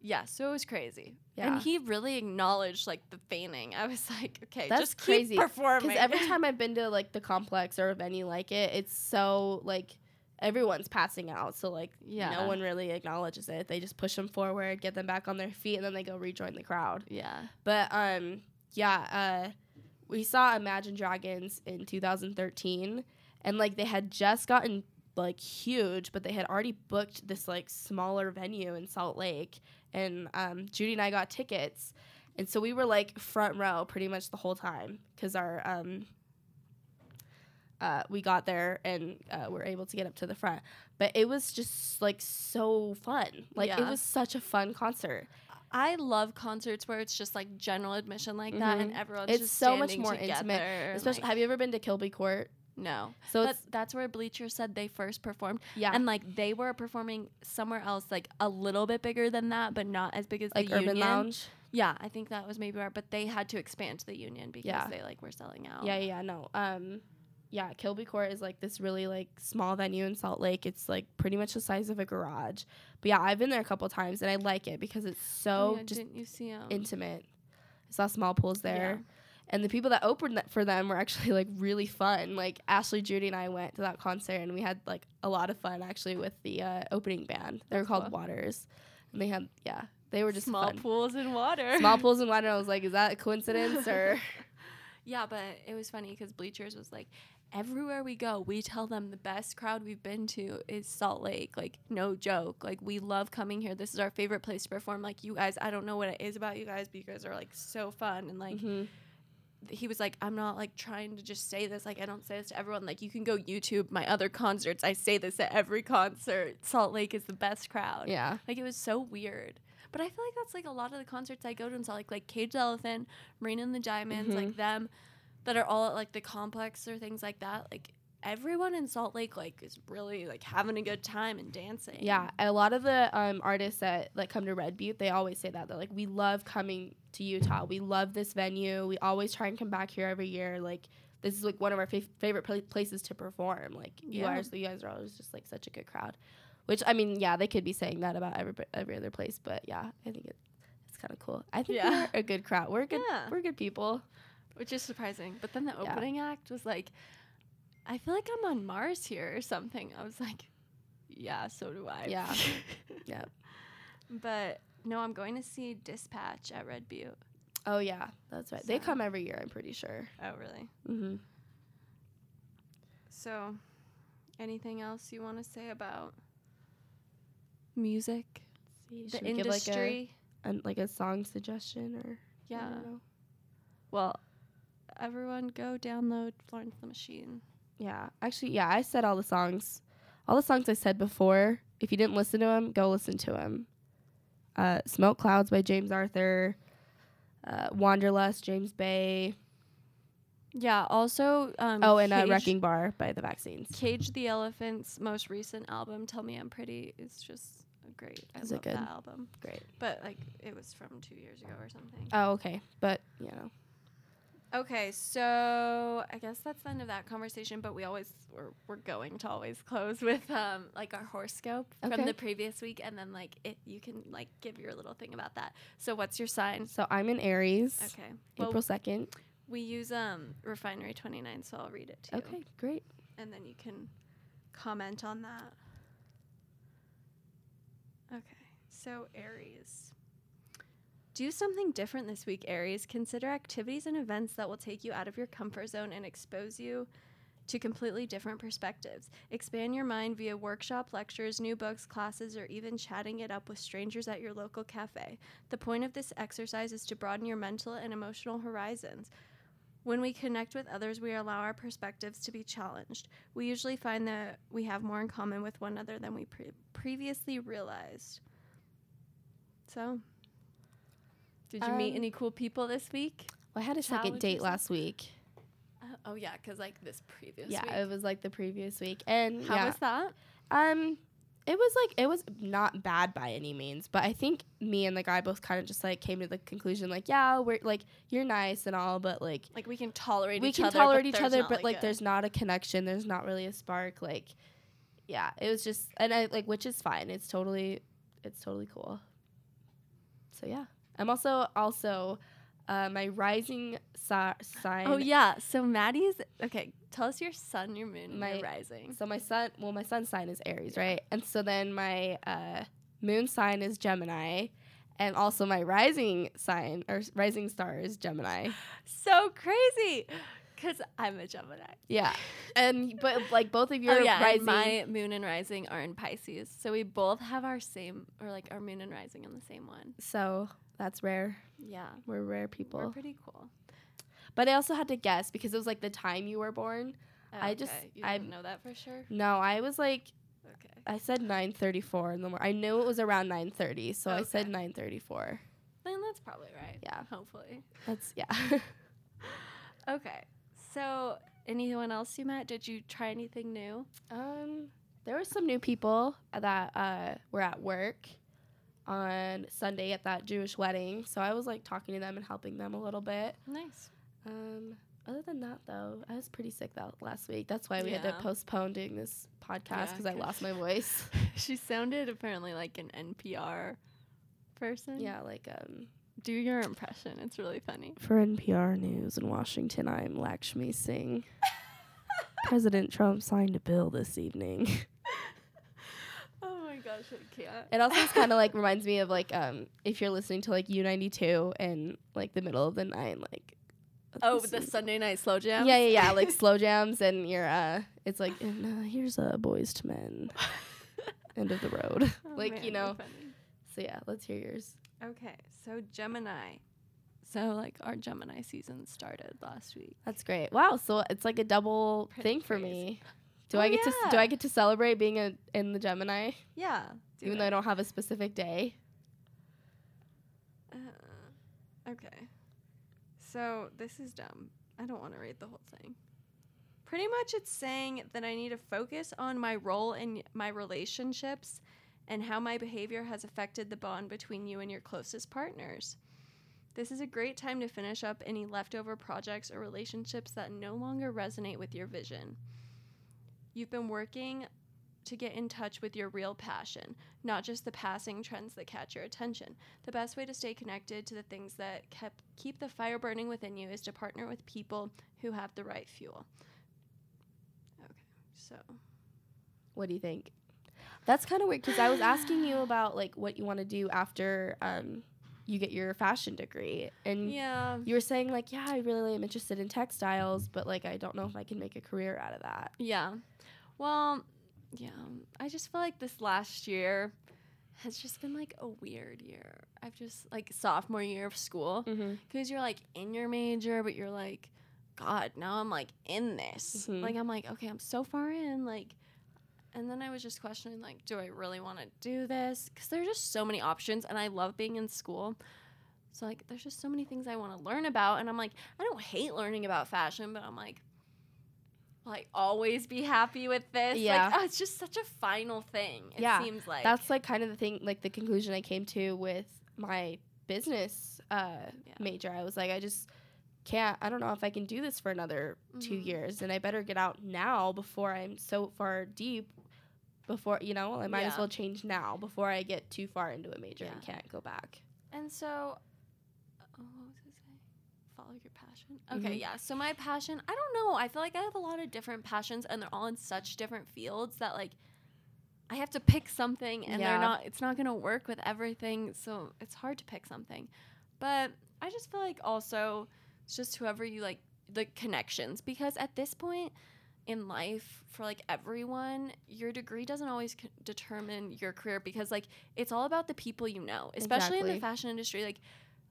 [SPEAKER 1] yeah, so it was crazy.
[SPEAKER 2] Yeah.
[SPEAKER 1] And he really acknowledged like the feigning. I was like, okay,
[SPEAKER 2] That's
[SPEAKER 1] just
[SPEAKER 2] crazy,
[SPEAKER 1] keep
[SPEAKER 2] 'cause
[SPEAKER 1] performing.
[SPEAKER 2] Because every
[SPEAKER 1] [LAUGHS]
[SPEAKER 2] time I've been to like the complex or a venue like it, it's so like everyone's passing out. So like
[SPEAKER 1] Yeah.
[SPEAKER 2] no one really acknowledges it. They just push them forward, get them back on their feet, and then they go rejoin the crowd.
[SPEAKER 1] yeah,
[SPEAKER 2] But um, yeah, uh, we saw Imagine Dragons in 2013, and like they had just gotten like huge, but they had already booked this like smaller venue in Salt Lake, and um, Judy and I got tickets, and so we were like front row pretty much the whole time because our um. Uh, we got there and uh, were able to get up to the front, but it was just like so fun. Like it
[SPEAKER 1] Yeah.
[SPEAKER 2] was such a fun concert.
[SPEAKER 1] I love concerts where it's just like general admission like that, and everyone's
[SPEAKER 2] Mm-hmm. It's
[SPEAKER 1] just
[SPEAKER 2] so much
[SPEAKER 1] standing
[SPEAKER 2] more intimate,
[SPEAKER 1] together, and,
[SPEAKER 2] Especially,
[SPEAKER 1] like-
[SPEAKER 2] have you ever been to Kilby Court?
[SPEAKER 1] no,
[SPEAKER 2] So
[SPEAKER 1] But
[SPEAKER 2] it's
[SPEAKER 1] that's where Bleacher said they first performed.
[SPEAKER 2] yeah,
[SPEAKER 1] And like they were performing somewhere else, like a little bit bigger than that, but not as big as
[SPEAKER 2] like
[SPEAKER 1] the
[SPEAKER 2] Urban
[SPEAKER 1] Union.
[SPEAKER 2] Lounge.
[SPEAKER 1] Yeah, I think that was maybe where, but they had to expand to the Union because
[SPEAKER 2] Yeah.
[SPEAKER 1] they like were selling out.
[SPEAKER 2] Yeah, yeah, no. Um, yeah, Kilby Court is like this really like small venue in Salt Lake. It's like pretty much the size of a garage. But yeah, I've been there a couple times and I like it because it's so
[SPEAKER 1] Oh, yeah,
[SPEAKER 2] just
[SPEAKER 1] didn't you see 'em?
[SPEAKER 2] intimate. I saw small pools there. And the people that opened that for them were actually like really fun. Like Ashley, Judy, and I went to that concert, and we had like a lot of fun actually with the uh, opening band. They were
[SPEAKER 1] That's
[SPEAKER 2] called
[SPEAKER 1] cool.
[SPEAKER 2] Waters, and they had yeah, they were just
[SPEAKER 1] small
[SPEAKER 2] fun.
[SPEAKER 1] pools and water. [LAUGHS]
[SPEAKER 2] small pools and water. I was like, is that a coincidence or?
[SPEAKER 1] Yeah, but it was funny because Bleachers was like, everywhere we go, we tell them the best crowd we've been to is Salt Lake. Like, no joke. Like, we love coming here. This is our favorite place to perform. Like, you guys, I don't know what it is about you guys, but you guys are like so fun. And like,
[SPEAKER 2] Mm-hmm.
[SPEAKER 1] he was like, I'm not like trying to just say this. Like, I don't say this to everyone. Like, you can go YouTube my other
[SPEAKER 2] oh,
[SPEAKER 1] concerts. I say this at every concert. Salt Lake is the best crowd.
[SPEAKER 2] Yeah,
[SPEAKER 1] Like, it was so weird. But I feel like that's like a lot of the concerts I go to and saw, like like Cage the Elephant, Marina and the Diamonds,
[SPEAKER 2] Mm-hmm.
[SPEAKER 1] like them, that are all at like the complex or things like that. Like everyone in Salt Lake like is really like having a good time and dancing.
[SPEAKER 2] Yeah, a lot of the um, artists that like come to Red Butte, they always say that they're like, "We love coming to Utah. We love this venue. We always try and come back here every year. Like, this is like one of our fav- favorite pla- places to perform. Like, you
[SPEAKER 1] Yeah.
[SPEAKER 2] guys, you guys are always just like such a good crowd." Which I mean, yeah, they could be saying that about every every other place, but yeah, I think it, it's kind of cool. I think
[SPEAKER 1] Yeah.
[SPEAKER 2] we're a good crowd. We're good.
[SPEAKER 1] Yeah.
[SPEAKER 2] We're good people.
[SPEAKER 1] which is surprising. But then the
[SPEAKER 2] Yeah.
[SPEAKER 1] opening act was like, I feel like I'm on Mars here or something. I was like, yeah, so do I. [LAUGHS]
[SPEAKER 2] Yeah. Yep.
[SPEAKER 1] But no, I'm going to see Dispatch at Red Butte.
[SPEAKER 2] Oh yeah, that's right. They
[SPEAKER 1] So-
[SPEAKER 2] come every year. I'm pretty sure.
[SPEAKER 1] Oh, really?
[SPEAKER 2] Mm-hmm.
[SPEAKER 1] So, anything else you want to say about music, the industry?
[SPEAKER 2] like a, an- like a song suggestion or I
[SPEAKER 1] yeah.
[SPEAKER 2] don't know.
[SPEAKER 1] Mm-hmm. Well, everyone go download Florence the Machine.
[SPEAKER 2] yeah actually yeah i said all the songs all the songs i said before if you didn't listen to them go listen to them uh, smoke clouds by james arthur uh, wanderlust james bay
[SPEAKER 1] Yeah. Also, um,
[SPEAKER 2] oh and uh, wrecking bar by the vaccines
[SPEAKER 1] Cage the Elephant's most recent album, Tell Me I'm Pretty, is just great. I
[SPEAKER 2] Is it
[SPEAKER 1] love
[SPEAKER 2] good?
[SPEAKER 1] that album.
[SPEAKER 2] great
[SPEAKER 1] But like it was from two years ago or something.
[SPEAKER 2] oh okay but you know
[SPEAKER 1] Okay, so I guess that's the end of that conversation, but we always we're, we're going to always close with um like our horoscope
[SPEAKER 2] Okay.
[SPEAKER 1] from the previous week and then like it you can like give your little thing about that. So what's your sign?
[SPEAKER 2] so i'm in aries
[SPEAKER 1] Mm. Okay. Well,
[SPEAKER 2] april 2nd
[SPEAKER 1] we use um refinery 29 so I'll read it to you.
[SPEAKER 2] okay great
[SPEAKER 1] and then you can comment on that. Okay, so Aries. Do something different this week, Aries. Consider activities and events that will take you out of your comfort zone and expose you to completely different perspectives. Expand your mind via workshop, lectures, new books, classes, or even chatting it up with strangers at your local cafe. The point of this exercise is to broaden your mental and emotional horizons. When we connect with others, we allow our perspectives to be challenged. We usually find that we have more in common with one another than we pre- previously realized. So, did you meet
[SPEAKER 2] Um,
[SPEAKER 1] any cool people this week?
[SPEAKER 2] well, i had a second
[SPEAKER 1] Challenge
[SPEAKER 2] date
[SPEAKER 1] yourself.
[SPEAKER 2] last week
[SPEAKER 1] Uh, oh yeah, because like this previous
[SPEAKER 2] yeah
[SPEAKER 1] week.
[SPEAKER 2] it was like the previous week and
[SPEAKER 1] How
[SPEAKER 2] yeah.
[SPEAKER 1] was that?
[SPEAKER 2] Um, it was like it was not bad by any means, but I think me and the guy both kind of just like came to the conclusion like, yeah, we're like you're nice and all, but like
[SPEAKER 1] Like we can tolerate
[SPEAKER 2] we
[SPEAKER 1] each
[SPEAKER 2] can
[SPEAKER 1] other.
[SPEAKER 2] tolerate
[SPEAKER 1] but
[SPEAKER 2] each
[SPEAKER 1] there's
[SPEAKER 2] other,
[SPEAKER 1] not,
[SPEAKER 2] but like
[SPEAKER 1] a-
[SPEAKER 2] there's not a connection, there's not really a spark. Like, yeah, it was just and I like which is fine. It's totally, it's totally cool. So yeah, I'm also also. Uh, my rising si- sign.
[SPEAKER 1] Oh yeah, so Maddie's okay. Tell us your sun, your moon, and
[SPEAKER 2] My-
[SPEAKER 1] your rising.
[SPEAKER 2] So my sun, well, my sun sign is Aries, right? And so then my uh, moon sign is Gemini, and also my rising sign or s- rising star is Gemini.
[SPEAKER 1] So crazy, because I'm a Gemini. [LAUGHS]
[SPEAKER 2] Yeah, and but like both of your
[SPEAKER 1] oh, yeah, and
[SPEAKER 2] rising,
[SPEAKER 1] my moon and rising are in Pisces, so we both have our same or like our moon and rising on the same one.
[SPEAKER 2] so that's rare.
[SPEAKER 1] Yeah,
[SPEAKER 2] We're rare
[SPEAKER 1] we're
[SPEAKER 2] people.
[SPEAKER 1] pretty cool.
[SPEAKER 2] But I also had to guess because it was like the time you were born. I just-
[SPEAKER 1] Okay, you
[SPEAKER 2] I-
[SPEAKER 1] didn't know that for sure.
[SPEAKER 2] No, I was like
[SPEAKER 1] Okay,
[SPEAKER 2] I said nine thirty four in the morning. I knew it was around nine thirty, so I said
[SPEAKER 1] Oh, Okay.
[SPEAKER 2] nine thirty four.
[SPEAKER 1] then that's probably right.
[SPEAKER 2] Yeah.
[SPEAKER 1] hopefully.
[SPEAKER 2] That's yeah. [LAUGHS]
[SPEAKER 1] Okay, so anyone else you met? Did you try anything new?
[SPEAKER 2] Um, there were some new people that uh, were at work on Sunday at that Jewish wedding, so I was like talking to them and helping them a little bit.
[SPEAKER 1] Nice.
[SPEAKER 2] Um, other than that, though, I was pretty sick that last week. That's why we had
[SPEAKER 1] Yeah.
[SPEAKER 2] to postpone doing this podcast
[SPEAKER 1] Yeah,
[SPEAKER 2] because I
[SPEAKER 1] 'cause-
[SPEAKER 2] lost my voice.
[SPEAKER 1] [LAUGHS] she sounded apparently like an NPR person.
[SPEAKER 2] yeah, like um,
[SPEAKER 1] do your impression. It's really funny.
[SPEAKER 2] for NPR News in Washington, I'm
[SPEAKER 1] [LAUGHS]
[SPEAKER 2] Lakshmi Singh. President Trump signed a bill this evening.
[SPEAKER 1] Oh my gosh, I can't.
[SPEAKER 2] It also kind of like reminds me of like um if you're listening to like U92 and like the middle of the night like
[SPEAKER 1] oh,
[SPEAKER 2] this
[SPEAKER 1] the
[SPEAKER 2] is-
[SPEAKER 1] Sunday night slow
[SPEAKER 2] yeah
[SPEAKER 1] jam.
[SPEAKER 2] yeah
[SPEAKER 1] [LAUGHS]
[SPEAKER 2] yeah like slow jams and you're uh it's like and, uh, here's uh, boys to men end of the road [LAUGHS]
[SPEAKER 1] Oh,
[SPEAKER 2] Like, you
[SPEAKER 1] they're
[SPEAKER 2] know.
[SPEAKER 1] funny.
[SPEAKER 2] so yeah let's hear yours
[SPEAKER 1] Okay, so Gemini. So like our Gemini season started last week.
[SPEAKER 2] that's great wow so it's like a double
[SPEAKER 1] Pretty
[SPEAKER 2] thing for
[SPEAKER 1] crazy.
[SPEAKER 2] me do
[SPEAKER 1] Oh,
[SPEAKER 2] I get to s- do
[SPEAKER 1] yeah.
[SPEAKER 2] I get to celebrate being a, in the Gemini
[SPEAKER 1] Yeah.
[SPEAKER 2] even though I don't have a specific day
[SPEAKER 1] Uh, okay. So this is dumb. I don't want to read the whole thing. Pretty much, it's saying that I need to focus on my role in my relationships and how my behavior has affected the bond between you and your closest partners. This is a great time to finish up any leftover projects or relationships that no longer resonate with your vision. You've been working to get in touch with your real passion, not just the passing trends that catch your attention. The best way to stay connected to the things that kept, keep the fire burning within you is to partner with people who have the right fuel. Okay, so
[SPEAKER 2] What do you think? That's kind of weird because I was asking you about like what you want to do after um, you get your fashion degree, and
[SPEAKER 1] yeah,
[SPEAKER 2] you were saying like, yeah, I really am interested in textiles, but like I don't know if I can make a career out of that.
[SPEAKER 1] yeah. Well, yeah, I just feel like this last year has just been like a weird year. I've just like sophomore year of school.
[SPEAKER 2] Mm-hmm.
[SPEAKER 1] because you're like in your major, but you're like, God, now I'm like in this.
[SPEAKER 2] Mhm.
[SPEAKER 1] Like I'm like, okay, I'm so far in. Like, and then I was just questioning, like, do I really want to do this? Because there's just so many options, and I love being in school. So like, there's just so many things I want to learn about, and I'm like, I don't hate learning about fashion, but I'm like. will I always be happy with this.
[SPEAKER 2] Yeah.
[SPEAKER 1] Like, oh, it's just such a final thing. It
[SPEAKER 2] Yeah,
[SPEAKER 1] seems like
[SPEAKER 2] That's like kind of the thing, like the conclusion I came to with my business uh,
[SPEAKER 1] Yeah.
[SPEAKER 2] major. I was like, I just can't. I don't know if I can do this for another two
[SPEAKER 1] Mhm.
[SPEAKER 2] years, and I better get out now before I'm so far deep. Before you know, I might as
[SPEAKER 1] Yeah.
[SPEAKER 2] well change now before I get too far into a major and
[SPEAKER 1] Yeah.
[SPEAKER 2] can't go back.
[SPEAKER 1] And so, oh, what was I saying? Follow your passion. Okay,
[SPEAKER 2] Mhm.
[SPEAKER 1] yeah. So my passion, I don't know. I feel like I have a lot of different passions, and they're all in such different fields that like I have to pick something, and
[SPEAKER 2] Yeah.
[SPEAKER 1] they're not. It's not gonna work with everything, so it's hard to pick something. But I just feel like also it's just whoever you like the connections because at this point in life for like everyone your degree doesn't always c- determine your career because like it's all about the people you know especially in
[SPEAKER 2] Exactly.
[SPEAKER 1] the fashion industry like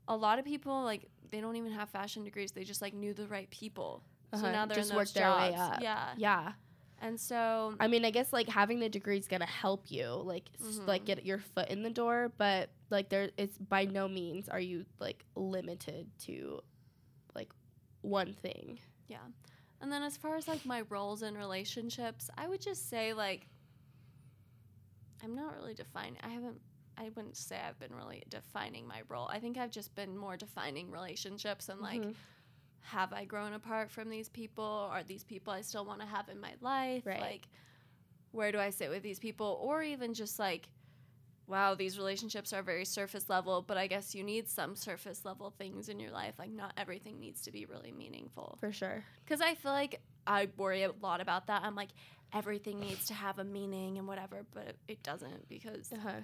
[SPEAKER 1] a lot of people like they don't even have fashion degrees they just like knew the right people so
[SPEAKER 2] Uh-huh.
[SPEAKER 1] now they're
[SPEAKER 2] Just
[SPEAKER 1] in
[SPEAKER 2] work
[SPEAKER 1] those
[SPEAKER 2] their way
[SPEAKER 1] jobs
[SPEAKER 2] up.
[SPEAKER 1] yeah
[SPEAKER 2] Yeah,
[SPEAKER 1] and so
[SPEAKER 2] I mean, I guess like having the degree is gonna help you, like s- like
[SPEAKER 1] Mhm.
[SPEAKER 2] get your foot in the door, but like there, it's by no means are you like limited to like one thing.
[SPEAKER 1] Yeah. And then as far as like my roles in relationships, I would just say like I'm not really defining I haven't I wouldn't say I've been really defining my role. I think I've just been more defining relationships and like
[SPEAKER 2] Mhm.
[SPEAKER 1] have I grown apart from these people? Are these people I still want to have in my life?
[SPEAKER 2] Right.
[SPEAKER 1] Like where do I sit with these people or even just like wow, these relationships are very surface level, but I guess you need some surface level things in your life. Like not everything needs to be really meaningful.
[SPEAKER 2] for sure.
[SPEAKER 1] Because I feel like I worry a lot about that. I'm like, everything needs to have a meaning and whatever, but it doesn't because
[SPEAKER 2] Uh huh.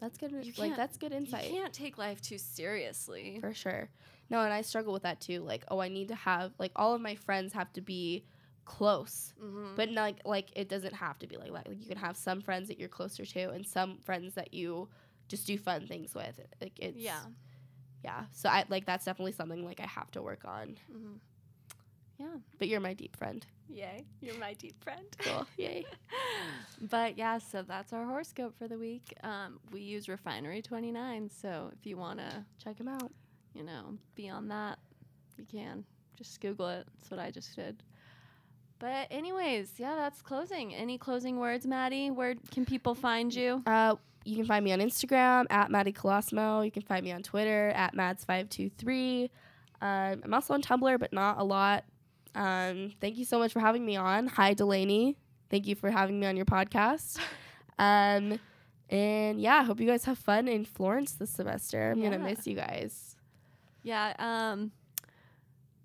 [SPEAKER 2] That's good.
[SPEAKER 1] You
[SPEAKER 2] like
[SPEAKER 1] can't-
[SPEAKER 2] that's good
[SPEAKER 1] you
[SPEAKER 2] insight
[SPEAKER 1] can't take life too seriously.
[SPEAKER 2] for sure. No, and I struggle with that too. Like, oh, I need to have like all of my friends have to be close,
[SPEAKER 1] Mhm.
[SPEAKER 2] but like like it doesn't have to be like that. Like you can have some friends that you're closer to, and some friends that you just do fun things with. Like it's
[SPEAKER 1] yeah.
[SPEAKER 2] yeah. So I like that's definitely something like I have to work on.
[SPEAKER 1] Mhm.
[SPEAKER 2] But you're my deep friend.
[SPEAKER 1] Yay. You're my deep
[SPEAKER 2] [LAUGHS]
[SPEAKER 1] friend.
[SPEAKER 2] Cool. Yay.
[SPEAKER 1] [LAUGHS] but yeah, so that's our horoscope for the week. Um, we use Refinery29. So if you want to,
[SPEAKER 2] Check him out.
[SPEAKER 1] you know, be on that, you can. Just Google it. That's what I just did. But, anyways, yeah, that's closing. Any closing words, Maddie? Where can people find you?
[SPEAKER 2] Uh, you can find me on Instagram at Maddie Colosmo. You can find me on Twitter at Mads523. Um, I'm also on Tumblr, but not a lot. Um, thank you so much for having me on. Hi, Delaney. Thank you for having me on
[SPEAKER 1] [LAUGHS]
[SPEAKER 2] your podcast. Um, and yeah, I hope you guys have fun in Florence this semester. I'm
[SPEAKER 1] Yeah.
[SPEAKER 2] gonna miss you guys.
[SPEAKER 1] Yeah. Um.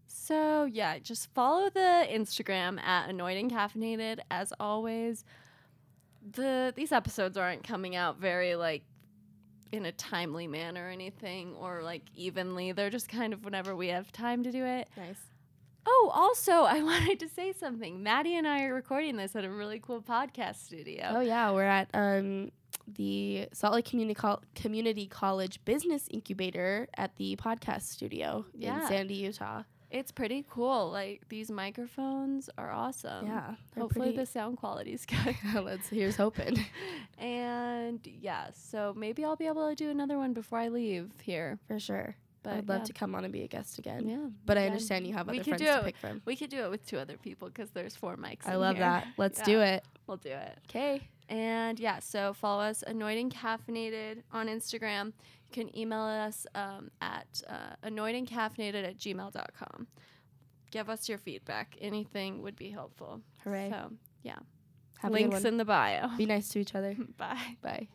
[SPEAKER 1] So yeah, just follow the Instagram at Annoyed and Caffeinated. As always, the these episodes aren't coming out very like in a timely manner or anything, or like evenly. They're just kind of whenever we have time to do it.
[SPEAKER 2] Nice.
[SPEAKER 1] Oh, also, I [LAUGHS] wanted to say something. Maddie and I are recording this at a really cool podcast studio.
[SPEAKER 2] Oh yeah, we're at um, the Salt Lake Community, Col- Community College Business Incubator at the podcast studio
[SPEAKER 1] Yeah.
[SPEAKER 2] in Sandy, Utah.
[SPEAKER 1] It's pretty cool. Like these microphones are awesome.
[SPEAKER 2] yeah. they're
[SPEAKER 1] Um, Hopefully
[SPEAKER 2] pretty-
[SPEAKER 1] the sound quality's [LAUGHS] good.
[SPEAKER 2] [LAUGHS] Let's
[SPEAKER 1] [LAUGHS]
[SPEAKER 2] here's hoping.
[SPEAKER 1] and yeah, so maybe I'll be able to do another one before I leave here.
[SPEAKER 2] For sure.
[SPEAKER 1] But
[SPEAKER 2] I'd love
[SPEAKER 1] yeah.
[SPEAKER 2] to come on and be a guest again.
[SPEAKER 1] Yeah.
[SPEAKER 2] But I
[SPEAKER 1] again,
[SPEAKER 2] understand you have
[SPEAKER 1] we
[SPEAKER 2] other
[SPEAKER 1] could
[SPEAKER 2] friends
[SPEAKER 1] do
[SPEAKER 2] to
[SPEAKER 1] it.
[SPEAKER 2] pick from.
[SPEAKER 1] We could do it with two other people because there's four mics.
[SPEAKER 2] I
[SPEAKER 1] in
[SPEAKER 2] love
[SPEAKER 1] here.
[SPEAKER 2] that. Let's
[SPEAKER 1] Yeah.
[SPEAKER 2] do it.
[SPEAKER 1] We'll do it.
[SPEAKER 2] Okay.
[SPEAKER 1] And yeah, so follow us, Annoyed and Caffeinated, on Instagram. You can email us um, at uh, annoyedandcaffeinated at gmail.com. Give us your feedback. Anything would be helpful.
[SPEAKER 2] Hooray.
[SPEAKER 1] So,
[SPEAKER 2] Have a good
[SPEAKER 1] links
[SPEAKER 2] one.
[SPEAKER 1] in the bio. [LAUGHS]
[SPEAKER 2] Be nice to each other.
[SPEAKER 1] Bye.
[SPEAKER 2] Bye.